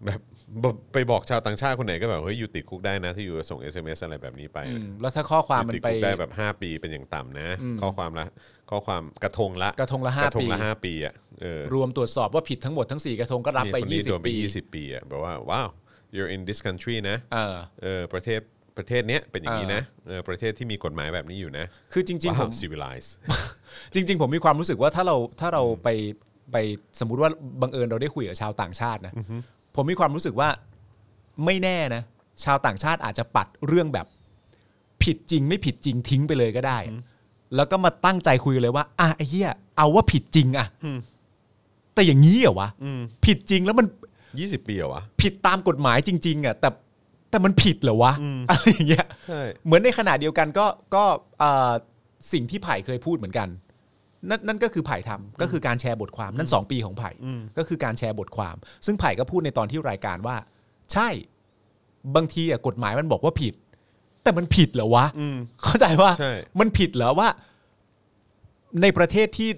B: แบบแบบไปบอกชาวต่างชาติคนไหนก็แบบเฮ้ยอยู่ติดคุกได้นะ ที่อยู่ส่ง SMS อะไรแบบนี้ไป
C: อืม แล้วถ้าข้อความมั
B: อน ยู่ติด
C: ไป
B: คุกได้แบบ 5 ปีเป็นอย่างต่ำนะ ข้อความละ ข้อความกระทงละ
C: กระทงละห้าก
B: ระทงละ
C: ปี
B: ห้าปีอ่ะเออ
C: รวมตรวจสอบว่าผิดทั้งหมดทั้ง 4 กระทงก็รับไป
B: นี่คนนี้โดน
C: 20
B: ไป
C: ปี
B: ยี่สิบปีอ่ะแบบว่าว้าว you're in this country นะ
C: เออ
B: เออประเทศประเทศเนี้ยเป็นอย่างนี้นะเออประเทศที่มีกฎหมายแบบนี้อยู่นะ
C: คือจริง ๆ ผ
B: ว้าว
C: ม
B: civilized
C: จริง ๆ ผมมีความรู้สึกว่าถ้าเราถ้าเราไปไปสมมุติว่าบังเอิญเราได้คุยกับชาวต่างชาตินะ ผมมีความรู้สึกว่าไม่แน่นะ ชาวต่างชาติอาจจะปัดเรื่องแบบ ผิดจริงไม่ผิดจริงทิ้งไปเลยก็ได้ แล้วก็มาตั้งใจคุยเลยว่าอ่ะไอ้เหี้ยเอาว่าผิดจริงอะแต่อย่างนี้เหรอวะ
B: อืม
C: ผิดจริงแล้วมัน
B: ยี่สิบปีเหรอวะ
C: ผิดตามกฎหมายจริง ๆอะแต่แต่มันผิดเหรอวะอะไรอย่างเงี้ย
B: ใช่
C: เหมือนในขณะเดียวกันก็ก็เอ่อสิ่งที่ไผ่เคยพูดเหมือนกัน นั่นนั่นก็คือไผ่ทำก็คือการแชร์บทความนั่น 2 ปีของไผ่ก็คือการแชร์บทความ ซึ่งไผ่ก็พูดในตอนที่รายการว่า ใช่บางทีอะกฎหมายมันบอกว่าผิด แต่มันผิดเหรอวะ เข้าใจว่า
B: ใช่
C: มันผิดเหรอว่า ในประเทศที่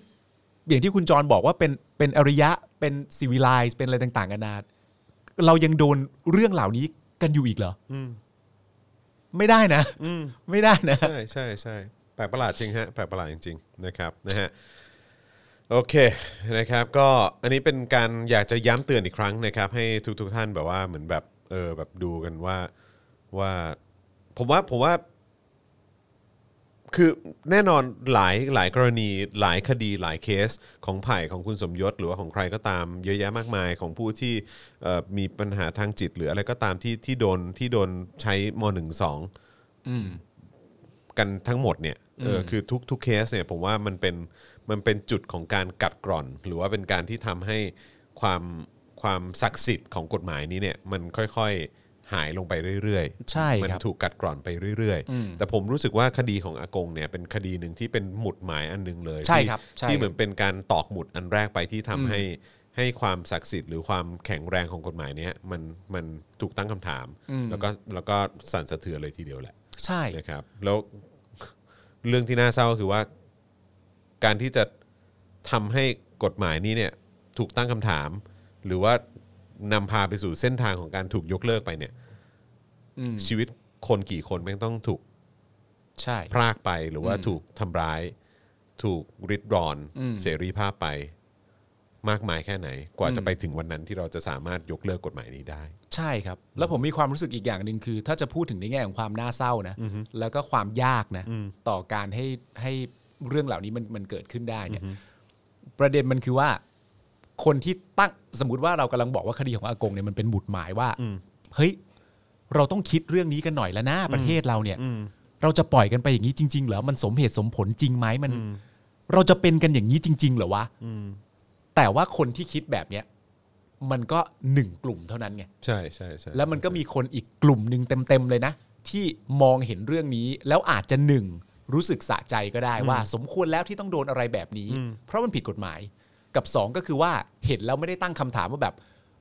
C: อย่างที่คุณจรบอกว่าเป็นเป็นอริยะเป็นซีวิไลซ์เป็นอะไรต่างๆกันานาเรายังโดนเรื่องเหล่านี้กันอยู่อีกเหรอ
B: อืม
C: ไม่ได้นะ
B: อืม
C: ไม่ได้นะ
B: ใช่ใช่ใช่แปลกประหลาดจริงฮะแปลกประหลาดจริงๆนะครับนะฮะโอเคนะครับก็อันนี้เป็นการอยากจะย้ำเตือนอีกครั้งนะครับ ให้ทุกๆท่านแบบว่าเหมือนแบบเออแบบดูกันว่าว่า ผมว่าผมว่า คือแน่นอนหลายหลายกรณีหลายคดีหลายเคสของไผ่ของคุณสมยศ หรือว่าของใครก็ตามเยอะแยะมากมายของผู้ที่เอ่อมีปัญหาทางจิต หรืออะไรก็ตามที่ที่โดนที่โดนใช้มหนึ่งสอง กันทั้งหมดเนี่ยเอออคือทุกทุกเคสเนี่ยผมว่ามันเป็นมันเป็นจุดของการกัดกร่อน หรือว่าเป็นการที่ทำให้ความความศักดิ์สิทธิ์ของกฎหมายนี้เนี่ยมันค่อยๆหายลงไปเรื่อยๆ
C: ใช่
B: มัน
C: ครับ
B: ถูกกัดกร่อนไปเรื่อยๆ แต่ผมรู้สึกว่าคดีของอากงเนี่ยเป็นคดีหนึ่งที่เป็นหมุดหมายอันหนึงเลย
C: ใช่
B: ที่
C: ครับใช่
B: ที่
C: ครับ
B: เหมือนเป็นการตอกหมุดอันแรกไปที่ทำให้ให้ความศักดิ์สิทธิ์หรือความแข็งแรงของกฎหมายเนี้ยมันมันถูกตั้งคำถาม แล้วก็แล้วก็สั่นสะเทือนเลยทีเดียวแหละ
C: ใช่
B: นะครับแล้ว เรื่องที่น่าเศร้าก็คือว่า การที่จะทำให้กฎหมายนี้เนี่ยถูกตั้งคำถาม หรือว่านำพาไปสู่เส้นทางของการถูกยกเลิกไปเนี่ย ชีวิตคนกี่คนแม่งต้องถูก
C: ใช่
B: พรากไป หรือว่าถูกทำร้าย ถูกริดรอน เสรีภาพไป มากมายแค่ไหน กว่าจะไปถึงวันนั้นที่เราจะสามารถยกเลิกกฎหมายนี้ได้
C: ใช่ครับ แล้วผมมีความรู้สึกอีกอย่างหนึ่งคือ ถ้าจะพูดถึงในแง่ของความน่าเศร้านะแล้วก็ความยากนะ ต่อการให้ให้เรื่องเหล่านี้มันมันเกิดขึ้นได้เนี่ยประเด็นมันคือว่า คนที่ตั้งสมมติว่าเรากำลังบอกว่าคดีของอากงเนี่ยมันเป็นหมุดหมายว่าเฮ้ยเราต้องคิดเรื่องนี้กันหน่อยแล้วนะประเทศเราเนี่ยเราจะปล่อยกันไปอย่างนี้จริงๆเหรอมันสมเหตุสมผลจริงไหมมัน เราจะเป็นกันอย่างนี้จริง ๆ เหรอวะแต่ว่าคนที่คิดแบบเนี้ยมันก็หนึ่งกลุ่มเท่านั้นไง
B: ใช่ใช่ใช่
C: แล้วมันก็มีคนอีกกลุ่มหนึ่งเต็มๆเลยนะ ที่มองเห็นเรื่องนี้แล้วอาจจะหนึ่งรู้สึกสะใจก็ได้ว่า สมควรแล้วที่ต้องโดนอะไรแบบนี้ เพราะมันผิดกฎหมาย กับสองก็คือว่าเห็นแล้วไม่ได้ตั้งคำถามว่าแบบ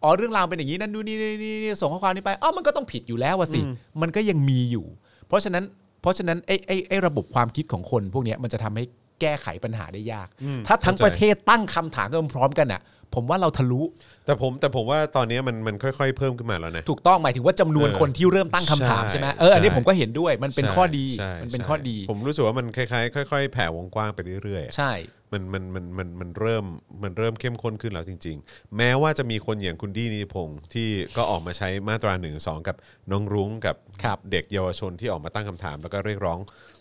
C: อ๋อเรื่องราวเป็นอย่างนี้นั่นดูนนี่นี่นี่ส่งข้อความนี้ไปอ๋อมันก็ต้องผิดอยู่แล้ววะสิมันก็ยังมีอยู่ เพราะฉะนั้นเพราะฉะนั้นไอ้ไอ้ไอ้ระบบความคิดของคน พวกเนี้ยมันจะทำให้แก้ไขปัญหาได้ยาก ถ้าทั้งประเทศตั้งคำถามกันพร้อมกันอ่ะ ผมว่าเราทะลุ
B: แต่ผมแต่ผมว่าตอนนี้มันมันค่อยๆเพิ่มขึ้นมาแล้วนะ
C: ถูกต้องหมายถึงว่าจำนวน
B: เออ
C: คนที่เริ่มตั้งคำถาม
B: ใช่
C: ใช่ไหมเอออันนี้
B: ใช่
C: ผมก็เห็นด้วยมันเป็น
B: ใช่
C: ข้อดี
B: ใช่
C: มันเป็น
B: ใช่
C: ข้อดี
B: ผมรู้สึกว่ามันคล้ายๆค่อย ๆ แผ่วงกว้างไปเรื่อยๆอะ
C: ใช่
B: มันมันมันมันมันเริ่มมันเริ่มเข้มข้นขึ้นแล้วจริง ๆ แม้ว่าจะมีคนอย่างคุณดีนิติพงศ์ที่ก็ออกมาใช้มาตราหนึ่งสองกับน้องรุ้งกับ
C: ครับ
B: เด็กเยาวชนที่ออกมาตั้งคำถาม แล้วก็เรียกร้อง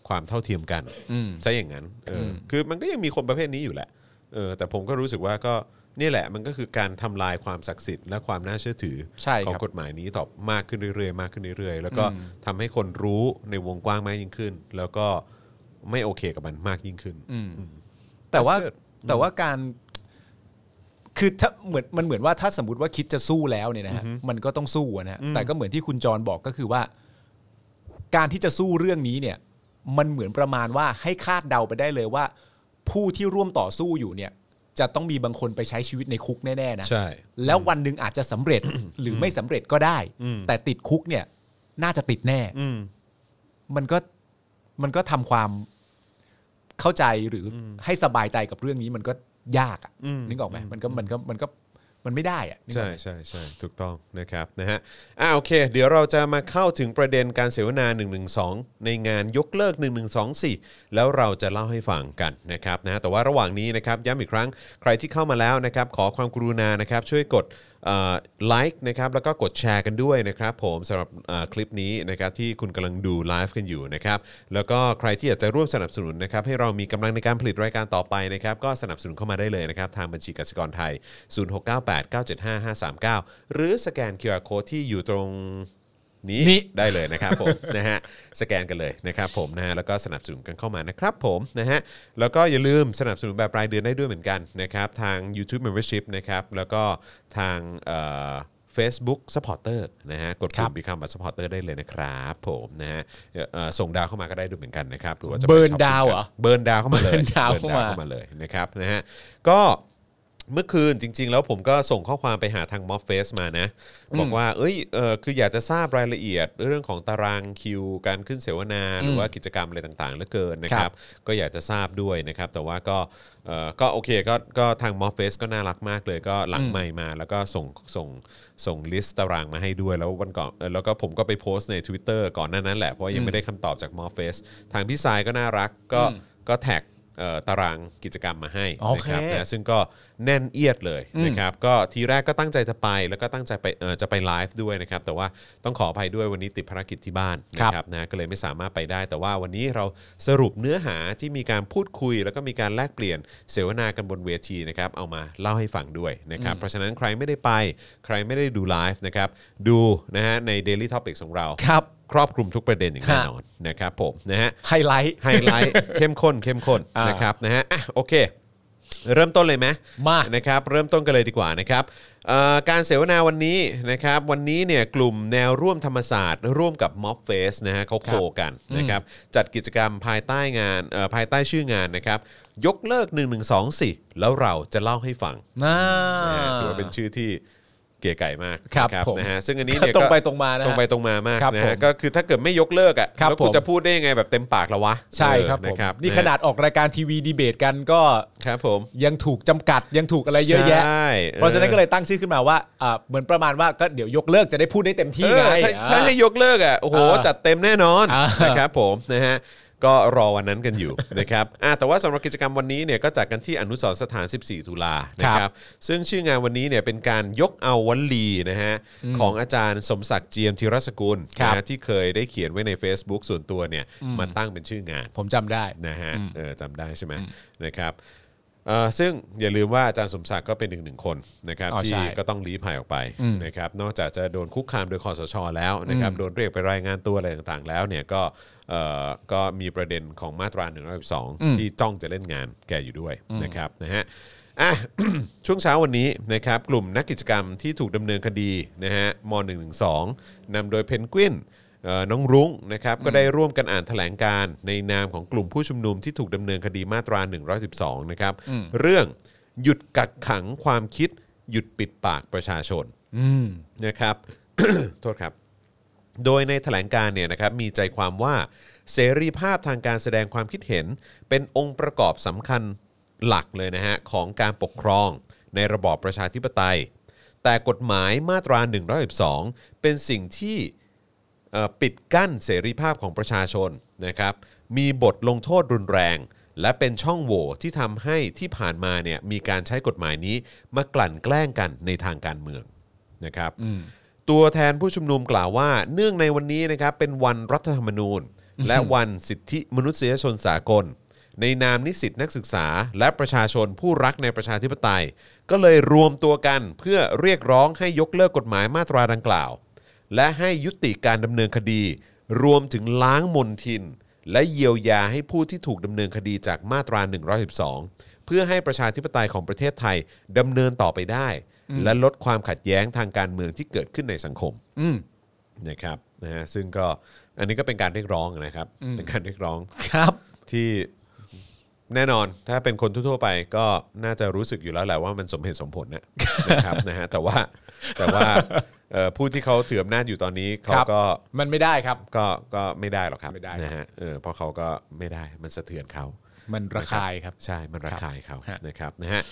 B: ความเท่าเทียมกัน
C: อืม
B: ซะอย่างนั้นเอออคือมันก็ยังมีคนประเภทนี้อยู่แหละเออแต่ผมก็รู้สึกว่าก็นี่แหละมันก็คือการทำลายความศักดิ์สิทธิ์และความน่าเชื่อถือ
C: ใช่ครับ
B: ของกฎหมายนี้ตอบมากขึ้นเรื่อยๆ มากขึ้นเรื่อยๆ แล้วก็ทำให้คนรู้ในวงกว้างมากยิ่งขึ้น แล้วก็ไม่โอเคกับมันมากยิ่งขึ้น
C: แต่ว่า
B: That's
C: แต่ว่าการ คือถ้าเหมือนมันเหมือนว่าถ้าสมมติว่าคิดจะสู้แล้วเนี่ยนะฮะมันก็ต้องสู้อะนะฮะแต่ก็เหมือนที่คุณจรบอกก็คือว่า การที่จะสู้เรื่องนี้เนี่ย มันเหมือนประมาณว่าให้คาดเดาไปได้เลยว่า ผู้ที่ร่วมต่อสู้อยู่เนี่ย จะต้องมีบางคนไปใช้ชีวิตในคุกแน่ๆนะ
B: ใช่
C: แล้ววันหนึ่งอาจจะสำเร็จ หรือไม่สำเร็จก็ได้
B: อืม
C: แต่ติดคุกเนี่ย น่าจะติดแน่
B: อืม
C: มันก็มันก็ทำความเข้าใจหรืออให้สบายใจกับเรื่องนี้มันก็ยากอะ
B: อืม
C: นึกออกไหมมันก็มันก็มันก็มันไม่ได้อะนึกออก
B: ใช่
C: ไหม
B: ใช่ใช่ถูกต้องนะครับนะฮะอ่าโอเค เดี๋ยวเราจะมาเข้าถึงประเด็นการเสวนา 112 ในงานยกเลิก 1 1 2 4 แล้วเราจะเล่าให้ฟังกันนะครับนะฮะแต่ว่าระหว่างนี้นะครับย้ำอีกครั้งใครที่เข้ามาแล้วนะครับ ขอความกรุณานะครับช่วยกดไลค์นะครับแล้วก็กดแชร์กันด้วยนะครับผมสำหรับเอ่อคลิปนี้นะครับที่คุณกำลังดูไลฟ์กันอยู่นะครับแล้วก็ใครที่อยากจะร่วมสนับสนุนนะครับให้เรามีกำลังในการผลิตรายการต่อไปนะครับก็สนับสนุนเข้ามาได้เลยนะครับทางบัญชีกสิกรไทย 0698975539 หรือสแกน QR Code ที่อยู่ตรงนี้
C: นี่
B: ได้เลยนะครับผม นะฮะสแกนกันเลยนะครับผมนะฮะแล้วก็สนับสนุนกันเข้ามานะครับผมนะฮะแล้วก็อย่าลืมสนับสนุนแบบรายเดือนได้ด้วยเหมือนกันนะครับทาง YouTube Membership นะครับแล้วก็ทางเอ่อ Facebook Supporter นะฮะกดปุ่ม Become a Supporter ได้เลยนะครับผมนะฮะเอ่อส่งดาวเข้ามาก็ได้ด้วยเหมือนกันนะครับหรือว่าจะไป
C: เบิร์น
B: ช้อปปิ้ง
C: ดาว
B: กัน
C: เหรอ
B: เบิร์นดาวเข้ามาเลย
C: เบิร์นดาว
B: บิร์น
C: เข้ามา
B: เลยนะครับนะฮะก็ เมื่อคืนจริง ๆ แล้วผมก็ส่งข้อความไปหาทางมอฟเฟสมานะ บอกว่า เอ้ยเออคืออยากจะทราบรายละเอียดเรื่องของตารางคิว การขึ้นเสวนาหรือว่ากิจกรรมอะไรต่างๆเหลือเกินนะครับ ก็อยากจะทราบด้วยนะครับ แต่ว่าก็เอ่อก็โอเคก็ก็ทางมอฟเฟสก็น่ารักมากเลยก็หลังใหม่มา แล้วก็ส่งส่งส่งลิสต์ตารางมาให้ด้วยแล้ววันก่อนเอ่อแล้วก็ผมก็ไปโพสต์ใน Twitter ก่อนหน้านั้นแหละเพราะว่ายังไม่ได้คำตอบจากมอฟเฟสทางพี่สายก็น่ารักก็ก็แท็กเอ่อตารางกิจกรรมมาให้นะครับ
C: โอเค
B: นะ ซึ่งก็แน่นเอียดเลยนะครับก็ทีแรกก็ตั้งใจจะไปแล้วก็ตั้งใจไปเอ่อจะไปไลฟ์ด้วยนะครับแต่ว่าต้องขออภัยด้วยวันนี้ติดภารกิจที่บ้าน
C: ครับ
B: นะครับนะก็เลยไม่สามารถไปได้ แต่ว่าวันนี้เราสรุปเนื้อหาที่มีการพูดคุย แล้วก็มีการแลกเปลี่ยนเสวนากันบนเวทีนะครับเอามาเล่าให้ฟังด้วยนะครับเพราะฉะนั้นใครไม่ได้ไป ใครไม่ได้ดูไลฟ์นะครับดูนะฮะใน Daily Topic ของเรา
C: ครับ
B: ครอบคลุมทุกประเด็นอย่างแน่นอนนะครับผมนะฮะ
C: ไฮไลท์
B: ไฮไลท์ เข้มข้นเข้มข้น
C: อ่าน
B: นะครับนะฮะอ่ะโอเค เริ่มต้นเลยไหม
C: มา
B: นะครับเริ่มต้นกันเลยดีกว่านะครับเอ่อการเสวนาวันนี้นะครับวันนี้เนี่ยกลุ่มแนวร่วมธรรมศาสตร์ ร่วมกับม็อบเฟสนะฮะเขาโคกันนะครับจัดกิจกรรมภายใต้งานเอ่อภายใต้ชื่องานนะครับยกเลิก 1 1 2 สิ แล้วเราจะเล่าให้ฟัง
C: น่า
B: นะฮะถือว่าเป็นชื่อที่เก๋ไก่มาก
C: ครับ
B: นะ
C: ผม
B: นะฮะซึ่งอันนี้เนี่ย
C: ตรงไปตรงมานะฮะ
B: ตรงไปตรงมามาก
C: ครับ
B: นะ
C: ผ
B: ฮะ
C: ม
B: ก็คือถ้าเกิดไม่ยกเลิกอ่ะ
C: ครับ
B: แล้วกู
C: ผม
B: จะพูดได้ยังไงแบบเต็มปากละวะ
C: ใช่ครับ
B: เออ
C: ผม
B: นะครั
C: นี่
B: บะ
C: ข
B: ฮะ
C: นาดออกรายการทีวีดีเบตกันก็
B: ครับผม
C: ยังถูกจำกัดยังถูกอะไรเยอะแยะ
B: ใช่ออ
C: เพราะฉะนั้นก็เลยตั้งชื่อขึ้นมาว่าอ่าเหมือนประมาณว่าก็เดี๋ยวยกเลิกจะได้พูดได้เต็มที่ไง
B: เออถ้าถ้าให้ยกเลิกอ่ะโอ้โห
C: อ่า
B: จัดเต็มแน่นอน
C: อ่าน
B: นะครับผมนะฮะก็รอวันนั้นกันอยู่ นะครับอ่ะแต่ว่าสำหรับกิจกรรมวันนี้เนี่ยก็จัดกันที่อนุสรณ์สถาน 14 ตุลานะครับซึ่งชื่องานวันนี้เนี่ยเป็นการยกเอาวลีนะฮะของอาจารย์สมศักดิ์เจียมธีรสกุล
C: ครับ
B: นะฮะที่เคยได้เขียนไว้ใน Facebook ส่วนตัวเนี่ยมาตั้งเป็นชื่องาน
C: ผมจำได้
B: นะฮะเออจำได้ใช่ไหมนะครับเอ่อซึ่งอย่าลืมว่าอาจารย์สมศักดิ์ก็เป็นอีกหนึ่งคนนะครับ
C: อ๋อ
B: ที่
C: ใช่
B: ก็ต้องลี้ภัยออกไปนะครับนอกจากจะโดนคุกคามโดยคอสช แล้วนะครับโดนเรียกไปรายงานตัวอะไรต่างๆ แล้วเนี่ยก็เอ่อก็มีประเด็นของมาตรา1นึที่จ้องจะเล่นงานแกอยู่ด้วยนะครับนะฮะอ่ะ ช่วงเช้าวันนี้นะครับกลุ่มนักกิจกรรมที่ถูกดำเนินคดีนะฮะม .112 นำโดยเพนกวิน เอ่อน้องรุ้งนะครับก็ได้ร่วมกันอ่านแถลงการณ์ในนามของกลุ่มผู้ชุมนุมที่ถูกดำเนินคดีมาตรา 112 นะครับเรื่องหยุดกักขังความคิด หยุดปิดปากประชาชนนะครับ โทษครับ โดยในแถลงการณ์เนี่ยนะครับมีใจความว่าเสรีภาพทางการแสดงความคิดเห็น เป็นองค์ประกอบสำคัญหลักเลยนะฮะของการปกครองในระบอบประชาธิปไตย แต่กฎหมายมาตรา 112 เป็นสิ่งที่ เอ่อปิดกั้นเสรีภาพของประชาชนนะครับ มีบทลงโทษรุนแรง และเป็นช่องโหว่ที่ทำให้ที่ผ่านมาเนี่ยมีการใช้กฎหมายนี้มากลั่นแกล้งกันในทางการเมืองนะครับ ตัวแทนผู้ชุมนุมกล่าวว่า เนื่องในวันนี้นะครับเป็นวันรัฐธรรมนูญ และวันสิทธิมนุษยชนสากล ในนามนิสิตนักศึกษา และประชาชนผู้รักในประชาธิปไตย ก็เลยรวมตัวกันเพื่อเรียกร้องให้ยกเลิกกฎหมายมาตราดังกล่าว และให้ยุติการดำเนินคดี รวมถึงล้างมนทิน และเยียวยาให้ผู้ที่ถูกดำเนินคดีจากมาตรา 112 เพื่อให้ประชาธิปไตยของประเทศไทยดำเนินต่อไปได้ และลดความขัดแย้งทางการเมืองที่เกิดขึ้นในสังคม
C: อืม
B: นะครับนะฮะซึ่งก็อันนี้ก็เป็นการเรียกร้องนะครับเป็นการเรียกร้อง
C: ครับ
B: ที่แน่นอนถ้าเป็นคนทั่วๆไปก็น่าจะรู้สึกอยู่แล้วแหละว่ามันสมเหตุสมผลนะ นะครับนะฮะแต่ว่าแต่ว่าเอ่อผู้ที่เขาถืออำนาจอยู่ตอนนี้เขา
C: ครับ
B: ก็
C: มันไม่ได้ครับ
B: ก็ก็ไม่ได้หรอกครับ
C: ไม่ได้ครับ
B: นะฮะเออเพราะเขาก็ไม่ได้มันสะเทือนเขา
C: มันระคายครับ
B: ใช่ มันระคายเขา
C: ฮะ
B: นะครับนะฮะ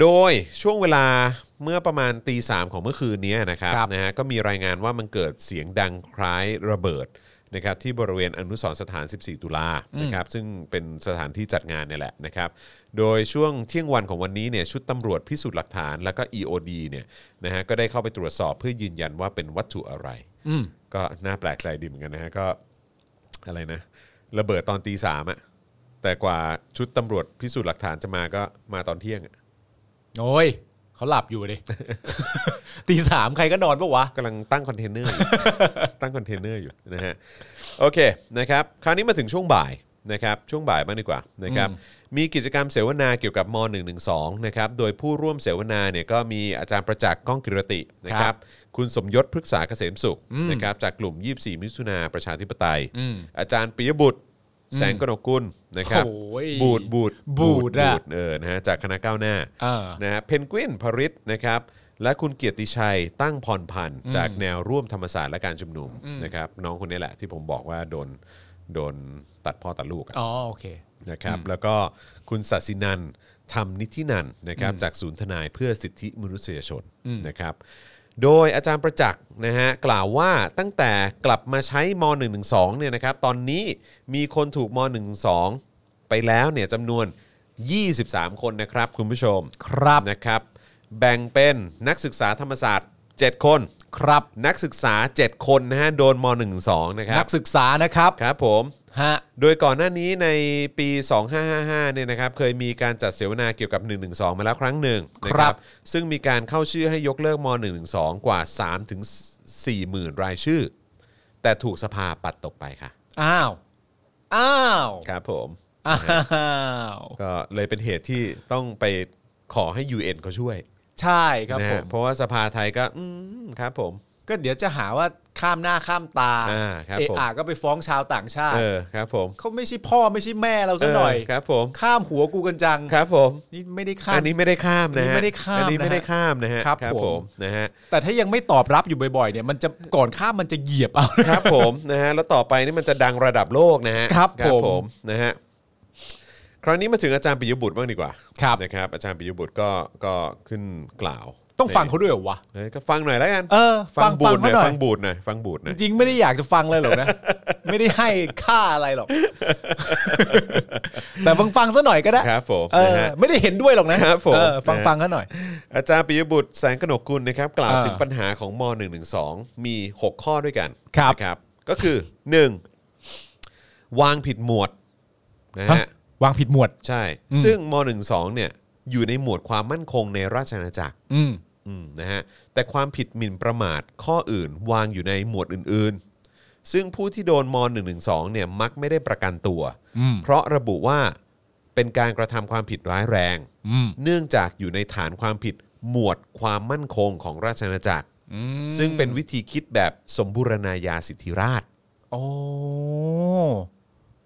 B: โดยช่วงเวลาเมื่อประมาณตีสามของเมื่อคืนนี้นะครับ
C: ครับ
B: นะฮะก็มีรายงานว่ามันเกิดเสียงดังคล้ายระเบิดนะครับที่บริเวณอนุสรณ์สถาน 14 ตุลานะครับซึ่งเป็นสถานที่จัดงานเนี่ยแหละนะครับ โดยช่วงเที่ยงวันของวันนี้เนี่ยชุดตำรวจพิสูจน์หลักฐานแล้วก็ EOD เนี่ยนะฮะก็ได้เข้าไปตรวจสอบเพื่อยืนยันว่าเป็นวัตถุอะไร ก็น่าแปลกใจดีเหมือนกันนะฮะก็อะไรนะ ระเบิดตอนตีสามอะแต่กว่าชุดตำรวจพิสูจน์หลักฐานจะมาก็มาตอนเที่ยงอะ
C: โอ้ยเขาหลับอยู่ดิ ตีสามใครก็นอนปะวะ
B: กำลังตั้งคอนเทนเนอ ร์อยู่ ตั้งคอนเทนเนอร์อยู่นะฮะโอเคนะครับคราวนี้มาถึงช่วงบ่ายนะครับช่วงบ่ายบ้างดีกว่านะครับมีกิจกรรมเสวนาเกี่ยวกับม .112 นะครับโดยผู้ร่วมเสวนาเนี่ยก็มีอาจารย์ประจักษ์ก้องกิรตินะค
C: ครั
B: รับ
C: บ
B: คุณสมยศพฤกษาเกษมสุขนะครับจากกลุ่ม 24 มิถุนาประชาธิปไตย อาจารย์ปิยบุตร แสงกนกกุลนะครับ
C: โอ้ย
B: บูดบูด
C: บูดอะ
B: เออนะฮะจากคณะก้าวหน้า
C: เออ
B: นะฮะเพนกวินพริตนะครับ และคุณเกียรติชัยตั้งพรพันธ์จากแนวร่วมธรรมศาสตร์และการชุมนุมนะครับน้องคนนี้แหละที่ผมบอกว่าโดนโดนตัดพ่อตัดลูกอะ
C: อ๋อโอเค
B: นะครับแล้วก็คุณศศินันทำนิธินันนะครับจากศูนย์ทนายเพื่อสิทธิมนุษยชนนะครับโดยอาจารย์ประจักษ์นะฮะกล่าวว่าตั้งแต่กลับมาใช้ม .112 เนี่ยนะครับตอนนี้มีคนถูกม .112 ไปแล้วเนี่ยจำนวน 23 คนนะครับคุณผู้ชม
C: ครับ
B: นะครับแบ่งเป็นนักศึกษาธรรมศาสตร์ 7 คน
C: ครับ
B: นักศึกษา 7 คนนะฮะโดนม .12 นะครั
C: นั
B: บ
C: กศึกษานะครับ
B: ครับผม
C: ฮะ
B: โดยก่อนหน้านี้ในปี 2555เนี่ยนะครับเคยมีการจัดเสวนาเกี่ยวกับ 112 มาแล้วครั้งหนึ่งนะครับซึ่งมีการเข้าชื่อให้ยกเลิกม .112 กว่า 3 ถึง 4 หมื่นรายชื่อ แต่ถูกสภาปัดตกไปค่ะ
C: อ้าวอ้าว
B: ครับผม
C: อ้าว
B: ก็เลยเป็นเหตุที่ต้องไปขอให้ UN เขาช่วย
C: ใช่ครับ
B: นะ
C: ผ
B: ฮะ
C: ม
B: เพราะว่าสภาไทยก็อืมครับผม
C: ก็เดี๋ยวจะหาว่าข้ามหน้าข้ามตา
B: อ่าครับ
C: เอะ
B: ผม
C: อาก็ไปฟ้องชาวต่างชาติ
B: เออครับผม
C: เขาไม่ใช่พ่อไม่ใช่แม่เราซะหน่อย
B: เครับผม
C: ข้ามหัวกูกันจัง
B: ครับผม
C: นี่ไม่ได้ข้า
B: อั
C: ม
B: นนี้ไม่ได้ข้ามนะฮะ
C: อันนี้ไม่ได้ข้าม
B: อันนี้ไม่ได้ข้ามนะฮะ
C: ครับผม
B: นะฮะ
C: แต่ถ้ายังไม่ตอบรับอยู่บ่อยๆเนี่ยมันจะก่อนข้ามมันจะเหยียบเอา
B: ครับผม นะฮะแล้วต่อไปนี่มันจะดังระดับโลกนะฮะ
C: ครับผม
B: นะฮะคราวนี้มาถึงอาจารย์ปิยบุตรบ้างดีกว่า
C: ครับ
B: นะครับ อาจารย์ปิยบุตรก็ก็ขึ้นกล่าว
C: ต้องฟังเขาด้วยเหรอวะ
B: เอ้ยก็ฟังหน่อยแล้วกัน
C: เออฟัง
B: บูดห
C: ฟั
B: น่อย
C: งเขาหน่อย
B: ฟังบูดหน่อยฟังบูดห
C: จ
B: น่อย
C: ริงๆไม่ได้อยากจะฟังเลยหรอก นะ ไม่ได้ให้ค่าอะไรหรอก แต่ฟังฟังๆซะหน่อยก็ได้
B: ครับผม
C: เออ
B: นะฮะ
C: ไม่ได้เห็นด้วยหรอกนะครับ
B: ผม
C: เออฟัง
B: นะ
C: ฟังๆซะหน่อย
B: อาจารย์ปิยบุตรแสงกนกกุลนะครับ กล่าว
C: อ่า
B: ถึงปัญหาของม .112 มี 6 ข้อด้วยกัน
C: ครับ
B: นะครับก็คือ 1. วางผิดหมวดนะ
C: ฮะ
B: ฮะ
C: วางผิดหมวด
B: ใช่
C: อืม
B: ซึ่งม .12 เนี่ยอยู่ในหมวดความมั่นคงในราชอาณาจักร
C: อืม
B: อืมนะฮะแต่ความผิดหมิ่นประมาทข้ออื่นวางอยู่ในหมวดอื่นๆ ซึ่งผู้ที่โดนม .112 เนี่ยมักไม่ได้ประกันตัว
C: อืม
B: เพราะระบุว่าเป็นการกระทำความผิดร้ายแรง
C: อืม
B: เนื่องจากอยู่ในฐานความผิดหมวดความมั่นคงของราชอาณาจักร
C: อืม
B: ซึ่งเป็นวิธีคิดแบบสมบูรณาญาสิทธิราช
C: โอ้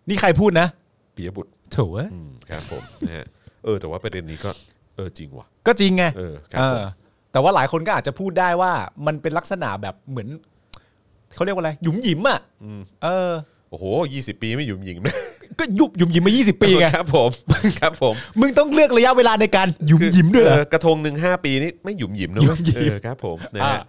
C: นี่ใครพูดนะ
B: ปิยบุตร
C: โถูก
B: อืมครับผม นะฮะเออ แต่ว่าประเด็นนี้ก็เออจริงว่ะ
C: ก็จริงไง
B: เออครับ
C: เอ
B: ผ
C: อ
B: ม
C: แต่ว่าหลายคนก็อาจจะพูดได้ว่า มันเป็นลักษณะแบบเหมือนเขาเรียกว่าอะไรหยุมหยิมอ่ะเออ
B: โอ้โห 20 ปีไม่หยุมหยิงนะ
C: ก็ยุบหยุมหยิมมา 20 ปีไง
B: ครับผม ครับผม
C: มึงต้องเลือกระยะเวลาในการหยุมหยิมด้วยเหรอ
B: เออกระทงหนึ่งห้าปีนี่ไม่หยุมหยิมนะเว้
C: หยุมหยิม
B: เออครับผมนะฮะ
C: อ่า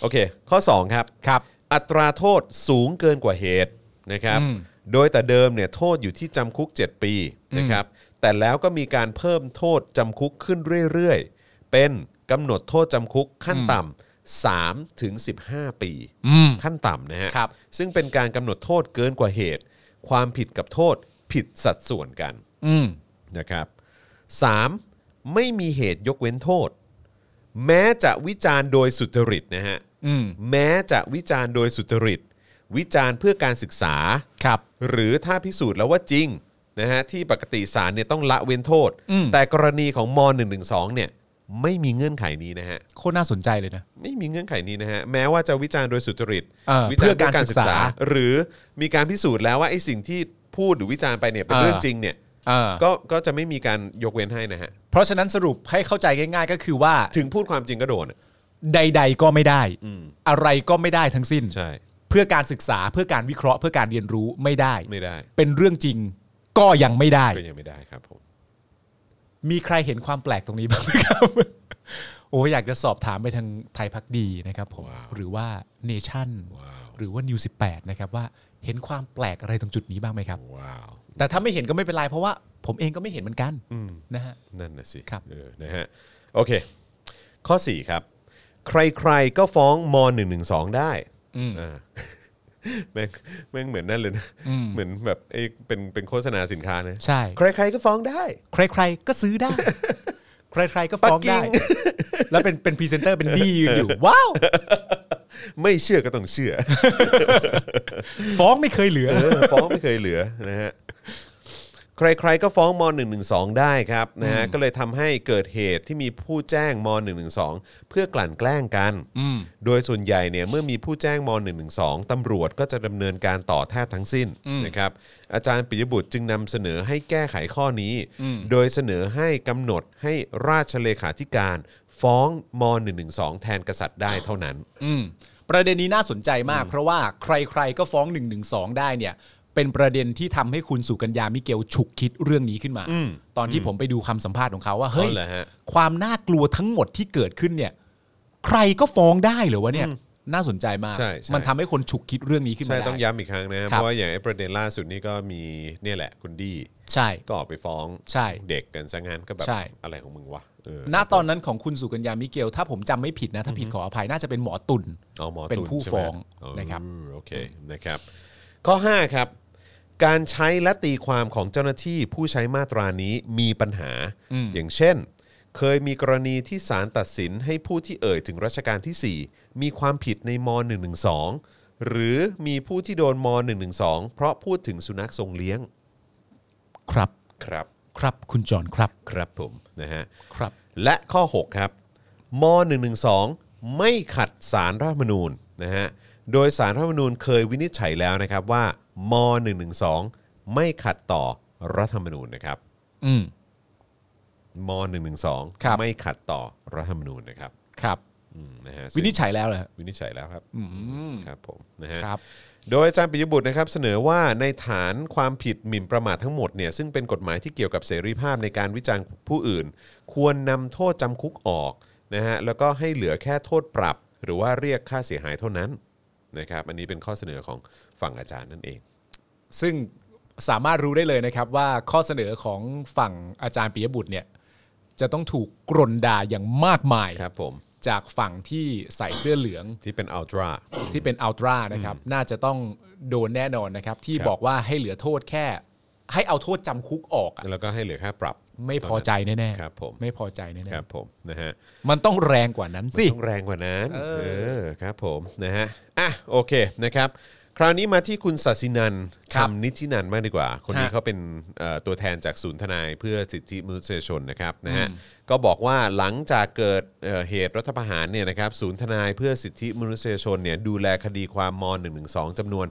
B: โอเค ข้อ 2 ครับ
C: ครับ
B: อัตราโทษสูงเกินกว่าเหตุนะครับ
C: อืม
B: โดยแต่เดิมเนี่ยโทษอยู่ที่จำคุก 7 ปีนะครับ แต่แล้วก็มีการเพิ่มโทษจำคุกขึ้นเรื่อยๆ เป็นกำหนดโทษจำคุกขั้นต่ำ3ถึง15 ปี
C: อืม
B: ขั้นต่ำนะฮะ
C: ครับ
B: ซึ่งเป็นการกำหนดโทษเกินกว่าเหตุ ความผิดกับโทษผิดสัดส่วนกัน
C: อืม
B: นะครับ 3. ไม่มีเหตุยกเว้นโทษ แม้จะวิจารณ์โดยสุจริตนะฮะ
C: อืม
B: แม้จะวิจารณ์โดยสุจริต วิจารณ์เพื่อการศึกษา
C: ครับ
B: หรือถ้าพิสูจน์แล้วว่าจริงนะฮะที่ปกติศาลเนี่ยต้องละเว้นโทษ
C: อืม
B: แต่กรณีของม .112 เนี่ยไม่มีเงื่อนไขนี้นะฮะ
C: โคตรน่าสนใจเลยนะ
B: ไม่มีเงื่อนไขนี้นะฮะแม้ว่าจะวิจารณ์โดยสุจริต
C: เออ
B: วิจารณ์
C: เพื่
B: เพื่อ
C: อการ
B: การ
C: ศึ
B: ศึ
C: ก
B: ก
C: ษา
B: ษา หรือมีการพิสูจน์แล้วว่าไอ้สิ่งที่พูดหรือวิจารณ์ไปเนี่ยเป็น
C: เออ
B: เรื่องจริงเนี่ย
C: เออ
B: ก็ก็จะไม่มีการยกเว้นให้นะฮะ
C: เพราะฉะนั้นสรุปให้เข้าใจง่ายๆ ก็คือว่า
B: ถึงพูดความจริงก็โดนอะ
C: ใด ๆ ก็ไม่ได้ อะไรก็ไม่ได้ทั้งสิ้น
B: ใช่
C: เพื่อการศึกษาเพื่อการวิเคราะห์เพื่อการเรียนรู้ไม่ได้
B: ไม่ได้
C: เป็นเรื่องจริงก็ยังไม่ได้
B: ก็ยังไม่ได้ครับผม
C: มีใครเห็นความแปลกตรงนี้บ้างไหมครับ โอ้อยากจะสอบถามไปทางไทยพักดีนะครับผม
B: ว้าว
C: หรือว่าเนชั่น
B: ว้าว
C: หรือว่านิวสินะครับว่าเห็นความแปลกอะไรตรงจุดนี้บ้างไหมครับ
B: ว้าว
C: แต่ถ้าไม่เห็นก็ไม่เป็นไรเพราะว่าผมเองก็ไม่เห็นเหมือนกัน
B: อืม
C: นะฮะ
B: นั่นนะสิ
C: ครับ
B: เออนะฮะโอเค ข้อ 4 ครับ ใครๆก็ฟ้องม .112 ได้
C: อืม
B: อ่าแม่งแม่งเหมือนนั่นเลยนะ
C: อืม
B: เหมือนแบบไอ้เป็นเป็นโฆษณาสินค้านะ
C: ใช่
B: ใครๆก็ฟ้องได้
C: ใคร ๆ ก็ซื้อ ได้ ใคร ๆ ก็ฟ้องได้
B: ปักกิ่
C: แล้วเป็นเป็นพรีเซนเตอร์เป็นดียืนอยู่ ว้าว
B: ไม่เชื่อก็ต้องเชื่อ
C: ฟ้องไม่เคยเหลือ
B: เออฟ้องไม่เคยเหลือนะฮะ ใครๆ ก็ฟ้องม .112 ได้ครับนะฮะก็เลยทำให้เกิดเหตุที่มีผู้แจ้งม .112 เพื่อกลั่นแกล้งกัน
C: อืม
B: โดยส่วนใหญ่เนี่ยเมื่อมีผู้แจ้งม .112 ตำรวจก็จะดำเนินการต่อแทบทั้งสิ้น
C: อืม
B: นะครับอาจารย์ปิยบุตรจึงนำเสนอให้แก้ไขข้อนี้
C: อืม
B: โดยเสนอให้กำหนดให้ราชเลขาธิการ ฟ้องม .112 แทนกษัตริย์ได้เท่านั้น
C: อืมประเด็นนี้น่าสนใจมาก เพราะว่าใครๆก็ฟ้อง1นึได้เนี่ย เป็นประเด็นที่ทำให้คุณสุกัญญามิเกลฉุกคิดเรื่องนี้ขึ้นมา
B: อืม
C: ตอนที่ผมไปดูคำสัมภาษณ์ของเขาว่าเฮ้ย
B: เหรอฮะ
C: ความน่ากลัวทั้งหมดที่เกิดขึ้นเนี่ย ใครก็ฟ้องได้เหรือวะเนี่ย น่าสนใจมาก
B: ใช่ใช่
C: มันทำให้คนฉุกคิดเรื่องนี้ขึ้นมา
B: ใช่
C: ได้
B: ต้องย้ำอีกครั้งนะ
C: ครับ
B: เพราะว่าอย่างไอ้ประเด็นล่าสุดนี่ก็มีเนี่ยแหละคุณดี
C: ใช่
B: ก็ออกไปฟ้อง
C: ใช่
B: เด็กกันซะงั้นก็แบบ
C: ใช่
B: อะไรของมึงวะเออ
C: ณตอนนั้นของคุณสุกัญญามิเกล ถ้าผมจำไม่ผิดนะ ถ้าผิดขออภัยน่าจะเป็นหมอตุน
B: อ๋อหมอ
C: เป็น
B: ตุล
C: ผู้
B: ใช่ไหม
C: ฟ้อง
B: เ
C: นะครับ
B: โอเคนะครับ ข้อ 5 ครับ การใช้และตีความของเจ้าหน้าที่ผู้ใช้มาตรานี้มีปัญหา
C: อืม
B: อย่างเช่น เคยมีกรณีที่ศาลตัดสินให้ผู้ที่เอ่ยถึงรัชกาลที่ 4 มีความผิดในม .112 หรือมีผู้ที่โดนม .112 เพราะพูดถึงสุนัขทรงเลี้ยง
C: ครับ
B: ครับ
C: ครับคุณจอนครับ
B: ครับผมนะฮะ
C: ครับ
B: และข้อ 6 ครับม .112 ไม่ขัดสารรัฐธรรมนูญนะฮะ โดยสารรัฐธรรมนูญเคยวินิจฉัยแล้วนะครับว่าม .112 ไม่ขัดต่อรัฐธรรมนูญนะครับ
C: อืม
B: ม .112
C: ครับ
B: ไม่ขัดต่อรัฐธรรมนูญนะครับ
C: ครับ
B: อืมนะฮะ
C: วินิจฉัยแล้วเหรอฮะ
B: วินิจฉัยแล้วครับ
C: อืม
B: ครับผมนะฮะ
C: ครับ
B: โดยอาจารย์ปิยบุตรนะครับเสนอว่าในฐานความผิดหมิ่นประมาททั้งหมดเนี่ยซึ่งเป็นกฎหมายที่เกี่ยวกับเสรีภาพในการวิจารณ์ผู้อื่น ควรนำโทษจำคุกออกนะฮะแล้วก็ให้เหลือแค่โทษปรับ หรือว่าเรียกค่าเสียหายเท่านั้นนะครับอันนี้เป็นข้อเสนอของฝั่งอาจารย์นั่นเอง
C: ซึ่งสามารถรู้ได้เลยนะครับว่าข้อเสนอของฝั่งอาจารย์ปิยบุตรเนี่ย จะต้องถูกกรนด่าอย่างมากมาย
B: ครับผม
C: จากฝั่งที่ใส่เสื้อเหลือง
B: ที่เป็นอัลตร้า
C: ที่เป็นอัลตร้านะครับ น่าจะต้องโดนแน่นอนนะครับ ที่
B: ครับ
C: บอกว่าให้เหลือโทษแค่ ให้เอาโทษจำคุกออกอะ
B: แล้วก็ให้เหลือค่าปรับ
C: ไม่พอใจแน่
B: ครับผม
C: ๆไม่พอใจแน่
B: ครับผมนะฮะ
C: ๆมันต้องแรงกว่านั้นสิ
B: ต้องแรงกว่านั้น
C: เออ
B: เออครับผมนะฮะ อ่ะโอเคนะครับ คราวนี้มาที่คุณศาสินัน
C: ครับ
B: คำนิธินันมากดีกว่า คนนี้
C: ฮะ
B: เขาเป็นเอ่อตัวแทนจากศูนย์ทนายเพื่อสิทธิมนุษยชนนะครับนะฮะ ก็บอกว่าหลังจากเกิดเอ่อเหตุรัฐประหารเนี่ยนะครับศูนย์ทนายเพื่อสิทธิมนุษยชนเนี่ยดูแลคดีความม .112 จำนวน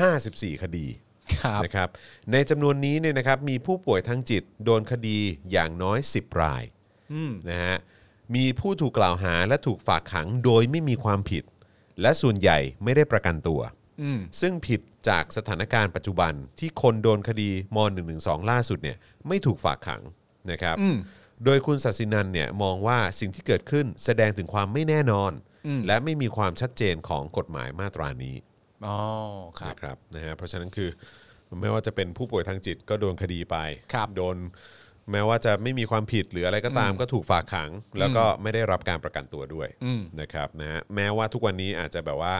B: 54 คดี
C: ครับ
B: นะครับ ในจำนวนนี้เนี่ยนะครับมีผู้ป่วยทางจิตโดนคดีอย่างน้อย 10 ราย
C: อืม
B: นะฮะมีผู้ถูกกล่าวหาและถูกฝากขังโดยไม่มีความผิด และส่วนใหญ่ไม่ได้ประกันตัว
C: อืม
B: ซึ่งผิดจากสถานการณ์ปัจจุบันที่คนโดนคดีม .112 ล่าสุดเนี่ยไม่ถูกฝากขังนะครับ
C: อืม
B: โดยคุณศาสินันเนี่ยมองว่าสิ่งที่เกิดขึ้นแสดงถึงความไม่แน่นอน และไม่มีความชัดเจนของกฎหมายมาตรานี้
C: อ๋อครั
B: นะ
C: บ
B: ครับนะฮะเพราะฉะนั้นคือไม่ว่าจะเป็นผู้ป่วยทางจิตก็โดนคดีไป
C: ครับ
B: โดนแม้ว่าจะไม่มีความผิดหรืออะไรก็ตามก็ถูกฝากขัง แล้วก็ไม่ได้รับการประกันตัวด้วย
C: อืม
B: นะครับนะฮะแม้ว่าทุกวันนี้อาจจะแบบว่า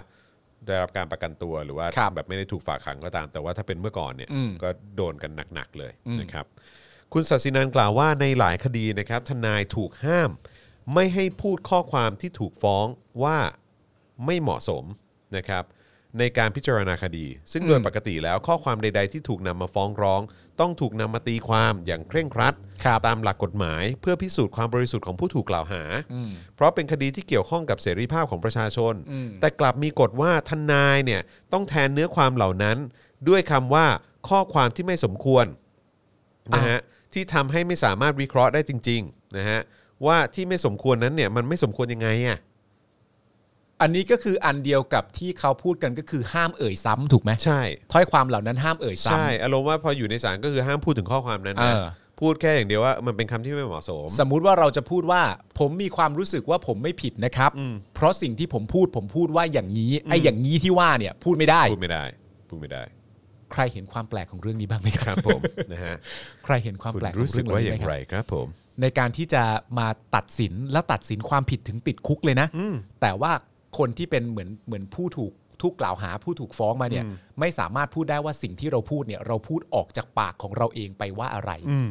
B: ได้รับการประกันตัวหรือว่า
C: ครับ
B: แบบไม่ได้ถูกฝากขังก็ตาม แต่ว่าถ้าเป็นเมื่อก่อนเนี่ย
C: อืม
B: ก็โดนกันหนักๆเลย
C: อืม
B: นะครับ คุณศาสินันกล่าวว่าในหลายคดีนะครับ ทนายถูกห้าม ไม่ให้พูดข้อความที่ถูกฟ้องว่าไม่เหมาะสมนะครับ ในการพิจารณาคดี ซึ่งโดยปกติแล้วข้อความใด ๆ ที่ถูกนำมาฟ้องร้อง ต้องถูกนำมาตีความอย่างเคร่งครัด
C: ครับ
B: ตามหลักกฎหมายเพื่อพิสูจน์ความบริสุทธิ์ของผู้ถูกกล่าวหา เพราะเป็นคดีที่เกี่ยวข้องกับเสรีภาพของประชาชน แต่กลับมีกฎว่าทนายเนี่ยต้องแทนเนื้อความเหล่านั้น ด้วยคำว่าข้อความที่ไม่สมควรนะฮะที่ทำให้ไม่สามารถวิเคราะห์ได้จริงๆนะฮะว่าที่ไม่สมควรนั้นเนี่ยมันไม่สมควรยังไงอ่ะ
C: อันนี้ก็คืออันเดียวกับที่เขาพูดกันก็คือห้ามเอ่ยซ้ำถูกไหม
B: ใช่
C: ถ้อยความเหล่านั้นห้ามเอ่ยซ้
B: ใช่อารมณ์ว่าพออยู่ในศาลก็คือห้ามพูดถึงข้อความนั้นนะ
C: เออ
B: พูดแค่อย่างเดียวว่ามันเป็นคำที่ไม่เหมาะสม
C: ำสมมุติว่าเราจะพูดว่า ผมมีความรู้สึกว่าผมไม่ผิดนะครับ เพราะสิ่งที่ผมพูดผมพูดว่าอย่างนี้ไอ้อย่างนี้ที่ว่าเนี่ย พูดไม่ได้
B: พูดไม่ได้พูดไม่ได้
C: ใครเห็นความแปลกของเรื่องนี้บ้างไหมค
B: ค
C: รั
B: รับ บผมนะฮะ
C: ใครเห็นความ
B: คุณ
C: แปลกขอ
B: รู้
C: งเรื่
B: สึ
C: อก งเหล่า
B: ว่าอ
C: นี้
B: ย่าม
C: ไห
B: ง
C: ค
B: ไร
C: รับ
B: ครับผม
C: ในการที่จะมาตัดสินและตัดสินความผิดถึงติดคุกเลยนะ แต่ว่าคนที่เป็นเหมือนเหมือนผู้ถูกถูกกล่าวหาผู้ถูกฟ้องมาเนี่ยไม่สามารถพูดได้ว่าสิ่งที่เราพูดเนี่ย เราพูดออกจากปากของเราเองไปว่าอะไร
B: อืม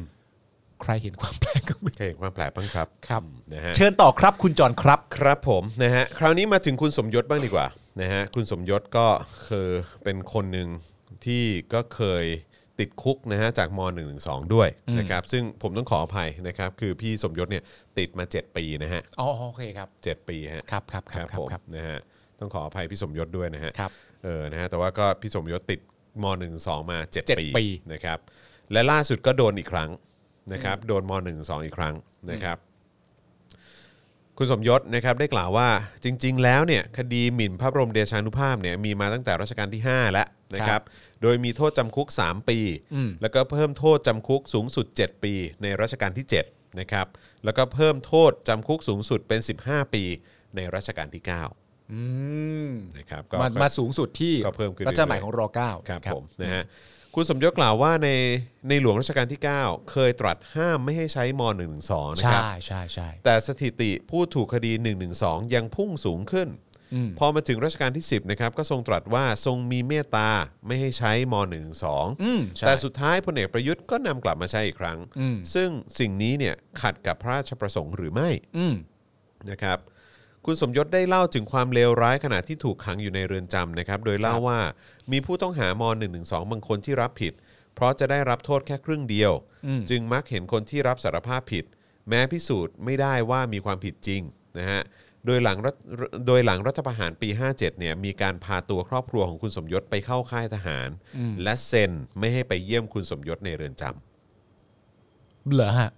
C: ใครเห็นความแปลกก็ไม่
B: เคยเห็นความแปลกบ้างครับ
C: ครับ
B: นะฮะ
C: เชิญต่อครับคุณจอนครับ
B: ครับผมนะฮะคราวนี้มาถึงคุณสมยศบ้างดีกว่านะฮะคุณสมยศก็คือเป็นคนหนึ่งที่ก็เคย ติดคุกนะฮะจากม .112 ด้วยนะครับซึ่งผมต้องขออภัยนะครับคือพี่สมยศเนี่ยติดมา 7 ปีนะฮะ
C: อ๋อโอเคครับ
B: 7ปีฮะ
C: ครับครับครับ
B: ผม
C: ครับ
B: นะฮะต้องขออภัยพี่สมยศด้วยนะฮะ
C: ครับ
B: เออนะฮะแต่ว่าก็พี่สมยศติดม .12 มา 7
C: 7
B: ปี
C: ปี
B: นะครับและล่าสุดก็โดนอีกครั้งนะครับโดนม .12 อีกครั้งนะครับ คุณสมยศนะครับได้กล่าวว่าจริง ๆ แล้วเนี่ยคดีหมิ่นพระบรมเดชานุภาพเนี่ยมีมาตั้งแต่รัชกาลที่ 5 แล้วนะครับโดยมีโทษจำคุก 3 ปี แล้วก็เพิ่มโทษจำคุกสูงสุด 7 ปี ในรัชกาลที่7นะครับแล้วก็เพิ่มโทษจำคุกสูงสุดเป็น 15 ปีในรัชกาลที่9
C: อืม
B: นะครับก็
C: มามาสูงสุดที่
B: ก็เพิ่มขึ้น
C: รัชสมัย
B: เรื่อยๆ
C: ของรอเก้า
B: ครับผมนะฮะคุณสมยศกล่าวว่าในในหลวงรัชกาลที่ 9 เคยตรัสห้ามไม่ให้ใช้ม .112 นะค
C: ใช่
B: รับ
C: ใช่ใช่
B: แต่สถิติผู้ถูกคดี 112 ยังพุ่งสูงขึ้น พอมาถึงรัชกาลที่ 10นะครับก็ทรงตรัสว่าทรงมีเมตตาไม่ให้ใช้ม
C: อืม
B: .112 แต่สุดท้ายพลเอกประยุทธ์ก็นำกลับมาใช้อีกครั้ง ซึ่งสิ่งนี้เนี่ยขัดกับพระราชประสงค์หรือไม่
C: อืม
B: นะครับคุณสมยศได้เล่าถึงความเลวร้ายขณะที่ถูกขังอยู่ในเรือนจำนะครับโดยเล่าว่ามีผู้ต้องหาม1 1 2บางคนที่รับผิด เพราะจะได้รับโทษแค่ครึ่งเดียว จึงมักเห็นคนที่รับสารภาพผิด แม้พิสูจน์ไม่ได้ว่ามีความผิดจริงนะฮะโดยหลังรัฐโดยหลังรัฐประหารปี 57เนี่ยมีการพาตัวครอบครัวของคุณสมยศไปเข้าค่ายทหาร และเซ็นไม่ให้ไปเยี่ยมคุณสมยศในเรือนจ
C: เหรอฮะ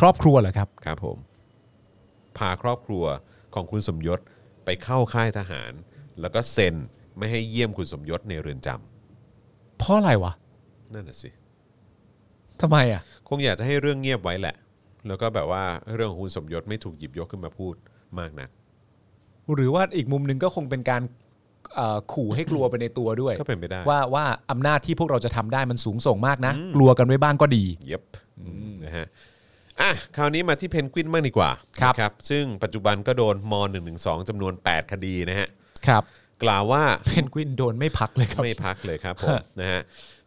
C: ครอบครัวเหรอครับ
B: ำครับผมพาครอบครัวของคุณสมยศไปเข้าค่ายทหาร แล้วก็เซ็นไม่ให้เยี่ยมคุณสมยศในเรือนจ
C: เพราะอะไรวะ
B: ำนั่นน่ะสิ
C: ทำไมอ่ะ
B: คงอยากจะให้เรื่องเงียบไว้แหละ แล้วก็แบบว่าเรื่องของคุณสมยศไม่ถูกหยิบยกขึ้นมาพูดมากนัก
C: หรือว่าอีกมุมหนึ่งก็คงเป็นการเอ่อขู่ให้กลัวไปในตัวด้วย
B: ก็เป็นไปได้
C: ว่าว่าอำนาจที่พวกเราจะทำได้มันสูงส่งมากนะ กลัวกันไว้บ้างก็ดี
B: เย็บนะฮะอ่ะคราวนี้มาที่เพนกวินมากดีกว่า
C: ครับ
B: นะซึ่งปัจจุบันก็โดนม .112 จำนวน 8 คดีนะฮะ
C: ครับ
B: กล่าวว่า
C: เพนกวินโดนไม่พักเลยครับ
B: ไม่พักเลยครับผม
C: ฮะ
B: นะฮะ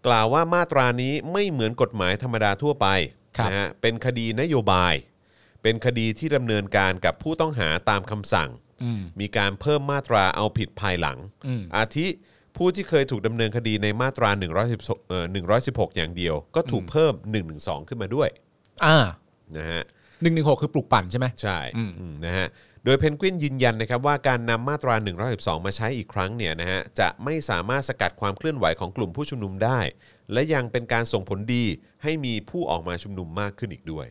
B: กล่าวว่ามาตรานี้ไม่เหมือนกฎหมายธรรมดาทั่วไป
C: ครับ
B: นะฮะเป็นคดีนโยบาย เป็นคดีที่ดำเนินการกับผู้ต้องหาตามคำสั่ง มีการเพิ่มมาตราเอาผิดภายหลัง
C: อืม
B: อาทิผู้ที่เคยถูกดำเนินคดีในมาตรา 116เอ่อ116 อย่างเดียว ก็ถูกเพิ่ม 112 ขึ้นมาด้วย
C: อ่า
B: นะฮะ
C: หนึ่งหนึ่งหกคือปลุกปั่นใช่ไหม
B: ใช่อืมนะฮะ โดยเพนกวินยืนยันนะครับว่าการนำมาตรา112 มาใช้อีกครั้งเนี่ยนะฮะจะไม่สามารถสกัดความเคลื่อนไหวของกลุ่มผู้ชุมนุมได้ และยังเป็นการส่งผลดีให้มีผู้ออกมาชุมนุมมากขึ้นอีกด้วย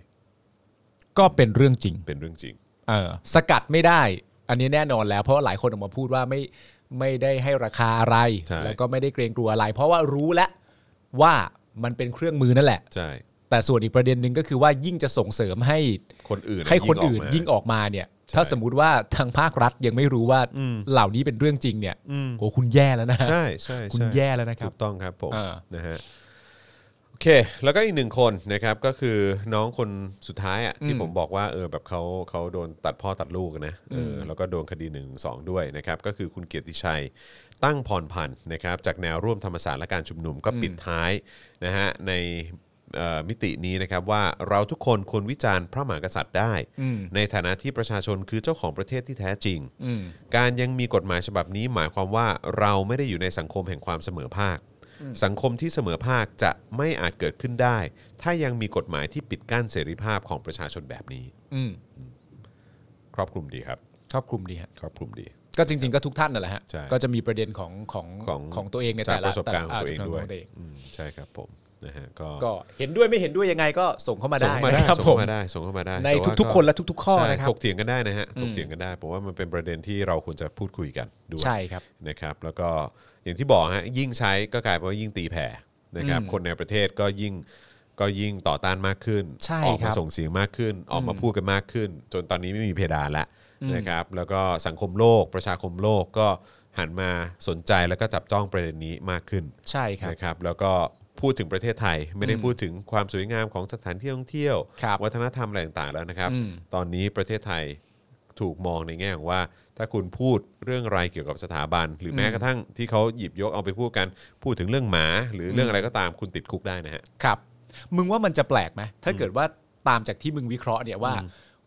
C: ก็เป็นเรื่องจริง
B: เป็นเรื่องจริง
C: เออสกัดไม่ได้ อันนี้แน่นอนแล้ว เพราะว่าหลายคนออกมาพูดว่าไม่ไม่ได้ให้ราคาอะไร
B: ใช่
C: แล้วก็ไม่ได้เกรงกลัวอะไร เพราะว่ารู้แล้วว่ามันเป็นเครื่องมือนั่นแหละ
B: ใช่
C: แต่ส่วนอีกประเด็นหนึ่งก็คือว่ายิ่งจะส่งเสริมให้
B: คนอื่นะ
C: ให้คน
B: ก
C: อื่น
B: มา
C: ยิ่งออกมาเนี่ย ถ้าสมมติว่าทางภาครัฐยังไม่รู้ว่าเหล่านี้เป็นเรื่องจริงเนี่ยโอ้คุณแย่แล้วนะ
B: ใช่ใช่ใช่
C: คุณแย่แล้วนะครับ
B: ถูกต้องครับผม
C: อ่า
B: นะฮะโอเค แล้วก็อีกหนึ่งคนนะครับก็คือน้องคนสุดท้ายอ่ะที่ผมบอกว่าเออแบบเขาเขาโดนตัดพ่อตัดลูกนะเออแล้วก็โดนคดีหนึ่งสองด้วยนะครับ ก็คือคุณเกียรติชัยตั้งพรพันธ์นะครับ จากแนวร่วมธรรมศาสตร์และการชุมนุมก็ปิดท้ายนะฮะในเอ่อมิตินี้นะครับว่าเราทุกคนควรวิจารณ์พระมหากษัตริย์ได้ ในฐานะที่ประชาชนคือเจ้าของประเทศที่แท้จริง การยังมีกฎหมายฉบับนี้หมายความว่าเราไม่ได้อยู่ในสังคมแห่งความเสมอภาค สังคมที่เสมอภาคจะไม่อาจเกิดขึ้นได้ ถ้ายังมีกฎหมายที่ปิดกั้นเสรีภาพของประชาชนแบบนี้
C: อืม
B: ครอบคลุมดีครับ
C: ครอบคลุมดีฮะ
B: ครอบคลุมดี
C: ก็จริง ๆก็ทุกท่านนั่นแหละฮะ
B: ใช่
C: ก็จะมีประเด็นของของ
B: ของ
C: ของตัวเองใน
B: จาก
C: แต่ละ
B: ประสบการณ์ของ
C: แะ
B: ตัวเอง
C: จก
B: ด้วย
C: ขตั
B: อืมใช่ครับผมนะฮะก็
C: ก็เห็นด้วยไม่เห็นด้วยยังไงก็ส่งเข้ามา
B: ส่งเข้ามาได้
C: ได้นะครับ
B: ส่ง
C: ผ
B: เข้าม มาได้ส่งเข้ามาได้
C: ใน
B: แต่ว่า
C: ทุก ๆ คนและทุก ๆ ข้อ
B: ใช่
C: นะครับ
B: ถกเถียงกันได้นะฮะถกเถียงกันได้ผมว่ามันเป็นประเด็นที่เราควรจะพูดคุยกันด้วย
C: ใช่ครับ
B: นะครับแล้วก็อย่างที่บอกฮะยิ่งใช้ก็กลายเป็นว่ายิ่งตีแผ่นะครับ
C: อืม
B: คนในประเทศก็ยิ่งก็ยิ่งต่อต้านมากขึ้น
C: ใช่
B: ออก
C: ครั
B: มา
C: บ
B: ส่งเสียงมากขึ้น ออกมาพูดกันมากขึ้น จนตอนนี้ไม่มีเพดานละนะครับแล้วก็สังคมโลก ประชาคมโลกก็หันมาสนใจแล้วก็จับจ้องประเด็นนี้มากขึ้น
C: ใช่ครับ
B: นะครับแล้วก็พูดถึงประเทศไทยไม่ได้พูดถึงความสวยงามของสถานที่ท่องเที่ยว
C: ครับ
B: วัฒนธรรมอะไรต่างๆแล้วนะครับ
C: อืม
B: ตอนนี้ประเทศไทย ถูกมองในแง่ของว่า ถ้าคุณพูดเรื่องอะไรเกี่ยวกับสถาบัน หรือแม้กระทั่งที่เขาหยิบยกเอาไปพูดกัน พูดถึงเรื่องหมา หรือเรื่องอะไรก็ตามคุณติดคุกได้นะฮะ
C: ครับ มึงว่ามันจะแปลกไหมถ้าเกิดว่าตามจากที่มึงวิเคราะห์เนี่ยว่า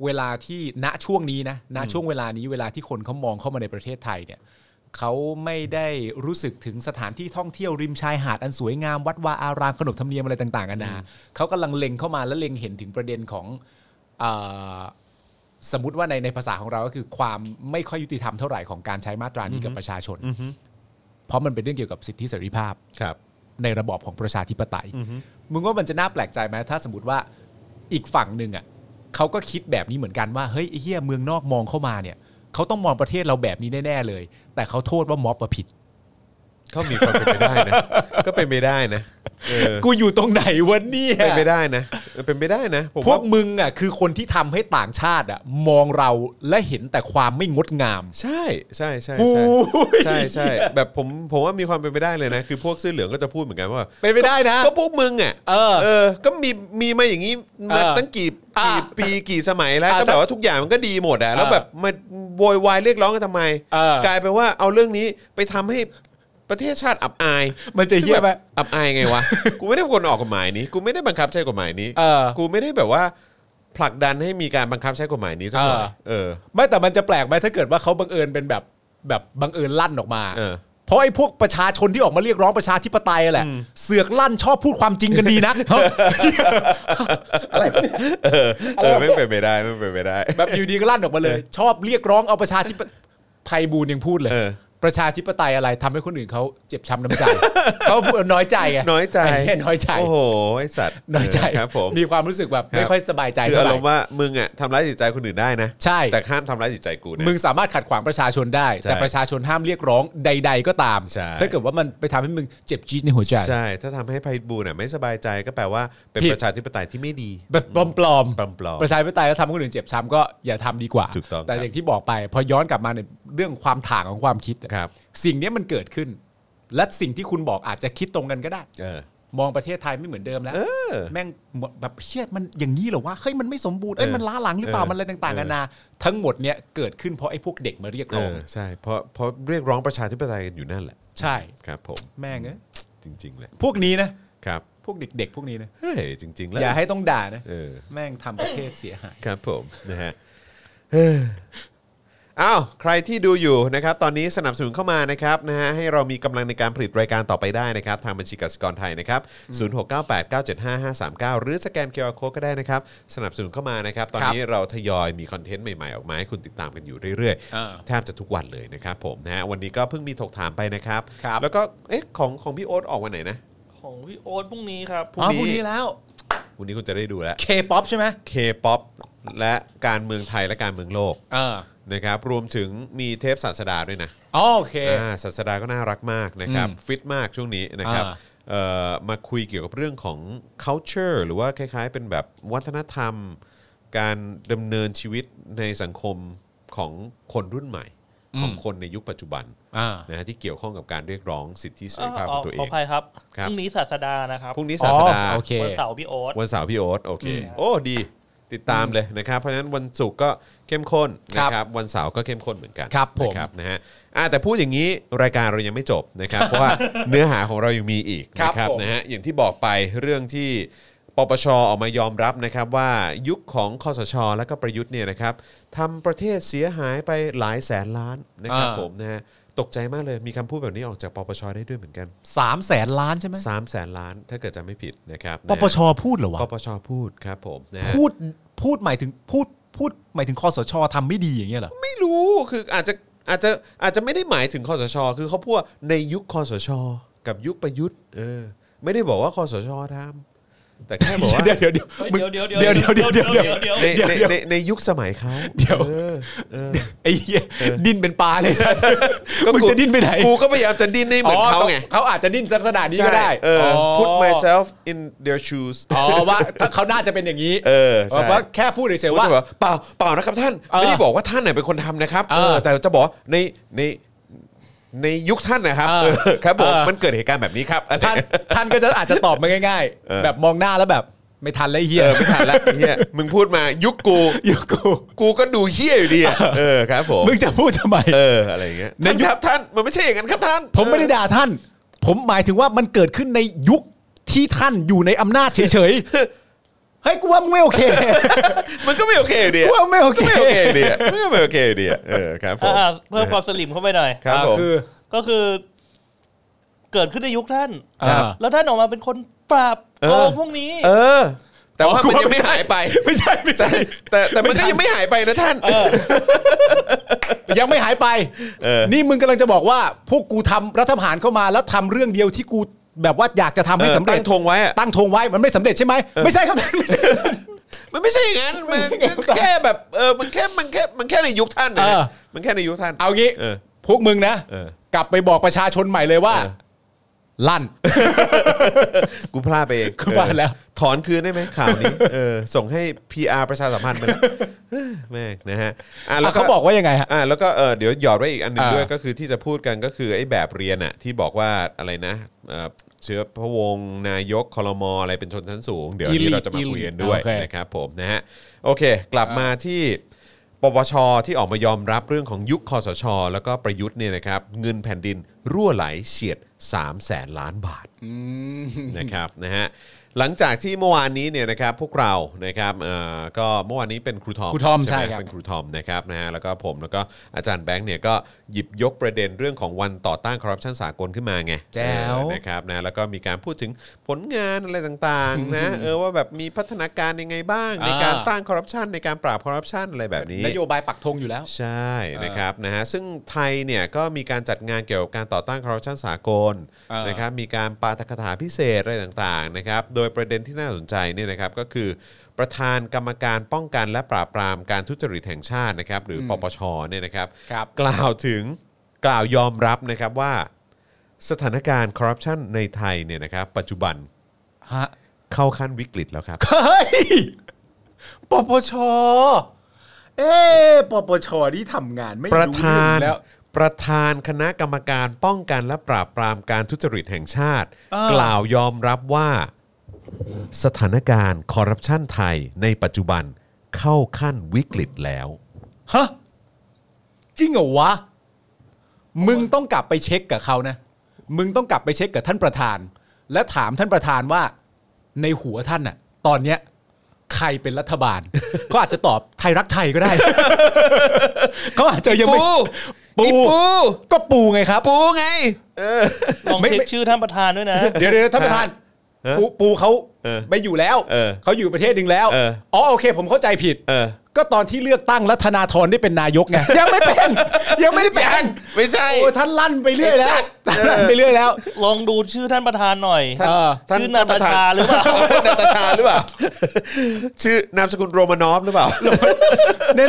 C: เวลาที่ณช่วงนี้นะณช่วงเวลานี้เวลาที่คนเขามองเข้ามาในประเทศไทยเนี่ย เขาไม่ได้รู้สึกถึงสถานที่ท่องเที่ยวริมชายหาดอันสวยงาม วัดวาอารามขนบธรรมเนียมอะไรต่างๆกันานาเขากำลังเล็งเข้ามาและเล็งเห็นถึงประเด็นของเอ่อสมมติว่าในในภาษาของเราก็คือความไม่ค่อยยุติธรรมเท่าไหร่ของการใช้มาตรานี้กับประชาชน
B: อือฮึ
C: เพราะมันเป็นเรื่องเกี่ยวกับสิทธิเสรีภาพ
B: ครับ
C: ในระบอบของประชาธิปไตย
B: อือฮึ
C: มึงว่ามันจะน่าแปลกใจไหมถ้าสมมติว่าอีกฝั่งหนึ่งอ่ะเขาก็คิดแบบนี้เหมือนกันว่าเฮ้ยไอ้เฮียเมืองนอกมองเข้ามาเนี่ยเขาต้องมองประเทศเราแบบนี้แน่ๆเลย แต่เขาโทษว่าม็อบประผิด
B: ก็มีความเป็นไปได้นะ ก็เป็นไปได้นะเออ
C: กูอยู่ตรงไหนวะเนี่ย
B: เป็นไปได้นะเออเป็นไปได้นะผม
C: พว
B: ว่าก
C: มึงอ่ะคือคนที่ทำให้ต่างชาติอ่ะมองเราและเห็นแต่ความไม่งดงาม
B: ใช่ใช่ใช่
C: โอ้
B: ใช่
C: ย
B: ใช่ใช่แบบผมผมว่ามีความเป็นไปได้เลยนะ คือพวกเสื้อเหลืองก็จะพูดเหมือนกันว่า
C: เป็นไปได้นะ
B: ก็พวกมึงอ่ะ
C: เออ
B: เออ ก็มีมีมาอย่างนี้มา
C: เออ
B: ตั้งกี่
C: อ่ะ
B: กี่ปีกี่สมัยแล้ว
C: อ่ะ
B: ก็แบบว่าทุกอย่างมันก็ดีหมดอ่ะแล้ว
C: เออ
B: แบบมาโวยวายเรียกร้องกันทำไม
C: เออ
B: กลายเป็นว่าเอาเรื่องนี้ไปทำให้ประเทศชาติอับอาย
C: มันจะเฮียไหม
B: แบบอับอายไงวะ กูไม่ได้เป็นคนออกกฎหมายนี้ กูไม่ได้บังคับใช้กฎหมายนี้
C: เออ
B: กูไม่ได้แบบว่าผลักดันให้มีการบังคับใช้กฎหมายนี้สักหน่อย
C: เออ
B: เออ
C: ไม่แต่มันจะแปลกไหมถ้าเกิดว่าเขาบังเอิญเป็นแบบแบบบังเอิญลั่นออกมา
B: เออ
C: เพราะไอ้พวกประชาชนที่ออกมาเรียกร้องประชาธิปไตยอะแหละเสือกลั่นชอบพูดความจริงกันดีนะ อะไรวะเนี่ย
B: เออเออไม่เป็นไปได้ไม่เป็นไปได้
C: แบบอยู่ดีก็ลั่นออกมาเลย ชอบเรียกร้องเอาประชาธิปไทยบูนยังพูดเลย
B: เออ
C: ประชาธิปไตยอะไรทำให้คนอื่นเขาเจ็บช้ำ น้ำใจ เขาพูดน้อยใจไง
B: น้อยใจ
C: ไเหี้ยน้อยใจ
B: โอ้โหไอสัตว์
C: น้อยใจ
B: เครับผม
C: มีความรู้สึกแบบ
B: ค
C: ไม่
B: รับ
C: ค่อยสบายใจ
B: คือ
C: เท่า
B: อา
C: ไห
B: ร
C: ร่
B: มณ์ว่ามึงอ่ะทำร้ายจิตใจคนอื่นได้นะ
C: ใช่
B: แต่ห้ามทำร้ายจิตใจกูนะ
C: มึงสามารถขัดขวางประชาชนได้
B: ใช่
C: แต่ประชาชนห้ามเรียกร้องใด ๆ ก็ตาม
B: ใช่
C: ถ้าเกิดว่ามันไปทำให้มึงเจ็บจี๊ดในหัวใจ
B: ใช่ถ้าทำให้ไพบูลย์น่ะไม่สบายใจก็แปลว่าเป็น
C: ผิด
B: ประชาธิปไตยที่ไม่ดี
C: แบบปลอม
B: ปลอมปลอม
C: ๆประชาธิปไตยแล้วทำให้คนอื่นเจ็บช้ำก็อย่าทำดีกว่า
B: ถูกต้อง
C: แต่
B: ครับ
C: อย่างที่บอกไป พอย้อนกลับมาในเรื่องความถ่างของความคิดอะ
B: ครับ
C: สิ่งเนี้ยมันเกิดขึ้น และสิ่งที่คุณบอกอาจจะคิดตรงกันก็ได้
B: เออ
C: มองประเทศไทยไม่เหมือนเดิมแล้ว
B: เออ
C: แม่งแบบเชี่ยมันอย่างนี้เหรอวะเฮ้ยมันไม่สมบูรณ์เอ้ย
B: เออ
C: มันล้าหลังหรือเปล่า
B: เออ
C: มันอะไรต่างๆ
B: เออ
C: นานาทั้งหมดเนี้ยเกิดขึ้นเพราะไอ้พวกเด็กมาเรียก
B: เอ
C: ร้อง
B: อใช่เพราะเพราะเรียกร้องประชาธิปไตยกันอยู่นั่นแหละ
C: ใช่
B: ครับผม
C: แม่งเอ้ย
B: จริง ๆ เลย
C: พวกนี้นะครับ พวกเด็กๆพวกนี้นะ
B: เฮ้ยจริง ๆ แล้ว
C: อย่าให้ต้องด่านะ
B: เออ
C: แม่งทำประเทศเสียหาย
B: ครับผมนะ ฮะเฮ้ยอ้าวใครที่ดูอยู่นะครับตอนนี้สนับสนุนเข้ามานะครับนะฮะให้เรามีกำลังในการผลิตรายการต่อไปได้นะครับทางบัญชีกสิกรไทยนะครับ0698975539 หรือสแกน QR Code ก็ได้นะครับสนับสนุนเข้ามานะครับตอน
C: ครับ
B: นี้เราทยอยมีคอนเทนต์ใหม่ๆออกมาให้คุณติดตามกันอยู่เรื่อยๆ แทบจะทุกวันเลยนะครับผมนะฮะวันนี้ก็เพิ่งมีถกถามไปนะครับ
C: ครับ
B: แล้วก็เอ๊ะของของพี่โอ๊ตออกวันไหนนะ
D: ของพี่โอ๊ตพรุ่งนี้ครับ
B: พรุ่
C: อ๋อง
B: นี้
C: พรุ่งนี้แล้ว
B: วันนี้คุณจะได้ดูแล้ว
C: K-POP ใช่ไหม
B: K-POP และการเมืองไทยและการเมืองโลก
C: เออ
B: นะครับรวมถึงมีเทปศาสดาด้วยนะ
C: อ๋อโอเค
B: อ่าศาสดาก็น่ารักมากนะครับ
C: อืม
B: ฟิตมากช่วงนี้นะครับ
C: อ่า
B: เอ่อมาคุยเกี่ยวกับเรื่องของ culture หรือว่าคล้ายๆ เป็นแบบวัฒนธรรม การดำเนินชีวิตในสังคมของคนรุ่นใหม่ ของ
C: อืม
B: คนในยุคปัจจุบัน
C: อ่า
B: นะฮะที่เกี่ยวข้องกับการเรียกร้องสิทธิเส
D: เอ
B: รี
D: อ
B: ภาพ
D: ข
B: ข
D: อ
B: องตัวเอ
D: ของ อภัยครับ
B: ครับ
D: พรุ่งนี้ศาสดานะครับ
B: พรุ่งนี้ศาสดา
C: อ๋อโอเค
D: วันเสาร์พี่โอ๊ต
B: วันเสาร์พี่โอ๊ตโอเค โอ้ดี ติดตามเลยนะครับ เพราะฉะนั้นวันศุกร์ก็เข้มข้น
C: ครับ
B: นะครับวันเสาร์ก็เข้มข้นเหมือนกัน
C: ครับผม
B: นะครับนะฮะอ่ะแต่พูดอย่างนี้รายการเรายังไม่จบนะครับ เพราะว่าเนื้อหาของเรายังมีอีก
C: ครับ
B: นะครับ
C: ผม
B: นะฮะอย่างที่บอกไปเรื่องที่ปปชออกมายอมรับนะครับว่ายุคของคอสช และก็ประยุทธ์เนี่ยนะครับทำประเทศเสียหายไปหลายแสนล้านนะครับผมนะฮะตกใจมากเลยมีคำพูดแบบนี้ออกจากปปชได้ด้วยเหมือนกัน
C: สามแสนล้านใช่ไหม
B: สามแสนล้านถ้าเกิดจะไม่ผิดนะครับ
C: ป
B: นะฮะ
C: ปชพูดเหรอวะ
B: ปปชพูดครับผมนะฮะ
C: พูดพูดหมายถึงพูดพูดหมายถึงคอสชทำไม่ดีอย่างเงี้ยเหรอ
B: ไม่รู้คืออาจจะอาจจะอาจจะไม่ได้หมายถึงคอสช คือเขาพูดว่าในยุคคอสช กับยุคประยุทธ์เออไม่ได้บอกว่าคอสชทำแต่แค่บอกว่า
C: เดี๋ยวเดี๋ยวเดี๋ยว
D: เฮ้ย
C: มึง
D: เดี๋ยวเดี๋ยว
C: เดี๋ยวเดี๋ยวเดี๋ยวเดี๋ยวเดี๋ยว
D: เดี๋ยว
B: ใน
C: เดี๋ยว
B: ใน
C: เดี๋ยว
B: ในในยุคสมัยเขา
C: เดี๋ยว
B: ออเออ
C: ไอ้เหี้ยดิ้นเป็นปลาเลยสัส
B: ก็
C: มึง
B: กู
C: จะดิ้นไปไหน
B: กูก็พยายามจะดิ้นให้เหมือนเขาไง
C: เขาอาจจะดิ้นลักษณะนี้ก็ได้
B: เออ put myself in their shoes
C: อ๋อว่าถ้าเขาน่าจะเป็นอย่างนี้
B: เออใช่
C: ว่าแค่พูดเฉยๆ
B: ว่า
C: ว่า
B: เปล่าเปล่านะครับท่าน
C: เออ
B: ไม่ได้บอกว่าท่านไหนเป็นคนทำนะครับ
C: เออ
B: เออแต่จะบอกว่าในในในยุคท่านนะครับ
C: เออ
B: เออครับผม
C: เออ
B: มันเกิดเหตุการณ์แบบนี้ครับอะไร
C: ท่านท่านก็จะอาจจะตอบมาง่าย ๆ แบบมองหน้าแล้วแบบไม่ทันเลยเฮีย
B: เออไม่ทันแล้วเฮียมึงพูดมายุคกู
C: อยู่กู
B: กูก็ดูเฮียอยู่ดีอะเออครับผม
C: มึงจะพูดทำไม
B: เอออะไรอย่างเงี้ย
C: ใน
B: ท่าน
C: ยุค
B: ครับท่านมันไม่ใช่อย่างนั้นครับท่าน
C: ผมไม่ได้ด่าท่าน ผมหมายถึงว่ามันเกิดขึ้นในยุคที่ท่านอยู่ในอำนาจเฉย เฮ้ยกูว่ามึงไม่โอ เค
B: มันก็ไม่โอเคอยู่ดีอะ
C: ว่าไม่โอเค
B: ก็ไม่โอเคอยู่ดีอะมันก็ไม่โอเคอยู่ดีอะเออครับผม
D: อ่าเพิ่มความสลิมเข้าไปหน่อย
B: ครับผม
C: คือ
D: ก็คือ เกิดขึ้นในยุคท่าน
C: ครับ
D: แล้วท่านออกมาเป็นคนปราบ
B: เออ
D: โกงพวกนี้
B: เออ แต่ว่า
C: อ๋อกู
B: มัน
C: ว่า
B: ยังไม่หายไป
C: ไม่ใช่ไม่ใช่
B: แต่แต่แต่มันก็ยังไม่หายไปนะท่าน
D: เออ
C: ยังไม่หายไป
B: เออ
C: นี่มึงกำลังจะบอกว่า พวกกูทำรัฐประหารเข้ามาแล้วทำเรื่องเดียวที่กูแบบว่าอยากจะทำให้
B: เออ
C: สำเร็จ
B: ตั้งธงไว้อะ
C: ตั้งธงไว้มันไม่สำเร็จใช่ไหมไม่ใช่ครับท่านไม่ใช่
B: มันไม่ใช่อย่างนั้นมันมันแค่แบบเออมันแค่มันแค่มันแค่ในยุคท่านนะ
C: เออ
B: มันแค่ในยุคท่าน
C: เอางี้
B: เออ
C: พวกมึงนะ
B: เออ
C: กลับไปบอกประชาชนใหม่เลยว่า
B: เออ
C: ลั่น
B: กูพลาดไปเอง
C: กูพลาดแล้ว
B: เออถอนคืนได้ไหมข่าวนี้เออส่งให้ PR ประชาสัมพันธ์มันแม่งนะฮะอ่ะแล้วก็
C: เขาบอกว่ายังไงฮะ
B: อ่าแล้วก็เออเดี๋ยวหยอดไว้อีกอันหนึง
C: อ่า
B: ด้วยก็คือที่จะพูดกันก็คือไอ้แบบเรียนอะที่บอกว่าอะไรนะเอ่อเชื้อพระวงศ์นายกคลมอะไรเป็นชนชั้นสูง เดี๋ยวอันนี้
C: Elite
B: เราจะมาคุยกันด้วย
C: Elite โอเค
B: นะครับผมนะฮะโอเค กลับมาที่ปปชที่ออกมายอมรับเรื่องของยุคคอสช แล้วก็ประยุทธ์เนี่ยนะครับเงินแผ่นดินรั่วไหลเฉียด 3 0 0แสนล้านบาท นะครับนะฮะหลังจากที่เมื่อวานนี้เนี่ยนะครับพวกเรานะครับเอ่อก็เมื่อวานนี้เป็นครูทอม
C: ครูทอม
B: ไห
C: ใช่ครับ
B: เป็นครูทอมนะครับนะฮะแล้วก็ผมแล้วก็อาจารย์แบงค์เนี่ยก็หยิบยกประเด็นเรื่องของวันต่อต้านคอร์รัปชันสากลขึ้นมาไง
C: แจ๋ว
B: เออนะครับนะแล้วก็มีการพูดถึงผลงานอะไรต่างๆนะเออว่าแบบมีพัฒนาการยังไงบ้าง ในการต้านคอร์รัปชันในการปราบคอร์รัปชันอะไรแบบนี้
C: นโยบายปักธงอยู่แล้ว
B: ใช่นะครับนะฮะซึ่งไทยเนี่ยก็มีการจัดงานเกี่ยวกับการต่อต้านคอร์รัปชันสากล
C: เออ
B: นะครับมีการปาฐกถาพิเศษอะไรต่างๆนะครับโดยประเด็นที่น่าสนใจเนี่ยนะครับก็คือ ประธานกรรมการป้องกันและปราบปรามการทุจริตแห่งชาตินะครับหรือปปชเนี่ยนะครับ
C: ครับ
B: กล่าวถึงกล่าวยอมรับนะครับว่าสถานการณ์คอร์รัปชันในไทยเนี่ยนะครับปัจจุบัน
C: ฮะ
B: เข้าขั้นวิกฤตแล้วครับ
C: เฮ้ยปปชเอ๊ะปปชนี่ทำงานไม่
B: ประธา
C: เอน งแล้ว
B: ประธานคณะกรรมการป้องกันและปราบปรามการทุจริตแห่งชาติ
C: เออ
B: กล่าวยอมรับว่าสถานการณ์คอร์รัปชันไทยในปัจจุบันเข้าขั้นวิกฤตแล้ว
C: ฮะจริงเหรอวะ มึงต้องกลับไปเช็คกับเขานะ มึงต้องกลับไปเช็คกับท่านประธาน และถามท่านประธานว่า ในหัวท่านน่ะ ตอนเนี้ย ใครเป็นรัฐบาล เขาอาจจะตอบไทยรักไทยก็ ได้ เขาอาจจะยังไม่
B: ปู
C: ปู
B: อี
C: ก็ปูไงครับ
B: ปูไง
D: ลอง
C: ไม่
D: เช็ค
C: ไม่
D: ชื่อท่านประธานด้วย นะ
C: เดี๋ยวเดี๋ยวท่านประธาน
B: ฮะ
C: ปูปูเขา
B: เออ
C: ไม่อยู่แล้ว
B: เออ
C: เขาอยู่ประเทศหนึ่งแล้ว
B: เออ
C: อ๋อโอเค ผมเข้าใจผิด
B: เออ
C: ก็ตอนที่เลือกตั้งรัฐนาธรได้เป็นนายกไง ยังไม่เป็น ยังไม่ได้เป็น
B: ไม่ใช่
C: โอ้ยท่านลั่นไปเรื่อยแล้
B: ไอ้สัตว์
C: วท่านลั่นไปเรื่อยแล้ว
D: ลองดูชื่อท่านประธานหน่อย
C: ท่าน เอ
D: ชื่อนาตาชาหรือเปล่า
B: นาตาชาหรือเปล่า ชื่อนามสกุลโรมานอฟหรือเปล่า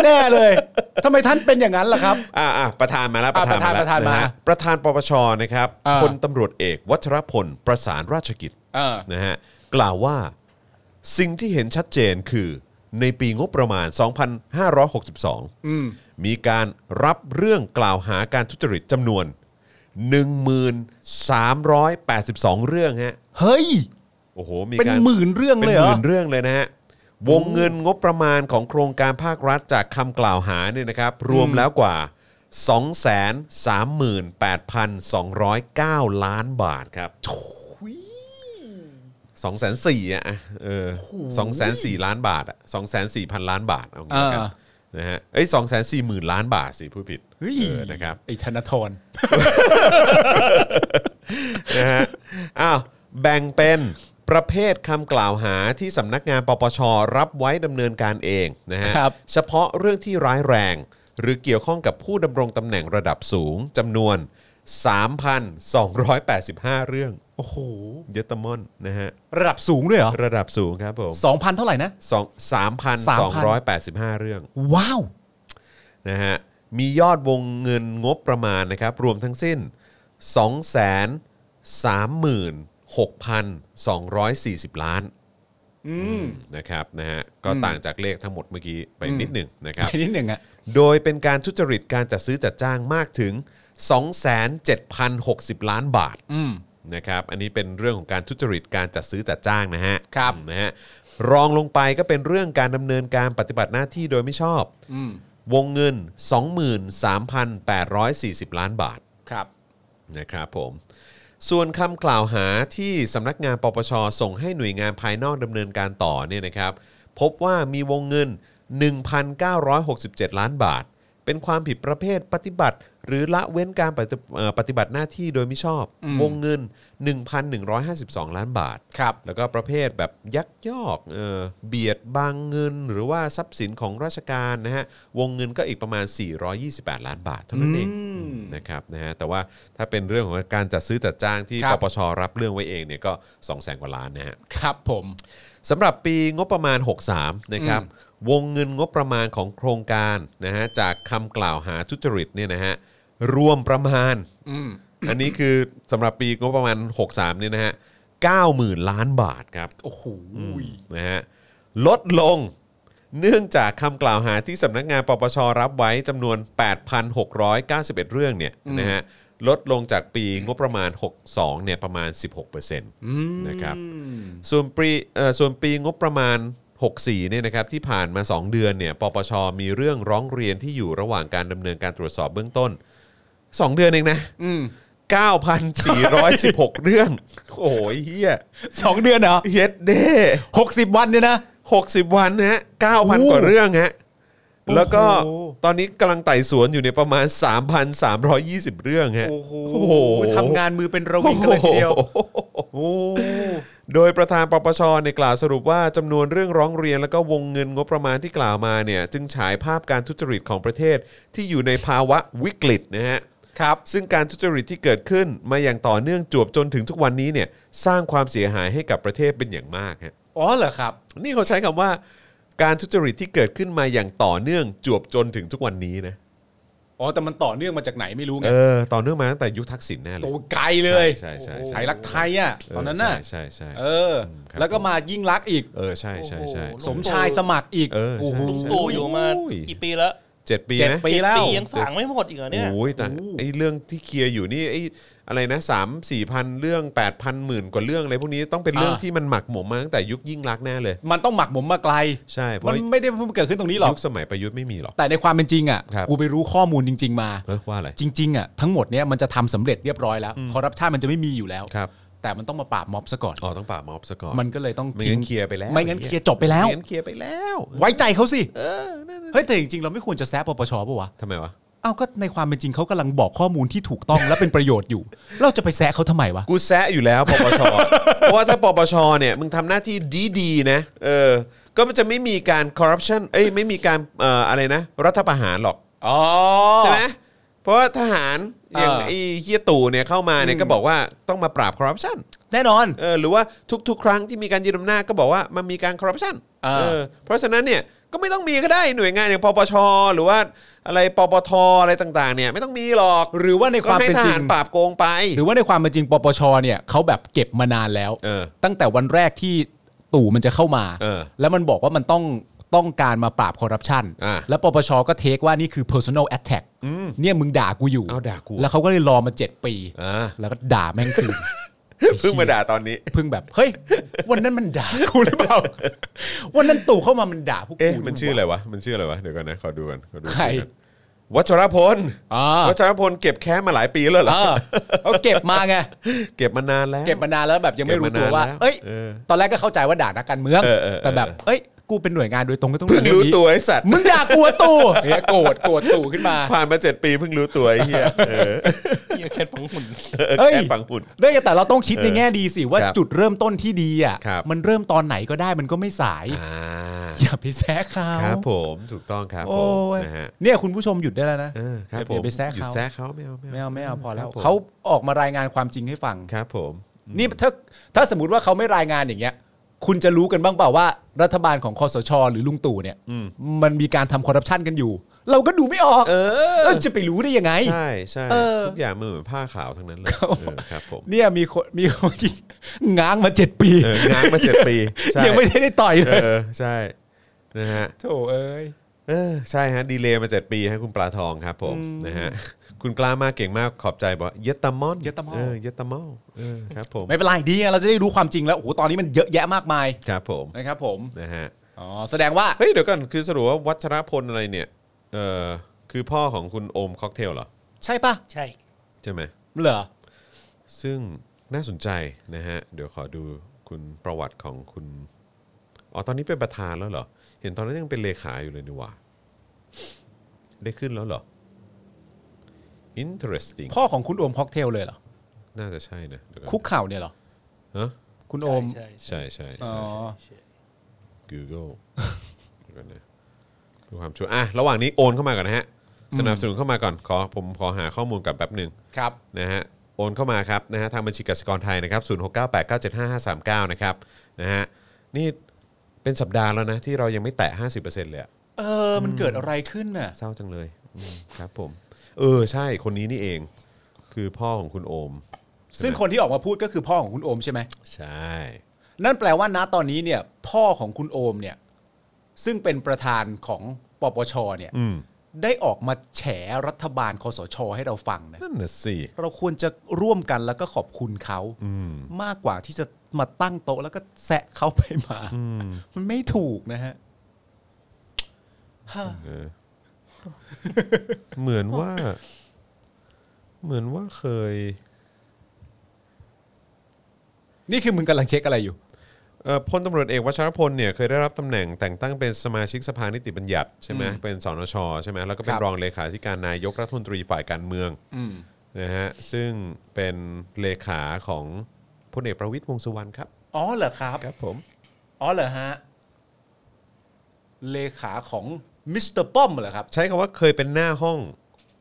C: แน่ๆเลยทำไมท่านเป็นอย่างนั้นล่ะครับ
B: อ่าอ่าประธานมาแล้ว
C: อ่ะ
B: แล้ว
C: ประธานประธานมา
B: ฮประธานปปชนะครับ
C: อ่า
B: พลตำรวจเอกวัชรพลประสานราชกิจ
C: เออ
B: นะฮะกล่าวว่าสิ่งที่เห็นชัดเจนคือในปีงบประมาณ 2562
C: อืม
B: มีการรับเรื่องกล่าวหาการทุจริตจำนวน 1,382 เรื่องฮะ
C: เฮ้ย
B: โอ้โหมี
C: เป็น
B: การ
C: หมื่นเรื่องเลยเห
B: เป็
C: ร
B: นห
C: อ
B: มื่นเรื่องเลยนะฮะ วงเงินงบประมาณของโครงการภาครัฐจากคำกล่าวหาเนี่ยนะครับ รวมแล้วกว่า 238,209 ล้านบาทครับสองแสนสี่อ่ะเออสองแสนสี่ล้านบาทอ่ะสองแสนสี่พันล้านบาทเอางี้ละกัน
C: อ่า
B: นะฮะเอ้ยสองแสนสี่หมื่นล้านบาทสิผู้ผิด
C: เฮ้ย
B: เออนะครับ
C: ไอ้ธนาธร
B: นะฮะ อ้าว แบ่งเป็นประเภทคำกล่าวหาที่สำนักงานปปช รับไว้ดำเนินการเองนะฮะ
C: ครับ
B: เฉพาะเรื่องที่ร้ายแรง หรือเกี่ยวข้องกับผู้ดำรงตำแหน่งระดับสูงจำนวน 3,285 เรื่อง
C: โอ้โห
B: เยตมอนนะฮะ
C: ระดับสูงด้วยเหรอ
B: ระดับสูงครับผม
C: สองพันเท่าไหร่นะ
B: สอง3,285 เรื่อง
C: ว้าว
B: นะฮะมียอดวงเงินงบประมาณนะครับ รวมทั้งสิ้น 2 3 6 2 4 0 ล้าน
C: อืม
B: นะครับนะฮะก็ต่างจากเลขทั้งหมดเมื่อกี้ไปนิดหนึ่งนะครับ
C: แค่นิดหนึ่งอะ
B: โดยเป็นการทุจริตการจัดซื้อจัดจ้างมากถึง 27,060 ล้านบาท
C: อืม
B: นะครับ อันนี้เป็นเรื่องของการทุจริตการจัดซื้อจัดจ้างนะฮะ
C: ครับ
B: นะฮะ รองลงไปก็เป็นเรื่องการดำเนินการปฏิบัติหน้าที่โดยไม่ชอบ
C: อืม
B: วงเงิน 23,840 ล้านบาท
C: ครับ
B: นะครับผม ส่วนคำกล่าวหาที่สำนักงานปปชส่งให้หน่วยงานภายนอกดำเนินการต่อเนี่ยนะครับ พบว่ามีวงเงิน 1,967 ล้านบาท เป็นความผิดประเภทปฏิบัติ หรือละเว้นการปฏิเอ่อปฏิบัติหน้าที่โดยมิชอบ
C: อืม
B: วงเงิน 1,152 ล้านบาท
C: ครับ
B: แล้วก็ประเภทแบบยักยอกเออเบียดบางเงิน หรือว่าทรัพย์สินของราชการนะฮะ วงเงินก็อีกประมาณ 428 ล้านบาทเท่านั้นเอง
C: อืม
B: นะครับนะฮะ แต่ว่าถ้าเป็นเรื่องของการจัดซื้อจัดจ้างที่
C: ครั
B: ป
C: บ
B: ปชรับเรื่องไว้เองเนี่ยก็ 2 0 0แสนกว่าล้านนะฮะ
C: ครับผม
B: สำหรับปีงบประมาณ 63 นะครับ วงเงินงบประมาณของโครงการนะฮะจากคำกล่าวหาทุจริตเนี่ยนะฮะรวมประมาณ
C: อืม
B: อันนี้คือสำหรับปีงบประมาณ 63 เนี่ยนะฮะ90,000 ล้านบาทครับ
C: โอ้โห
B: นะฮะลดลงเนื่องจากคำกล่าวหาที่สำนักงานปปชรับไว้จำนวน 8,691 เรื่องเนี่ยนะฮะลดลงจากปีงบประมาณ 62เนี่ยประมาณ 16%นะครับ
C: อืม
B: ส่วนปีเอ่อส่วนปีงบประมาณ 64เนี่ยนะครับที่ผ่านมา 2 เดือนเนี่ยปปชมีเรื่องร้องเรียนที่อยู่ระหว่างการดำเนินการตรวจสอบเบื้องต้น 2 เดือนเองนะ
C: อืม
B: 9,416 เรื่อง โอ้ยเฮีย
C: สองเดือนเหรอ
B: เฮ็ดเด้
C: หกสิบวันเนี่ยนะ
B: 60 วันนะฮะ9,000
C: โอ้
B: กว่าเรื่องฮะ
C: โอ้โห
B: แล้วก็ตอนนี้กำลังไต่สวนอยู่ในยประมาณ 3,320 เรื่องฮะ โอ้โห
C: ทำงานมือเป็นระวิงกันเลยทีเดียว โอ้
B: โดยประธานปปชในยกล่าวสรุปว่าจำนวนเรื่องร้องเรียน แล้วก็วงเงินงบประมาณที่กล่าวมาเนี่ย จึงฉายภาพการทุจริตของประเทศที่อยู่ในภาวะวิกฤตนะฮะ
C: ครับ
B: ซึ่งการทุจริตที่เกิดขึ้นมาอย่างต่อเนื่องจวบจนถึงทุกวันนี้เนี่ยสร้างความเสียหายให้กับประเทศเป็นอย่างมากฮะ
C: อ๋อเหรอครับ
B: นี่เขาใช้คำว่า การทุจริตที่เกิดขึ้นมาอย่างต่อเนื่องจวบจนถึงทุกวันนี้นะ
C: อ๋อ แต่มันต่อเนื่องมาจากไหนไม่รู้ไง
B: เออต่อเนื่องมาตั้งแต่ยุคทักษิณแน่เล
C: โต
B: ย
C: ไกลเลย
B: ใช่ใช่ใช่
C: สายรักไทยอ่ะ
B: เ
C: ตอนนั้นน่ะ
B: ใช่ใช่
C: เอ
B: ใช่ค
C: อ
B: รับ
C: แล้วก็มายิ่งรักษณ์อีก
B: เออใช่ใช่ใช่
D: โอ้โห
C: สมชายสมัครอีก
B: เออใช่
C: โอ้โห
B: ใช่
D: ลุงตู่อยู่มา
B: โอ้ย
D: กี่ปีแล้ว
B: เจ็ดปี
C: เจ็ด
B: นะ
C: ปีแล้ว
D: เจ็ดยังสั่งไม่หมดอีกเหรอเนี่ย
B: โอ้ยแต่ไอ้เรื่องที่เคลียร์อยู่นี่ไอ้อะไรนะสามสี่พันเรื่องแปดพันหมื่นกว่าเรื่องอะไรพวกนี้ต้องเป็นเรื่อง
C: อ่า
B: ที่มันหมักหมมมาตั้งแต่ยุคยิ่งรักษณ์แน่เลย
C: มันต้องหมักหมมมาไกล
B: ใช่เพ
C: มั
B: ราะ
C: นไม่ได้เพิ่งเกิดขึ้นตรงนี้หรอก
B: ยุคสมัยประยุทธ์ไม่มีหรอก
C: แต่ในความเป็นจริงอ่ะ
B: ครับ
C: กูไปรู้ข้อมูลจริง ๆ มา
B: เออว่าอะไร
C: จริง ๆ อ่ะ ทั้งหมดเนี้ยมันจะทำสำเร็จเรียบร้อยแล้ว คอร์รัปชันมันจะไม่มีอยู่แล้ว
B: ครับ
C: แต่มันต้องมาปราบม็อบซะก่อน
B: อ๋อต้องปราบม็อบซะก่อน
C: มันก็เลยต้อง
B: ไม่
C: ทิ้
B: งั้
C: ง
B: นเคลียร์ไปแล้ว
C: ไม่งั้นเคลียร์จบไปแล้ว
B: ม่งั้นเคลียร์ไปแล้ว
C: ไว้ใจเขาสิ
B: เออนั่นน่ะ
C: เฮ้ยแต่จริงๆเราไม่ควรจะแซะปปชป่ะวะ
B: ทำไมวะ
C: เอาก็ในความเป็นจริงเขากำลังบอกข้อมูลที่ถูกต้องและเป็นประโยชน์อยู่ เราจะไปแซะเขาทำไมวะ
B: กูแซะอยู่แล้วปปช เพราะว่าถ้าปปชเนี่ยมึงทำหน้าที่ดีๆนะเออ ก็จะไม่มีการคอร์รัปชันเอ้ยไม่มีการเอ่ออะไรนะ รัฐประหารหรอก
C: อ๋อ
B: ใช่ไหมเพราะว่าทหารอย่าง
C: เออ
B: ไอ้เฮียตู่เนี่ยเข้ามาเนี่ยก็บอกว่าต้องมาปราบคอร์รัปชัน
C: แน่นอน
B: เออหรือว่าทุกๆ ครั้งที่มีการยึดอำนาจก็บอกว่ามันมีการคอร์รัปชัน
C: เออ
B: เออเพราะฉะนั้นเนี่ยก็ไม่ต้องมีก็ได้หน่วยงานอย่างปปช หรือว่าอะไรปปทอะไรต่างๆเนี่ยไม่ต้องมีหรอก
C: หรือว่าในค
B: ก็
C: วาม
B: ให้
C: เป็น
B: ท
C: จริ
B: หาง รปราบโกงไป
C: หรือว่าในความเป็นจริงปปชเนี่ยเขาแบบเก็บมานานแล้ว
B: เออ
C: ตั้งแต่วันแรกที่ตู่มันจะเข้ามา
B: เออ
C: แล้วมันบอกว่ามันต้องต้องการมาปราบคอร์รัปชัน
B: อ่ะ
C: แล้วปปชก็เทคว่านี่คือ personal attack เนี่ยมึงด่ากูอยู่
B: เอาด่ากู
C: แล้วเขาก็เลยรอมาเจ็ดปี
B: อ่า
C: แล้วก็ด่าแม่งคืน
B: เพิ่งมาด่าตอนนี้
C: เพึ่งแบบ เฮ้ย วันนั้นมันด่ากูหรือเปล่า วันนั้นตู่เข้ามามันด่าพวก
B: เอ๊ะ
C: กู
B: มันชื่ออะไรวะ มันชื่ออะไรวะ เดี๋ยวก่อนนะ ขอดูกันขอดู
C: ใคร
B: ชื่อกันวัชรพล
C: อ่า
B: วัชรพลเก็บแค้นมาหลายปีแล้วเหร
C: เอ
B: อ
C: อเขาเก็บมาไง
B: เก็บมานานแล้ว
C: เก็บมานานแล้วแบบยังไม่รู้
B: เก็บมา
C: ตัวว่า
B: นานแล้ว
C: เอ้ย
B: เออ
C: ตอนแรกก็เข้าใจว่าด่านักการเมือง
B: เออเออเออ
C: แต่แบบ เอ้ย กูเป็นหน่วยงานโดยตรงก็ต้อง
B: เพิ่งรู้ตัวไอ้สัตว์
C: มึงด่ากูอะตู่เนี่ยโกรธโกรธตู่ขึ้นมา
B: ผ่านมาเจ็ดปีเพิ่งรู้ตัวไอ้เหี้ยเออ
D: เหี้ยแค่ฝังหุ่น
C: เอ้ย
B: แค่ฝังหุ่น
C: ได้แต่เราต้องคิดในแง่ดีสิว่า
B: ครับ
C: จุดเริ่มต้นที่ดีอ่ะ
B: ครับ
C: มันเริ่มตอนไหนก็ได้มันก็ไม่สาย
B: อ่า
C: อย่าไปแซะเขา
B: ครับผมถูกต้องครับผ
C: โอ้
B: ม
C: ย
B: นะฮะ
C: เนี่ยคุณผู้ชมหยุดได้แล้วนะ
B: เออครับผ
C: อ
B: ม
C: ย่าไปแซะ
B: หยุด
C: เขา
B: แซะเขาไม่เอา
C: ไม่เอาไม่เอาพอแล้
B: ค
C: ว
B: รับผม
C: เขาออกมารายงานความจริงให้ฟัง
B: ครับผม
C: นี่ถ้าถ้าสมมติว่าเขาไม่รายงานอย่างเงี้ย คุณจะรู้กันบ้างเปล่าว่า รัฐบาลของคอสช หรือลุงตู่เนี่ย
B: อืม
C: มันมีการทำคอร์รัปชันกันอยู่ เราก็ดูไม่ออก
B: เออ
C: เออจะไปรู้ได้ยังไง
B: ใช่ใช่
C: เออ
B: ทุกอย่างมันเหมือนผ้าขาวทั้งนั้นเลยเออครับผม
C: เนี่ยมีคนมีคนที่ง้างมาเจ็ดปี
B: เออง้างมาเจ็ดปีใช่
C: ยังไม่ได้ได้ต่อยเล
B: เอย อใช่นะฮะ
C: โถเอ้ย
B: เออใช่ฮะ ดีเลย์มาเจ็ดปีให้คุณปลาทองครับผมนะฮะคุณกล้ามากเก่งมากขอบใจบอกเยตามอน
C: เยตามอน
B: เออเยตามอนเออครับผม
C: ไม่เป็นไรดีไงเราจะได้รู้ความจริงแล้วโอ้โหตอนนี้มันเยอะแยะมากมาย
B: ครับผม
C: นะครับผม
B: นะฮะ
C: อ๋อแสดงว่า
B: เฮ้ยเดี๋ยวก่อนคือสรุปว่าวัชรพลอะไรเนี่ยเออคือพ่อของคุณโอมค็อกเทลเหรอ
C: ใช่ปะ
D: ใช่
B: ใช่ไหม
C: เหรอ
B: ซึ่งน่าสนใจนะฮะ เดี๋ยวขอดูคุณประวัติของคุณ อ๋อ ตอนนี้เป็นประธานแล้วเหรอ เห็นตอนนั้นยังเป็นเลขาอยู่เลยนี่หว่า ได้ขึ้นแล้วเหรอ interesting
C: พ่อของคุณโอมค็อกเทลเลยเหรอ
B: น่าจะใช่นะเดี๋ยวอน
C: คุกเข่าเนี่ยเหรอ
B: ฮะ
C: คุณโอม
D: ใช่ใช่
B: ใช่ใช่
C: อ๋อ
B: ใช่ Google เดี๋ยวก่อนนะดูความชัวร์อ่ะ ระหว่างนี้โอนเข้ามาก่อนนะฮะ สนับสนุนเข้ามาก่อน ขอผมขอหาข้อมูลกับแป๊บหนึ่ง
C: ครับ
B: นะฮะโอนเข้ามาครับนะฮะทางบัญชีกสิกรไทยนะครับศูนย์หกเก้นะครับนะฮะนี่เป็นสัปดาห์แล้วนะที่เรายังไม่แตะ 50%เลยอะ
C: เออ มันเกิดอะไรขึ้นน่ะ
B: เศร้าจังเลยอืมครับผม เออใช่คนนี้นี่เอง คือพ่อของคุณโอมใช่ไหม
C: ซึ่งคนที่ออกมาพูดก็คือพ่อของคุณโอมใช่ไหม
B: ใช่
C: นั่นแปลว่าณตอนนี้เนี่ย พ่อของคุณโอมเนี่ย ซึ่งเป็นประธานของปปชเนี่ย
B: อืม
C: ได้ออกมาแฉรัฐบาลคอสช ให้เราฟังนะ
B: นั่นน่ะสิ
C: เราควรจะร่วมกันแล้วก็ขอบคุณเขา
B: อืม
C: มากกว่าที่จะมาตั้งโต๊ะแล้วก็แซะเขาไปมา
B: อืม
C: มันไม่ถูกนะฮะ
B: เอ อเหมือนว่า เหมือนว่าเคย
C: นี่คือมึงกำลังเช็คอะไรอยู่
B: เอ่อพลตำรวจเอกวชรพลเนี่ยเคยได้รับตำแหน่งแต่งตั้งเป็นสมาชิกสภานิติบัญญัติใช่ไหม
C: อืม
B: เป็นสนชใช่ไหมแล้วก็เป็น
C: ครับ
B: รองเลขาธิการนายกรัฐมนตรีฝ่ายการเมือง
C: อืม
B: นะฮะซึ่งเป็นเลขาของพลเอกประวิตยวงษ์สุวรรณครับ
C: อ๋อเหรอครับ
B: ครับผม
C: อ๋อเหรอฮะ เลขาของมิสเตอร์ป้อมเหรอครับ
B: ใช้คำว่าเคยเป็นหน้าห้อง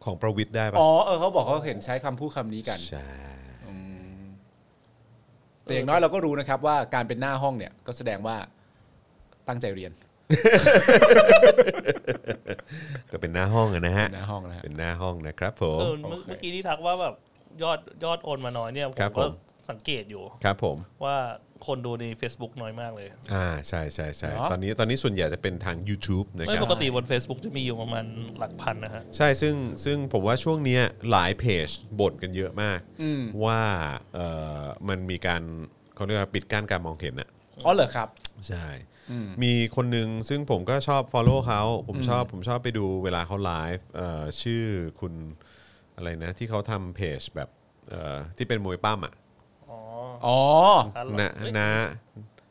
B: ของประวิตยได้ปะ
C: อ๋อเออเขาบอกเขาเห็นใช้คำพูดคำนี้กัน
B: ใช่
C: แต่อย่างน้อยเราก็รู้นะครับว่าการเป็นหน้าห้องเนี่ยก็แสดงว่าตั้งใจเรียน
B: ก็เป็นหน้าห้องอะนะฮะ
C: หน้าห้องนะฮะ
B: เป็นหน้าห้องนะครับผม
D: เออเมื่อ
C: โอเค
D: เมื่อกี้ที่ทักว่าแบบยอดยอดโอนมาน้อยเนี่ยผ
B: ครับ
D: ม
B: ผ
D: ก็
B: ม
D: สังเกตอยู่
B: ครับผม
D: ว่าคนดูใน Facebook น้อยมากเลย
B: อ่าใช่ใช่ใช่
C: เหรอ
B: ตอนนี้ตอนนี้ส่วนใหญ่จะเป็นทาง YouTube นะค
D: ไม่
B: รับ
D: ปกติบน Facebook จะมีอยู่ประมาณหลักพันนะฮะ
B: ใช่ซึ่งซึ่งผมว่าช่วงเนี้ยหลายเพจบ่นกันเยอะมาก
C: อืม
B: ว่าเอ่อมันมีการเขาเรียกว่าปิดกั้นการมองเห็นอะ
C: อ๋อเหรอครับ
B: ใช่
C: อืม
B: มีคนหนึ่งซึ่งผมก็ชอบ Follow เขาผมชอบผมชอบไปดูเวลาเขาไลฟ์เอ่อชื่อคุณอะไรนะ ที่เขาทำเพจแบบเอ่อที่เป็นมวยปั้มอะ
D: อ๋อ
C: อ๋อ
D: อ่
B: นะ
D: เอ้ย
B: นะ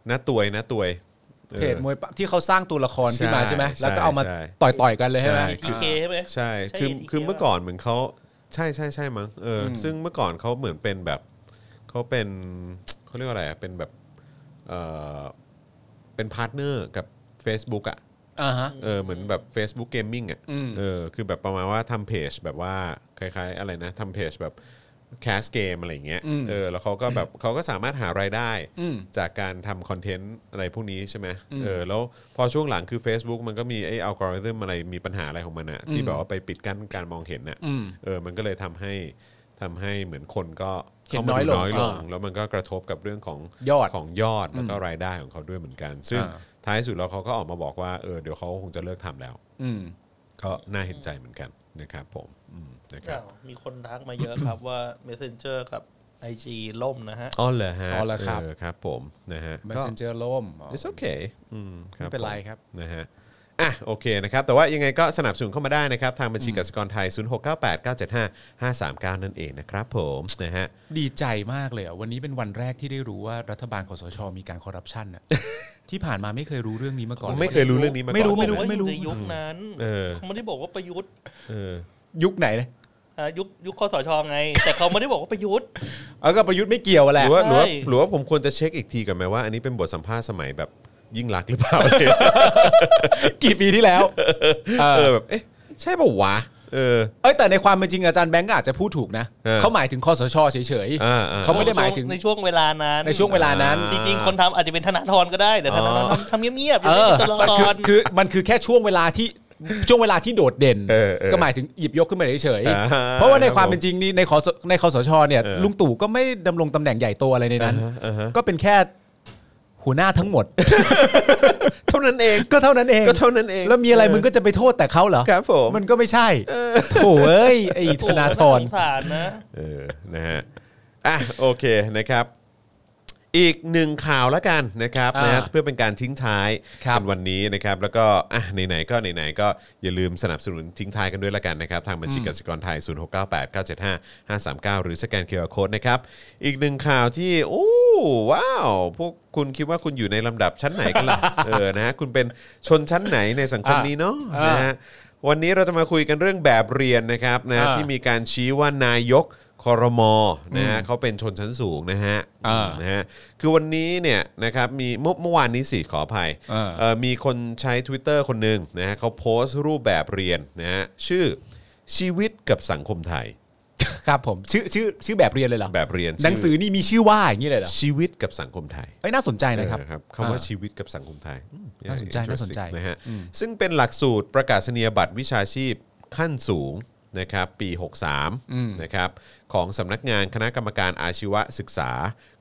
B: นะตวยนะตวยออ
C: เพจมวยปะที่เขาสร้างตัวละครขึ้นมาใช่ไหม
B: ใช่
C: แล้วก็เอามา
B: ใช่
C: ต่อยต่อยๆกันเลยใช่ไหม
B: ใช่
D: ทีเคใช่ไหม
B: ใช่
D: ใช่
B: คือ
D: ATK
B: คือ เมื่อก่อนเหมือนเขาใช่ใช่ใช่มั้ง เอออ
C: ม
B: ซึ่งเมื่อก่อนเขาเหมือนเป็นแบบ เขาเป็นเขาเรียกว่าอะไรอะเป็นแบบ เออเป็นพาร์ทเนอร์กับ Facebook อ่ะ
C: อ่าฮะ
B: เออ เหมือนแบบ Facebook Gaming อ่ะ
C: อืม
B: เออ คือแบบประมาณว่าทำเพจแบบว่า คล้าย ๆ อะไรนะ ทำเพจแบบแคสเกมอะไรอย่างเงี้ย เออ แล้วเขาก็แบบเขาก็สามารถหารายได้
C: อืม
B: จากการทำคอนเทนต์อะไรพวกนี้ใช่ไหมเออแล้วพอช่วงหลังคือ Facebook มันก็มีไอ้อัลกอริทึมอะไรมีปัญหาอะไรของมันอะที่แบบว่าไปปิดกั้นการมองเห็นอะ
C: อืม
B: เออมันก็เลยทำให้ทำให้เหมือนคนก็
C: เห็น
B: ข้ามา
C: น้อย
B: ดูน้อยลง
C: ลงอ่า
B: แล้วมันก็กระทบกับเรื่องของ
C: ยอด
B: ของยอดแล้วก็รายได้ของเขาด้วยเหมือนกัน ซึ่ง
C: อ่า
B: ท้ายสุดแล้วเขาก็ออกมาบอกว่าเออเดี๋ยวเขาคงจะเลิกทำแล้ว
C: อืม
B: ก็น่าเห็นใจเหมือนกันนะครับผมอืมนะครับ
D: อ้าวมีคนทักมาเยอะครับว่า Messenger กับ IG ล่มนะฮะ
B: อ๋อเหรอฮะ
C: อ๋อเหรอครับ
B: เครับผมนะฮะก็
C: messenger ล่มอ๋อ
B: It's okay อืมคบ
C: ไม่เป็นไร
B: ผม
C: ครับ
B: นะฮะ อ่ะ โอเคนะครับ แต่ว่ายังไงก็สนับสนุนเข้ามาได้นะครับ ทางบัญชีกสิกรไทย 0698975539 นั่นเองนะครับผมนะฮะ
C: ดีใจมากเลยอ่ะวันนี้เป็นวันแรกที่ได้รู้ว่ารัฐบาลคอสช มีการคอร์รัปชันน่ะ ที่ผ่านมาไม่เคยรู้เรื่องนี้มาก่อน
B: ไม่เคยรู้เรื่องนี้มาก่อน
C: ไม่รู้
D: เขาบอกว่าอยู่ในยุคนั้น
B: เออ
D: เขาไม่ได้บอกว่าประยุทธ์
B: เออ
C: ยุคไหนเลย
D: อ่ายุคยุคคอสชไง แต่เขาไม่ได้บอกว่าประยุทธ์
C: เอาก็ประยุทธ์ไม่เกี่ยวอะ
B: ห
C: แหละ
B: รือว่าหรือว่าห
D: ใช่
B: รือว่าผมควรจะเช็คอีกทีกันไหมว่าอันนี้เป็นบทสัมภาษณ์สมัยแบบยิ่งรักษณ์หรือเปล่า
C: กี่ปีที่ แล้วเอ
B: เอ
C: อ
B: อแบบ เอ๊ะ ใช่ป่าววะ เออ
C: เอ้ยแต่ในความเป็นจริงอาจารย์แบงก์ก็อาจจะพูดถูกนะ
B: เออ
C: เขาหมายถึงคอสชเฉย
B: อ่าอ่า
C: เขาไม่ได้หมายถึง
D: ในช่วในช่วงเวลานั้น
C: ในช่วงเวลานั้น
B: อ่า
D: จริงๆ คนทำอาจจะเป็นธนาธรก็ได้แต่ธนาธรทำเงียบๆอ
C: เอยู่ อ
D: ในตัวละ
C: มัน
D: ค
C: คือ
D: ร
C: คือมันคือแค่ช่วงเวลาที่ช่วงเวลาที่โดดเด่น
B: เออเออ
C: ก็หมายถึงหยิบยกขึ้นมาเฉย
B: อ่า
C: ๆเพราะว่าในความเป็นจริงนี่ในคอสในคอสชเนี่ย
B: เออ
C: ลุงตู่ก็ไม่ได้ดำรงตำแหน่งใหญ่โตอะไรในนั้น
B: อ่าฮะ
C: ก็เป็นแค่หัวหน้าทั้งหมด
B: เท่านั้นเอง
C: ก็เท่านั้นเอง
B: ก็เท่านั้นเอง
C: แล้วมีอะไรมึงก็จะไปโทษแต่เขาเหรอ
B: ครับผม
C: มันก็ไม่ใช่โถ่เอ้ยไอ้ธนาธ
D: โอ้
C: ร
D: โหสงสารนะ
B: เออ นะฮะ อ่ะ โอเคนะครับ อีกหนึ่งข่าวละกันนะครับ
C: อ่าน
B: นะฮะเพื่อเป็นการทิ้งท้าย
C: ครับ
B: เป็นวันนี้นะครับแล้วก็อ่ะไหนๆก็ไหนๆก็อย่าลืมสนับสนุนทิ้งท้ายกันด้วยละกันนะครับทางบัญชีกสิกรไทย 0698975539 หรือสแกนเคอร์โคดนะครับอีกหนึ่งข่าวที่โอ้ว้าวพวกคุณคิดว่าคุณอยู่ในลำดับชั้นไหนกัน ล่ะ เออนะฮะคุณเป็นชนชั้นไหนในสังคม
C: อ่ะ
B: นี้เนาะ
C: อ่าน
B: นะฮะวันนี้เราจะมาคุยกันเรื่องแบบเรียนนะครับนะฮะ
C: อ่า
B: ที่มีการชี้ว่านายกคอรมอนะฮะเขาเป็นชนชั้นสูงนะฮะ
C: อ่า
B: นะฮะคือวันนี้เนี่ยนะครับมีเมื่อเมื่อวานนี้สิขออภัย
C: อ่า
B: เอ่อมีคนใช้ Twitter คนหนึ่งนะฮะเขาโพสต์รูปแบบเรียนนะฮะชื่อชีวิตกับสังคมไทย
C: ครับผมชื่อชื่อชื่อแบบเรียนเลยเหรอ
B: แบบเรียน
C: หนังสื
B: ชื่
C: อนี่มีชื่อว่าอย่างนี้เลยเหรอ
B: ชีวิตกับสังคมไทย
C: เอ้ยน่าสนใจนะครับ
B: เออคำว่าชีวิตกับสังคมไทยอืม
C: น่าสนใจ
B: interesting
C: น่าสนใจ
B: นะฮะซึ่งเป็นหลักสูตรประกาศนียบัตรวิชาชีพขั้นสูงนะครับปี
C: อืม
B: 63นะครับของสำนักงานคณะกรรมการอาชีวศึกษา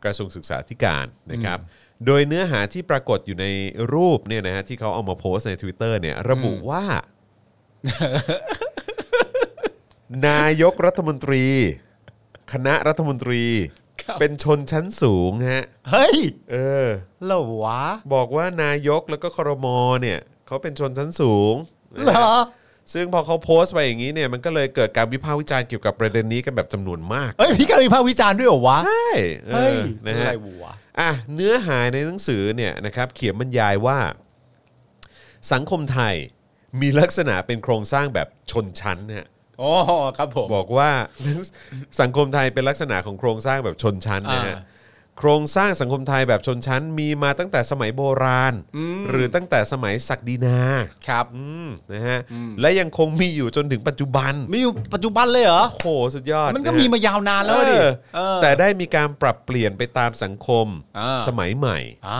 B: กระทรวงศึกษาธิการนะครับ โดยเนื้อหาที่ปรากฏอยู่ในรูปเนี่ยนะฮะที่เขาเอามาโพสต์ใน Twitter เนี่ยระบุว่า นายกรัฐมนตรี คณะรัฐมนตรี
C: ครับ
B: เป็นชนชั้นสูงฮะ
C: เฮ้ย
B: เออ
C: เหรอวะ
B: บอกว่านายกแล้วก็ครมเนี่ยเขาเป็นชนชั้นสูงนะ
C: เหร
B: ฮะ
C: อ
B: ซึ่งพอเขาโพสต์ไปอย่างนี้เนี่ยมันก็เลยเกิดการวิพากษ์วิจารณ์เกี่ยวกับประเด็นนี้กันแบบจำนวนมาก
C: เอ้ยพี่การวิพากษ์วิจารณ์ด้วยเหรอวะ
B: ใช่เอ
C: เฮ้ย
B: อนะ
C: อะ
B: ฮะ
C: ไรวะ
B: อ่ะเนื้อหาในหนังสือเนี่ยนะครับเขียนบรรยายว่า สังคมไทยมีลักษณะเป็นโครงสร้างแบบชนชั้นนะฮะ
C: อ๋อครับผม
B: บอกว่า สังคมไทยเป็นลักษณะของโครงสร้างแบบชนชั้นนะฮะ
C: อ่า
B: โครงสร้างสังคมไทยแบบชนชั้น มีมาตั้งแต่สมัยโบราณ
C: อืม
B: หรือตั้งแต่สมัยศักดินา
C: ครับ
B: อืมนะฮะและยังคงมีอยู่จนถึงปัจจุบัน
C: มีอยู่ปัจจุบันเลยเหรอ
B: โอ้โหสุดยอด
C: มันก็
B: ะฮะ
C: มีมายาวนานแล้วดิ
B: เออ
C: เออ
B: แต่ได้มีการปรับเปลี่ยนไปตามสังคม
C: อ่า
B: สมัยใหม่
C: อ่า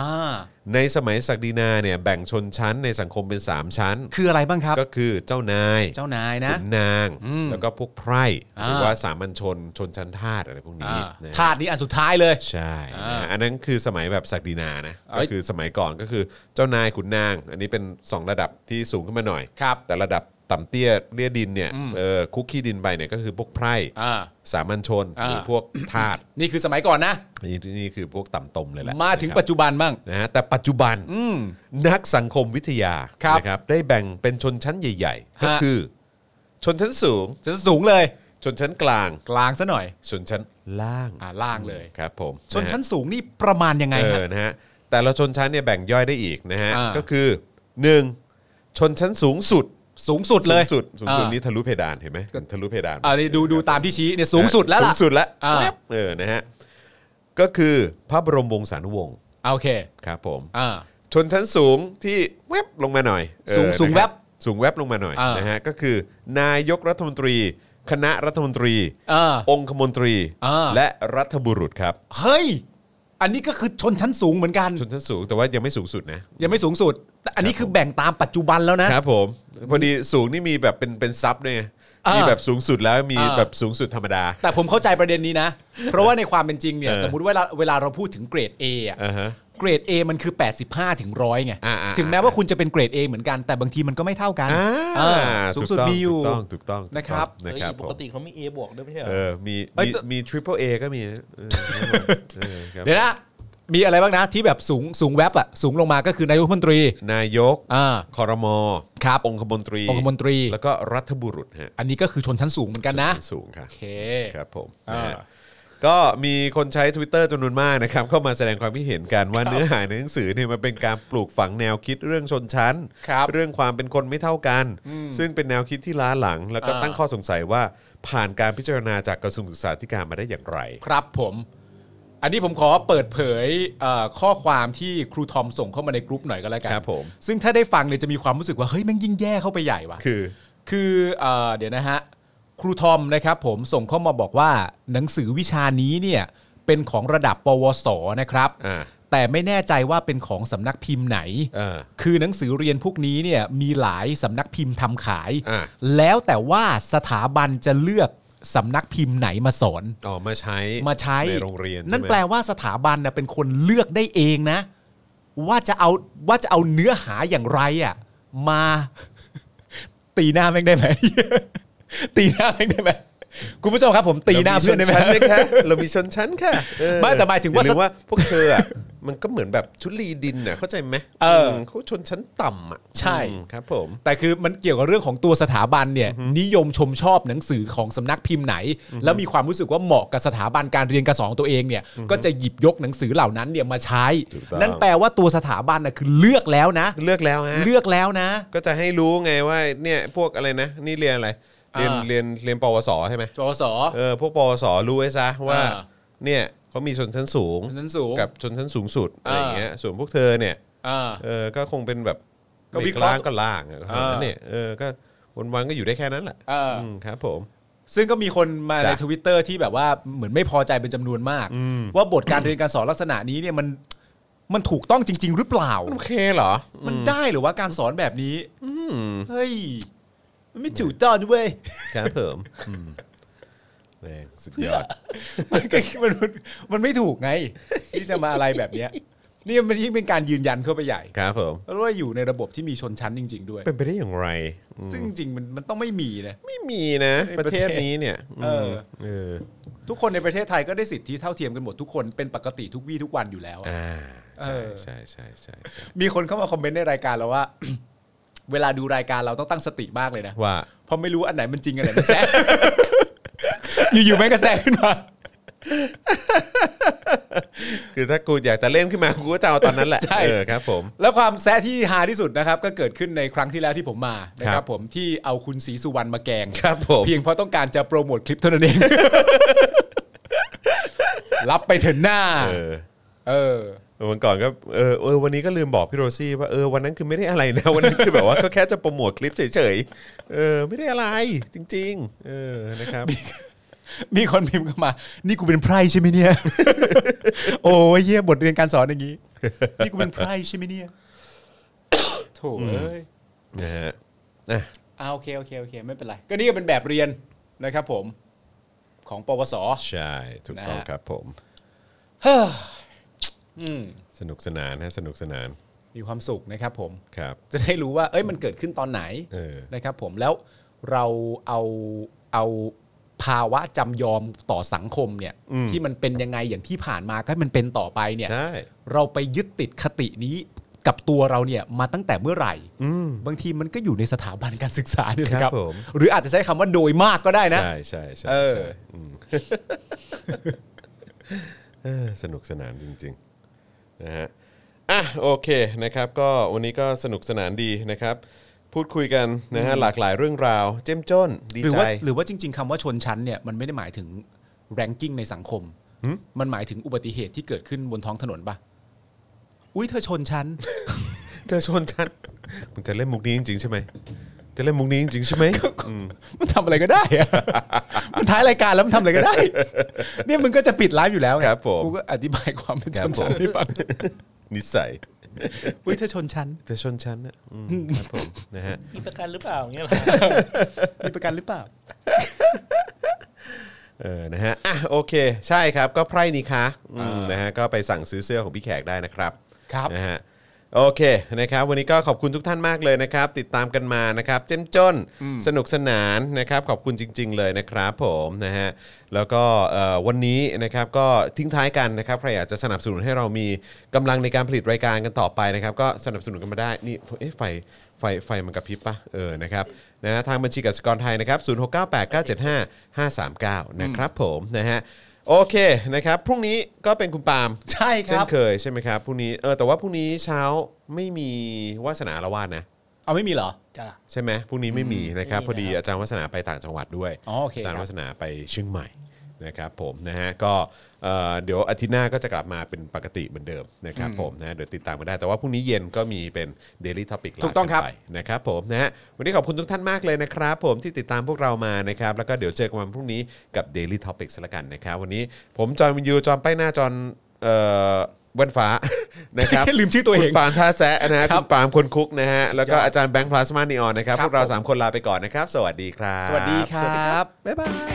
B: ในสมัยศักดินาเนี่ยแบ่งชนชั้นในสังคมเป็น 3 ชั้น
C: คืออะไรบ้างครับ
B: ก็คือเจ้านาย
C: เจ้านายนะ
B: ขุนนาง
C: อืม
B: แล้วก็พวกไพร่
C: อ่า
B: หรือว่าสามัญชนชนชั้นทาสอะไรพวกนี้
C: อ่า
B: นะ
C: ถาดนี้อันสุดท้ายเลย
B: ใช่นะ
C: อ่า
B: อันนั้นคือสมัยแบบศักดินานะ
C: เอ้
B: ก็
C: ย
B: คือสมัยก่อนก็คือเจ้านายขุนนาง อันนี้เป็นสองระดับที่สูงขึ้นมาหน่อย
C: ครับ
B: แต่ระดับต่ำเตี้ยเลียดินเนี่ยเออคุกขี้ดินไปเนี่ยก็คือพวกไพร่
C: อ่า
B: สามัญชน
C: อ่า
B: หรือพวกทาส
C: นี่คือสมัยก่อนนะ
B: อันนี้นี่คือพวกต่ำตมเลยแหละ
C: มาถึง
B: นะครับ
C: ปัจจุบันบ้าง
B: นะฮะแต่ปัจจุบันนักสังคมวิทยา
C: ครับ
B: นะครับได้แบ่งเป็นชนชั้นใหญ่ ๆ ก็
C: ฮะ
B: คือ ชนชั้นสูง
C: ชั้นสูงเลย
B: ชนชั้นกลาง
C: กลางซะหน่อย
B: ชนชั้นล่าง
C: อ่าล่างเลย
B: ครับผม
C: ชนชั้นสูงนี่ประมาณยังไง
B: เอ
C: ฮะ
B: อนะฮะแต่ละชนชั้นเนี่ยแบ่งย่อยได้อีกนะฮะ
C: อ่า
B: ก็คือ 1. ชนชั้นสูงสุด
C: สูงสุดเลย
B: สูงสุดสูงสุด
C: อ่า
B: นี้ทะลุเพดานเห็นไหมมันทะลุเพดาน
C: อ่านี่ดูดูตามที่ชี้เนี่ยสูงสุดแล้ว
B: สู
C: ล่ะ
B: งสุดแล้ว
C: อ่า
B: เออนะฮะก็คือพระบรมวงศานุวงศ์
C: อ่าโอเค
B: ครับผม
C: อ่า
B: ชนชั้นสูงที่แวบลงมาหน่อยเออ
C: สูง
B: นะครับ
C: สู
B: สูง
C: งแวบ
B: แวบลงมาหน่อย
C: อ่าน
B: นะฮะก็คือ นายกรัฐมนตรี คณะรัฐมนตรี
C: อ่า
B: องคมนตรี
C: อ่า
B: และรัฐบุรุษครับ
C: เฮ้ย อันนี้ก็คือชนชั้นสูงเหมือนกัน
B: ชนชั้นสูงแต่ว่ายังไม่สูงสุดนะ
C: ยังไม่สูงสุดแต่อันนี้คือแบ่งตามปัจจุบันแล้วนะ
B: ครับผมพอดีสูงนี่มีแบบเป็นเป็นซับด้วยไง
C: อ่ามี
B: มีแบบสูงสุดแล้วมี
C: อ่า
B: แบบสูงสุดธรรมดา
C: แต่ผมเข้าใจประเด็นนี้นะ เพราะว่าในความเป็นจริงเนี่ย
B: เออ
C: สมมติเวลาเวลาเราพูดถึงเกรด A อ่ะ
B: อ่าฮะ
C: เกรด A มันคือ 85 ถึงร้อยไง
B: อ่าอ่า
C: ถึงแม้ว่าคุณจะเป็นเกรด A เหมือนกัน แต่บางทีมันก็ไม่เท่ากัน
B: อ่า
C: เออสูงสุด
B: ถูกต้
C: มีอยู่
B: ถูกต้องถูกต้องถูกต้อง
C: นะครับ
B: นะ
D: เอ้ย
B: ครับ
D: ป
B: ผ
D: ก
B: ม
D: ติเขามี A บวกด้วยไม่ใช่เหร
B: เอ
D: อ
B: อมี
C: เอ้ย
B: มี
C: แต่
B: มีทริปเปิลเอก็มีนะเอ อครับผมเออครับ
C: เดี๋ยวนะ มีอะไรบ้างนะ ที่แบบสูงสูงแวบอ่ะ สูงลงมาก็คือนายกรัฐมนตรี
B: นายก
C: อ่า
B: คอรมอ
C: ครับ
B: องคมนตรี
C: องคมนตรี
B: แล้วก็รัฐบุรุษฮะ
C: อันนี้ก็คือชนชั้นสูงเหมือนกันนะ
B: ส่วสูงค่ะ
C: โอเค
B: ครับผม
C: อ่าน
B: ะฮะก็มีคนใช้ Twitter จำนวนมากนะครับ เข้ามาแสดงความคิดเห็นกันว่าเนื้อหาในหนังสือเนี่ยมันเป็นการปลูกฝังแนวคิดเรื่องชนชั้น
C: ครับ
B: เรื่องความเป็นคนไม่เท่ากัน ซึ่งเป็นแนวคิดที่ล้าหลัง แล้วก็
C: อ่า
B: ตั้งข้อสงสัยว่าผ่านการพิจารณาจากกระทรวงศึกษาธิการมาได้อย่างไร
C: ครับผม อันนี้ผมขอเปิดเผยเอ่อข้อความที่ครูทอมส่งเข้ามาในกรุ๊ปหน่อยก็แล้วกัน
B: ครับผม
C: ซึ่งถ้าได้ฟังเนี่ยจะมีความรู้สึกว่าเฮ้ยแม่งยิ่งแย่เข้าไปใหญ่ว่ะ
B: คือ
C: คือเออเดี๋ยวนะฮะ ครูทอมนะครับผมส่งเข้ามาบอกว่าหนังสือวิชานี้เนี่ยเป็นของระดับปวสนะครับ
B: อ่า
C: แต่ไม่แน่ใจว่าเป็นของสำนักพิมพ์ไหน
B: เออ
C: คือหนังสือเรียนพวกนี้เนี่ยมีหลายสำนักพิมพ์ทำขาย
B: อ่ะ
C: แล้วแต่ว่าสถาบันจะเลือกสำนักพิมพ์ไหนมาสอน
B: ออกมาใช้
C: มาใช้
B: ในโรงเรียน
C: นั่น
B: ใช่ไหม
C: แปลว่าสถาบันนะเป็นคนเลือกได้เองนะ ว่าจะเอาว่าจะเอาเนื้อหาอย่างไรอ่ะ มา ตีหน้าแม่งได้ไหม ตีหน้าแม่งได้ไหม คุณผู้ชมครับผมตีหน้าเพื่อนได้ไหม
B: เรามีชนชั้นคะเรามีชนชั้น ค่ะเออ
C: ไม่แต่หมายถึงว่า
B: อลืว่าพวกเธออ่ะมันก็เหมือนแบบชุลีดินน่ะเข้าใจไหม
C: เออ
B: มเขาชนชั้นต่ำอ่ะ
C: ใช่
B: อืมครับ ผม
C: แต่คือมันเกี่ยวกับเรื่องของตัวสถาบันเนี่ยนิยมชมชอบหนังสือของสำนักพิมพ์ไหน แล้วมีความรู้สึกว่าเหมาะกับสถาบันการเรียนการสอนของตัวเองเนี่ยก็จะหยิบยกหนังสือเหล่านั้นเนี่ยมาใช้
B: ถูกต้อง
C: นั่นแปลว่าตัวสถาบันน่ะคือเลือกแล้วนะ
B: เลือกแล้วฮะ
C: เลือกแล้วนะ
B: ก็จะให้รู้ไงว่าเนี่ยพวกอะไรนะ นี่เรียนอะไร เรียน
C: อ่า
B: เรียนเรียนปวสใช่ไหม
C: จอสอ
B: เออพวกปวสรู้ไว้ซะว่า
C: อ่า
B: เนี่ยเขามีชนชั้นสูง
C: ชนชั้นสูง
B: กับชนชั้นสูงสุดอะไรอย่างเงี้ยส่วนพวกเธอเนี่ยเออก็คงเป็นแบบ
C: ก็วิเค
B: ด็
C: ราะห์
B: ล่างก็ล่างอะ
C: อ่า
B: เนี่ยเออก็วันวันๆก็อยู่ได้แค่นั้นแหละมครับผม
C: ซึ่งก็มีคนมาใน
B: จ้ะ
C: ทวิตเตอร์ที่แบบว่าเหมือนไม่พอใจเป็นจำนวนมาก ว่าบทการเรียนการสอนลักษณะนี้เนี่ยมันมันถูกต้องจริง ๆ หรือเปล่า
B: โอเคเหรอ
C: มันได้เหรือว่าการสอนแบบนี้เฮ้ยมันไม่ถูกต้องเว้ย
B: ครับผมอืมแม่งสุดยอด
C: มันก็มันมัน มันไม่ถูกไง ที่จะมาอะไรแบบเนี้ยนี่มันยิ่งเป็นการยืนยันเข้าไปใหญ่
B: ครับผม
C: เพราะว่าอยู่ในระบบที่มีชนชั้นจริง ๆ ด้วย
B: เป็นไปได้อย่างไร
C: ซึ่งจริงๆมันมันต้องไม่มีนะ
B: ไม่มีนะ
C: ใน
B: ป
C: ประ ระ
B: เท
C: เท
B: ศ
C: ศ
B: นี้เนี่ยม
C: เออ
B: เออ
C: ทุกคนในประเทศไทยก็ได้สิทธิเท่าเทียมกันหมดทุกคนเป็นปกติทุกวี่ทุกวันอยู่แล้วอะ
B: อ่า
C: เอ
B: ใช่
C: อ
B: ใช่ใช่ใช่ใช่
C: มีคนเข้ามาคอมเมนต์ในรายการเราว่า เวลาดูรายการเราต้องตั้งสติมากเลยนะ
B: ว่า
C: เพราะไม่รู้อันไหนมันจริงอันไหนมันแซ่ อยู่ๆแม่งก็แซ่ขึ้นมา
B: คือถ้ากูอยากจะเล่นขึ้นมา กูก็จะเอาตอนนั้นแหละ
C: ใช่
B: เออครับผม
C: แล้วความแซะที่ฮาที่สุดนะครับ ก็เกิดขึ้นในครั้งที่แล้วที่ผมมานะค
B: ครั
C: รับบ ผมที่เอาคุณศรีสุวรรณมาแกล้ง
B: ครับผม
C: เพียงเพราะต้องการจะโปรโมทคลิปเท่านั้นเอง รับไปเถอะหน้า
B: เออ
C: เออ
B: วันก่อนก็เออเออวันนี้ก็ลืมบอกพี่โรซี่ว่าเออวันนั้นคือไม่ได้อะไรนะ วันนั้นคือแบบว่าก็แค่จะโปรโมทคลิปเฉยๆ เออไม่ได้อะไรจริง ๆ เออนะครับ
C: มีคนพิมพ์เข้ามา นี่กูเป็นไพร่ใช่ไหมเนี่ย โอ้ยเยี่ยบทเรียนการสอนอย่างนี้ นี่กูเป็นไพร่ใช่ไหมเนี่ย โถ่เอ้ย
B: นะฮะอ่ะ
C: อ่าโอเคโอเคโอเค ไม่เป็นไร ก็นี่ก็เป็นแบบเรียนนะครับผม ของปวส
B: ใช่ถูกต้อง
C: นะฮะ
B: ครับผม
C: เฮ้ออืม
B: สนุกสนานนะสนุกสนาน
C: มีความสุขนะครับผม
B: ครับ
C: จะได้รู้ว่า เอ้ย มันเกิดขึ้นตอนไหน
B: เออ
C: นะครับผม แล้วเราเอาเอาภาวะจำยอมต่อสังคมเนี่ย ที่มันเป็นยังไงอย่างที่ผ่านมาก็ให้มันเป็นต่อไปเนี่ย
B: ใช่
C: เราไปยึดติดคตินี้กับตัวเราเนี่ยมาตั้งแต่เมื่อไหร่ บางทีมันก็อยู่ในสถาบันการศึกษาด้วยนะค
B: ครั
C: รั
B: บบ ผม
C: หรืออาจจะใช้คำว่าโดยมากก็ได้นะ
B: ใช่ใช่ใช่
C: เออ
B: ใช่อืม เออสนุกสนานจริงๆนะฮะอ่ะโอเคนะครับ ก็วันนี้ก็สนุกสนานดีนะครับ พูดคุยกันนะฮะหลากหลายเรื่องราว เจ้มจ้นดี
C: หรือ
B: ใจ
C: ว่าหรือว่าจริง ๆคำว่าชนชั้นเนี่ยมันไม่ได้หมายถึงแรงกิ้งในสังคม มันหมายถึงอุบัติเหตุที่เกิดขึ้นบนท้องถนนปะอุ้ยเธอชนชั้น
B: เธอชนฉันมึงจะเล่นมุกนี้จริงๆใช่ไหมจะเล่นมุกนี้จริงๆใช่ไหมอืม
C: มันทำอะไรก็ได้อะ มันท้ายรายการแล้วมันทำอะไรก็ได้ เนี่ยมึงก็จะปิดไลฟ์อยู่แล้วไง
B: ครับผม
C: กูก็อธิบายความเป็นชนชั้นให้ฟัง
B: นิสัย
C: อุ้ยเธอชนชั้น
B: เธอชนชั้นนะอืมครับผมนะฮะ
D: มีประกันหรือเปล่าอย่างเงี้ยเหรอ
C: มีประกันหรือเปล่า
B: เออ นะฮะ อ่ะ โอเค ใช่ครับ ก็ไพร่นี่คะอืมนะฮะ ก็ไปสั่งซื้อเสื้อของพี่แขกได้นะครับ
C: ครับ
B: นะฮะ โอเค นะครับ วันนี้ก็ขอบคุณทุกท่านมากเลยนะครับ ติดตามกันมา นะครับ เจ้มจน สนุกสนาน นะครับ ขอบคุณจริง ๆ เลยนะครับผม นะฮะ แล้วก็เอ่อวันนี้นะครับ ก็ทิ้งท้ายกันนะครับ ใครอยากจะสนับสนุนให้เรามีกำลังในการผลิตรายการกันต่อไปนะครับ ก็สนับสนุนกันมาได้ นี่ เอ๊ะ ไฟ ไฟ ไฟมันกระพริบปะเออ นะครับนะฮะทางบัญชีกสิกรไทยนะครับ 0698975539 นะครับผม นะฮะ โอเคนะครับ พรุ่งนี้ก็เป็นคุณปาล์ม
C: ใช่ค
B: เช่
C: รั
B: น
C: บ
B: เคยใช่ไหมครับ พรุ่งนี้ เออ แต่ว่าพรุ่งนี้เช้าไม่มีวาสนาละวาดนะ
C: เอาไม่มีเหรอ
D: จ้ะ
B: ใช่ไหมพรุ่งนี้ไม่มีนะครับ
D: ไม่มี
B: พอดี
D: นะครับ
B: อาจารย์วัฒนาไปต่างจังหวัดด้วย
C: อ๋อโอเค
B: จารย์
C: ครับ
B: วัฒนาไปเชียงใหม่นะครับผมนะฮะก็เอ่อเดี๋ยวอาทิตย์หน้าก็จะกลับมาเป็นปกติเหมือนเดิมนะครับผมนะเดี๋ยวติดตามมาได้แต่ว่าพรุ่งนี้เย็นก็มีเป็น Daily Topic
C: ถูกต้องครับ
B: ลากันไปนะครับผมนะฮะวันนี้ขอบคุณทุกท่านมากเลยนะครับผมที่ติดตามพวกเรามานะครับแล้วก็เดี๋ยวเจอกันวันพรุ่งนี้กับ Daily Topics ละกันนะครับวันนี้ผมจอห์นวินยูจอห์นป้ายหน้าจอห์นเอ่อแวันฟ้า นะครับ
C: ลืมชื่อตัวเอง
B: คุณปาล์มท่าแซะนะฮะ
C: ค
B: คุ
C: รับ
B: ณปาล์มคนคุกนะฮะแล้วก็อาจารย์แบงค์พลาสมานีออนนะครับ นะครับ
C: ค
B: พ
C: รับ
B: วกเรา
C: ผม
B: 3 คนลาไปก่อนนะครับ สวัสดีครับ
C: สวัสดีครับ
B: บ๊ายบาย